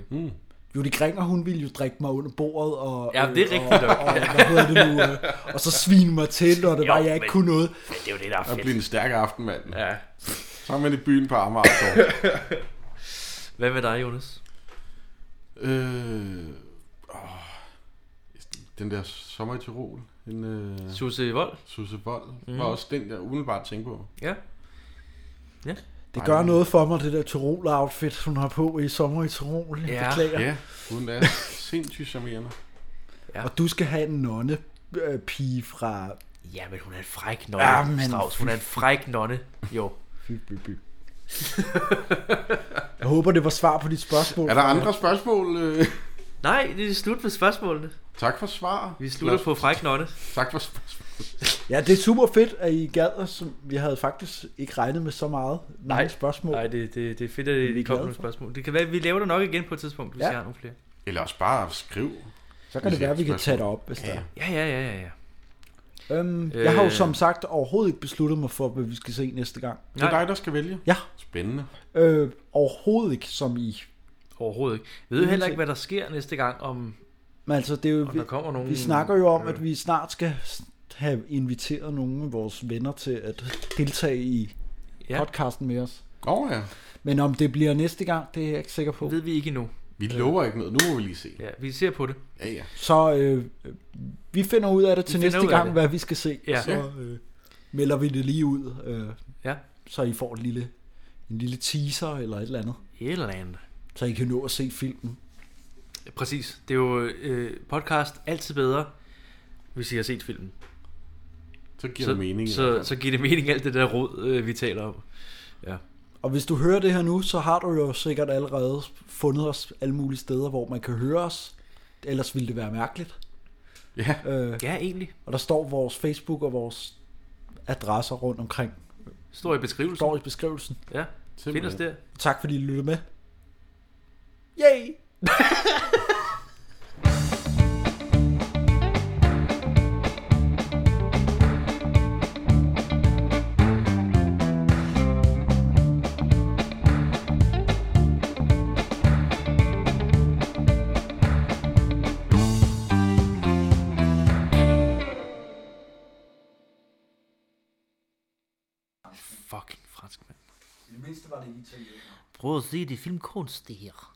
Speaker 4: Judy Gringer, hun ville jo drikke mig under bordet, og,
Speaker 3: Ja, det er
Speaker 4: øh,
Speaker 3: rigtigt
Speaker 4: og,
Speaker 3: nok.
Speaker 4: og, hvad hedder det nu, øh, og så svine mig til, når det
Speaker 3: Jo,
Speaker 4: var, jeg ikke
Speaker 3: men-
Speaker 4: kunne noget.
Speaker 3: Men det er jo det, der er
Speaker 2: Der bliver
Speaker 3: fedt.
Speaker 2: en stærk aften, mand. Ja.
Speaker 3: Ja.
Speaker 2: Så er man i byen på Amager. så.
Speaker 3: Hvad med dig, Jonas?
Speaker 2: øh, åh, den der sommer i Tirol. En, øh,
Speaker 3: Susse Vold?
Speaker 2: Susse Bold mm. var også den, jeg umiddelbart tænkte på.
Speaker 3: Ja.
Speaker 4: Det gør noget for mig, det der Tirol-outfit, hun har på i sommer i Tirol. Jeg
Speaker 3: Ja.
Speaker 4: beklager.
Speaker 2: Ja, hun er sindssygt charmerende.
Speaker 4: Og du skal have en nonne øh, pige fra...
Speaker 3: Ja, men hun er en fræk nonne,
Speaker 4: Ja,
Speaker 3: ja,
Speaker 4: men-
Speaker 3: men... Strauss. Hun er en fræk nonne. Jo.
Speaker 4: Fy, fy, fy. [LAUGHS] Jeg håber, det var svar på dit spørgsmål.
Speaker 2: Er der andre spørgsmål? Øh,
Speaker 3: Nej, det er slut med spørgsmålene.
Speaker 2: tak for svar.
Speaker 3: Vi slutter på fræk nonne.
Speaker 2: Tak for spørgsmål.
Speaker 4: Ja, det er super fedt, at I gad os. Vi havde faktisk ikke regnet med så meget mange spørgsmål.
Speaker 3: Nej, det, det, det er fedt, at
Speaker 4: er
Speaker 3: I
Speaker 4: glade
Speaker 3: kommer med
Speaker 4: for.
Speaker 3: spørgsmål. Det kan være, vi laver det nok igen på et tidspunkt, hvis
Speaker 4: Ja.
Speaker 3: ja. jeg har nogle flere.
Speaker 2: Eller også bare skriv.
Speaker 4: Så kan det være, at vi kan tage det op, hvis ja. der er.
Speaker 3: Ja, ja, ja, ja. ja.
Speaker 4: Øhm, jeg har jo
Speaker 3: Øh.
Speaker 4: som sagt overhovedet ikke besluttet mig for, hvad vi skal se næste gang.
Speaker 2: Det er
Speaker 3: Nej.
Speaker 2: dig, der skal vælge.
Speaker 4: Ja,
Speaker 2: Spændende.
Speaker 4: øh, overhovedet ikke som I.
Speaker 3: Overhovedet ikke. Ved jo heller ikke, hvad der sker næste gang, om
Speaker 4: Men altså, det er jo,
Speaker 3: Om
Speaker 4: vi,
Speaker 3: der kommer nogen-
Speaker 4: vi snakker jo om, at vi snart skal have inviteret nogle af vores venner til at deltage i
Speaker 3: Ja.
Speaker 4: ja. podcasten med os.
Speaker 2: Åh oh, ja.
Speaker 4: Men om det bliver næste gang, det er jeg ikke sikker på.
Speaker 3: ved vi ikke endnu.
Speaker 2: Vi lover ikke noget. Nu må vi lige se.
Speaker 3: Ja, vi ser på det.
Speaker 2: Ja, ja.
Speaker 4: Så øh, øh, vi finder ud af det til
Speaker 3: finder ud
Speaker 4: næste
Speaker 3: af
Speaker 4: gang,
Speaker 3: det.
Speaker 4: hvad vi skal se.
Speaker 3: Ja.
Speaker 4: Så øh, melder vi det lige ud, øh,
Speaker 3: Ja.
Speaker 4: så I får en lille, en lille teaser eller et eller andet.
Speaker 3: Et eller andet.
Speaker 4: Så I kan nå at se filmen.
Speaker 3: Præcis. Det er jo øh, podcast altid bedre, hvis I har set filmen.
Speaker 2: Så giver
Speaker 3: så,
Speaker 2: det mening.
Speaker 3: Så, så giver det mening alt det der råd, øh, vi taler om. Ja.
Speaker 4: Og hvis du hører det her nu, så har du jo sikkert allerede fundet os alle mulige steder, hvor man kan høre os. Ellers ville det være mærkeligt.
Speaker 2: Ja,
Speaker 4: Øh,
Speaker 3: ja, egentlig.
Speaker 4: og der står vores Facebook og vores adresser rundt omkring.
Speaker 3: Står i
Speaker 4: Det
Speaker 3: beskrivelsen.
Speaker 4: står i beskrivelsen.
Speaker 3: Ja, find os
Speaker 2: simpelthen.
Speaker 3: der.
Speaker 4: Tak fordi I lyttede med. Yay!
Speaker 3: Fucking fransk, mand.
Speaker 4: I det mindste var det italiener.
Speaker 3: Prøv at se, det er filmkunst, det her.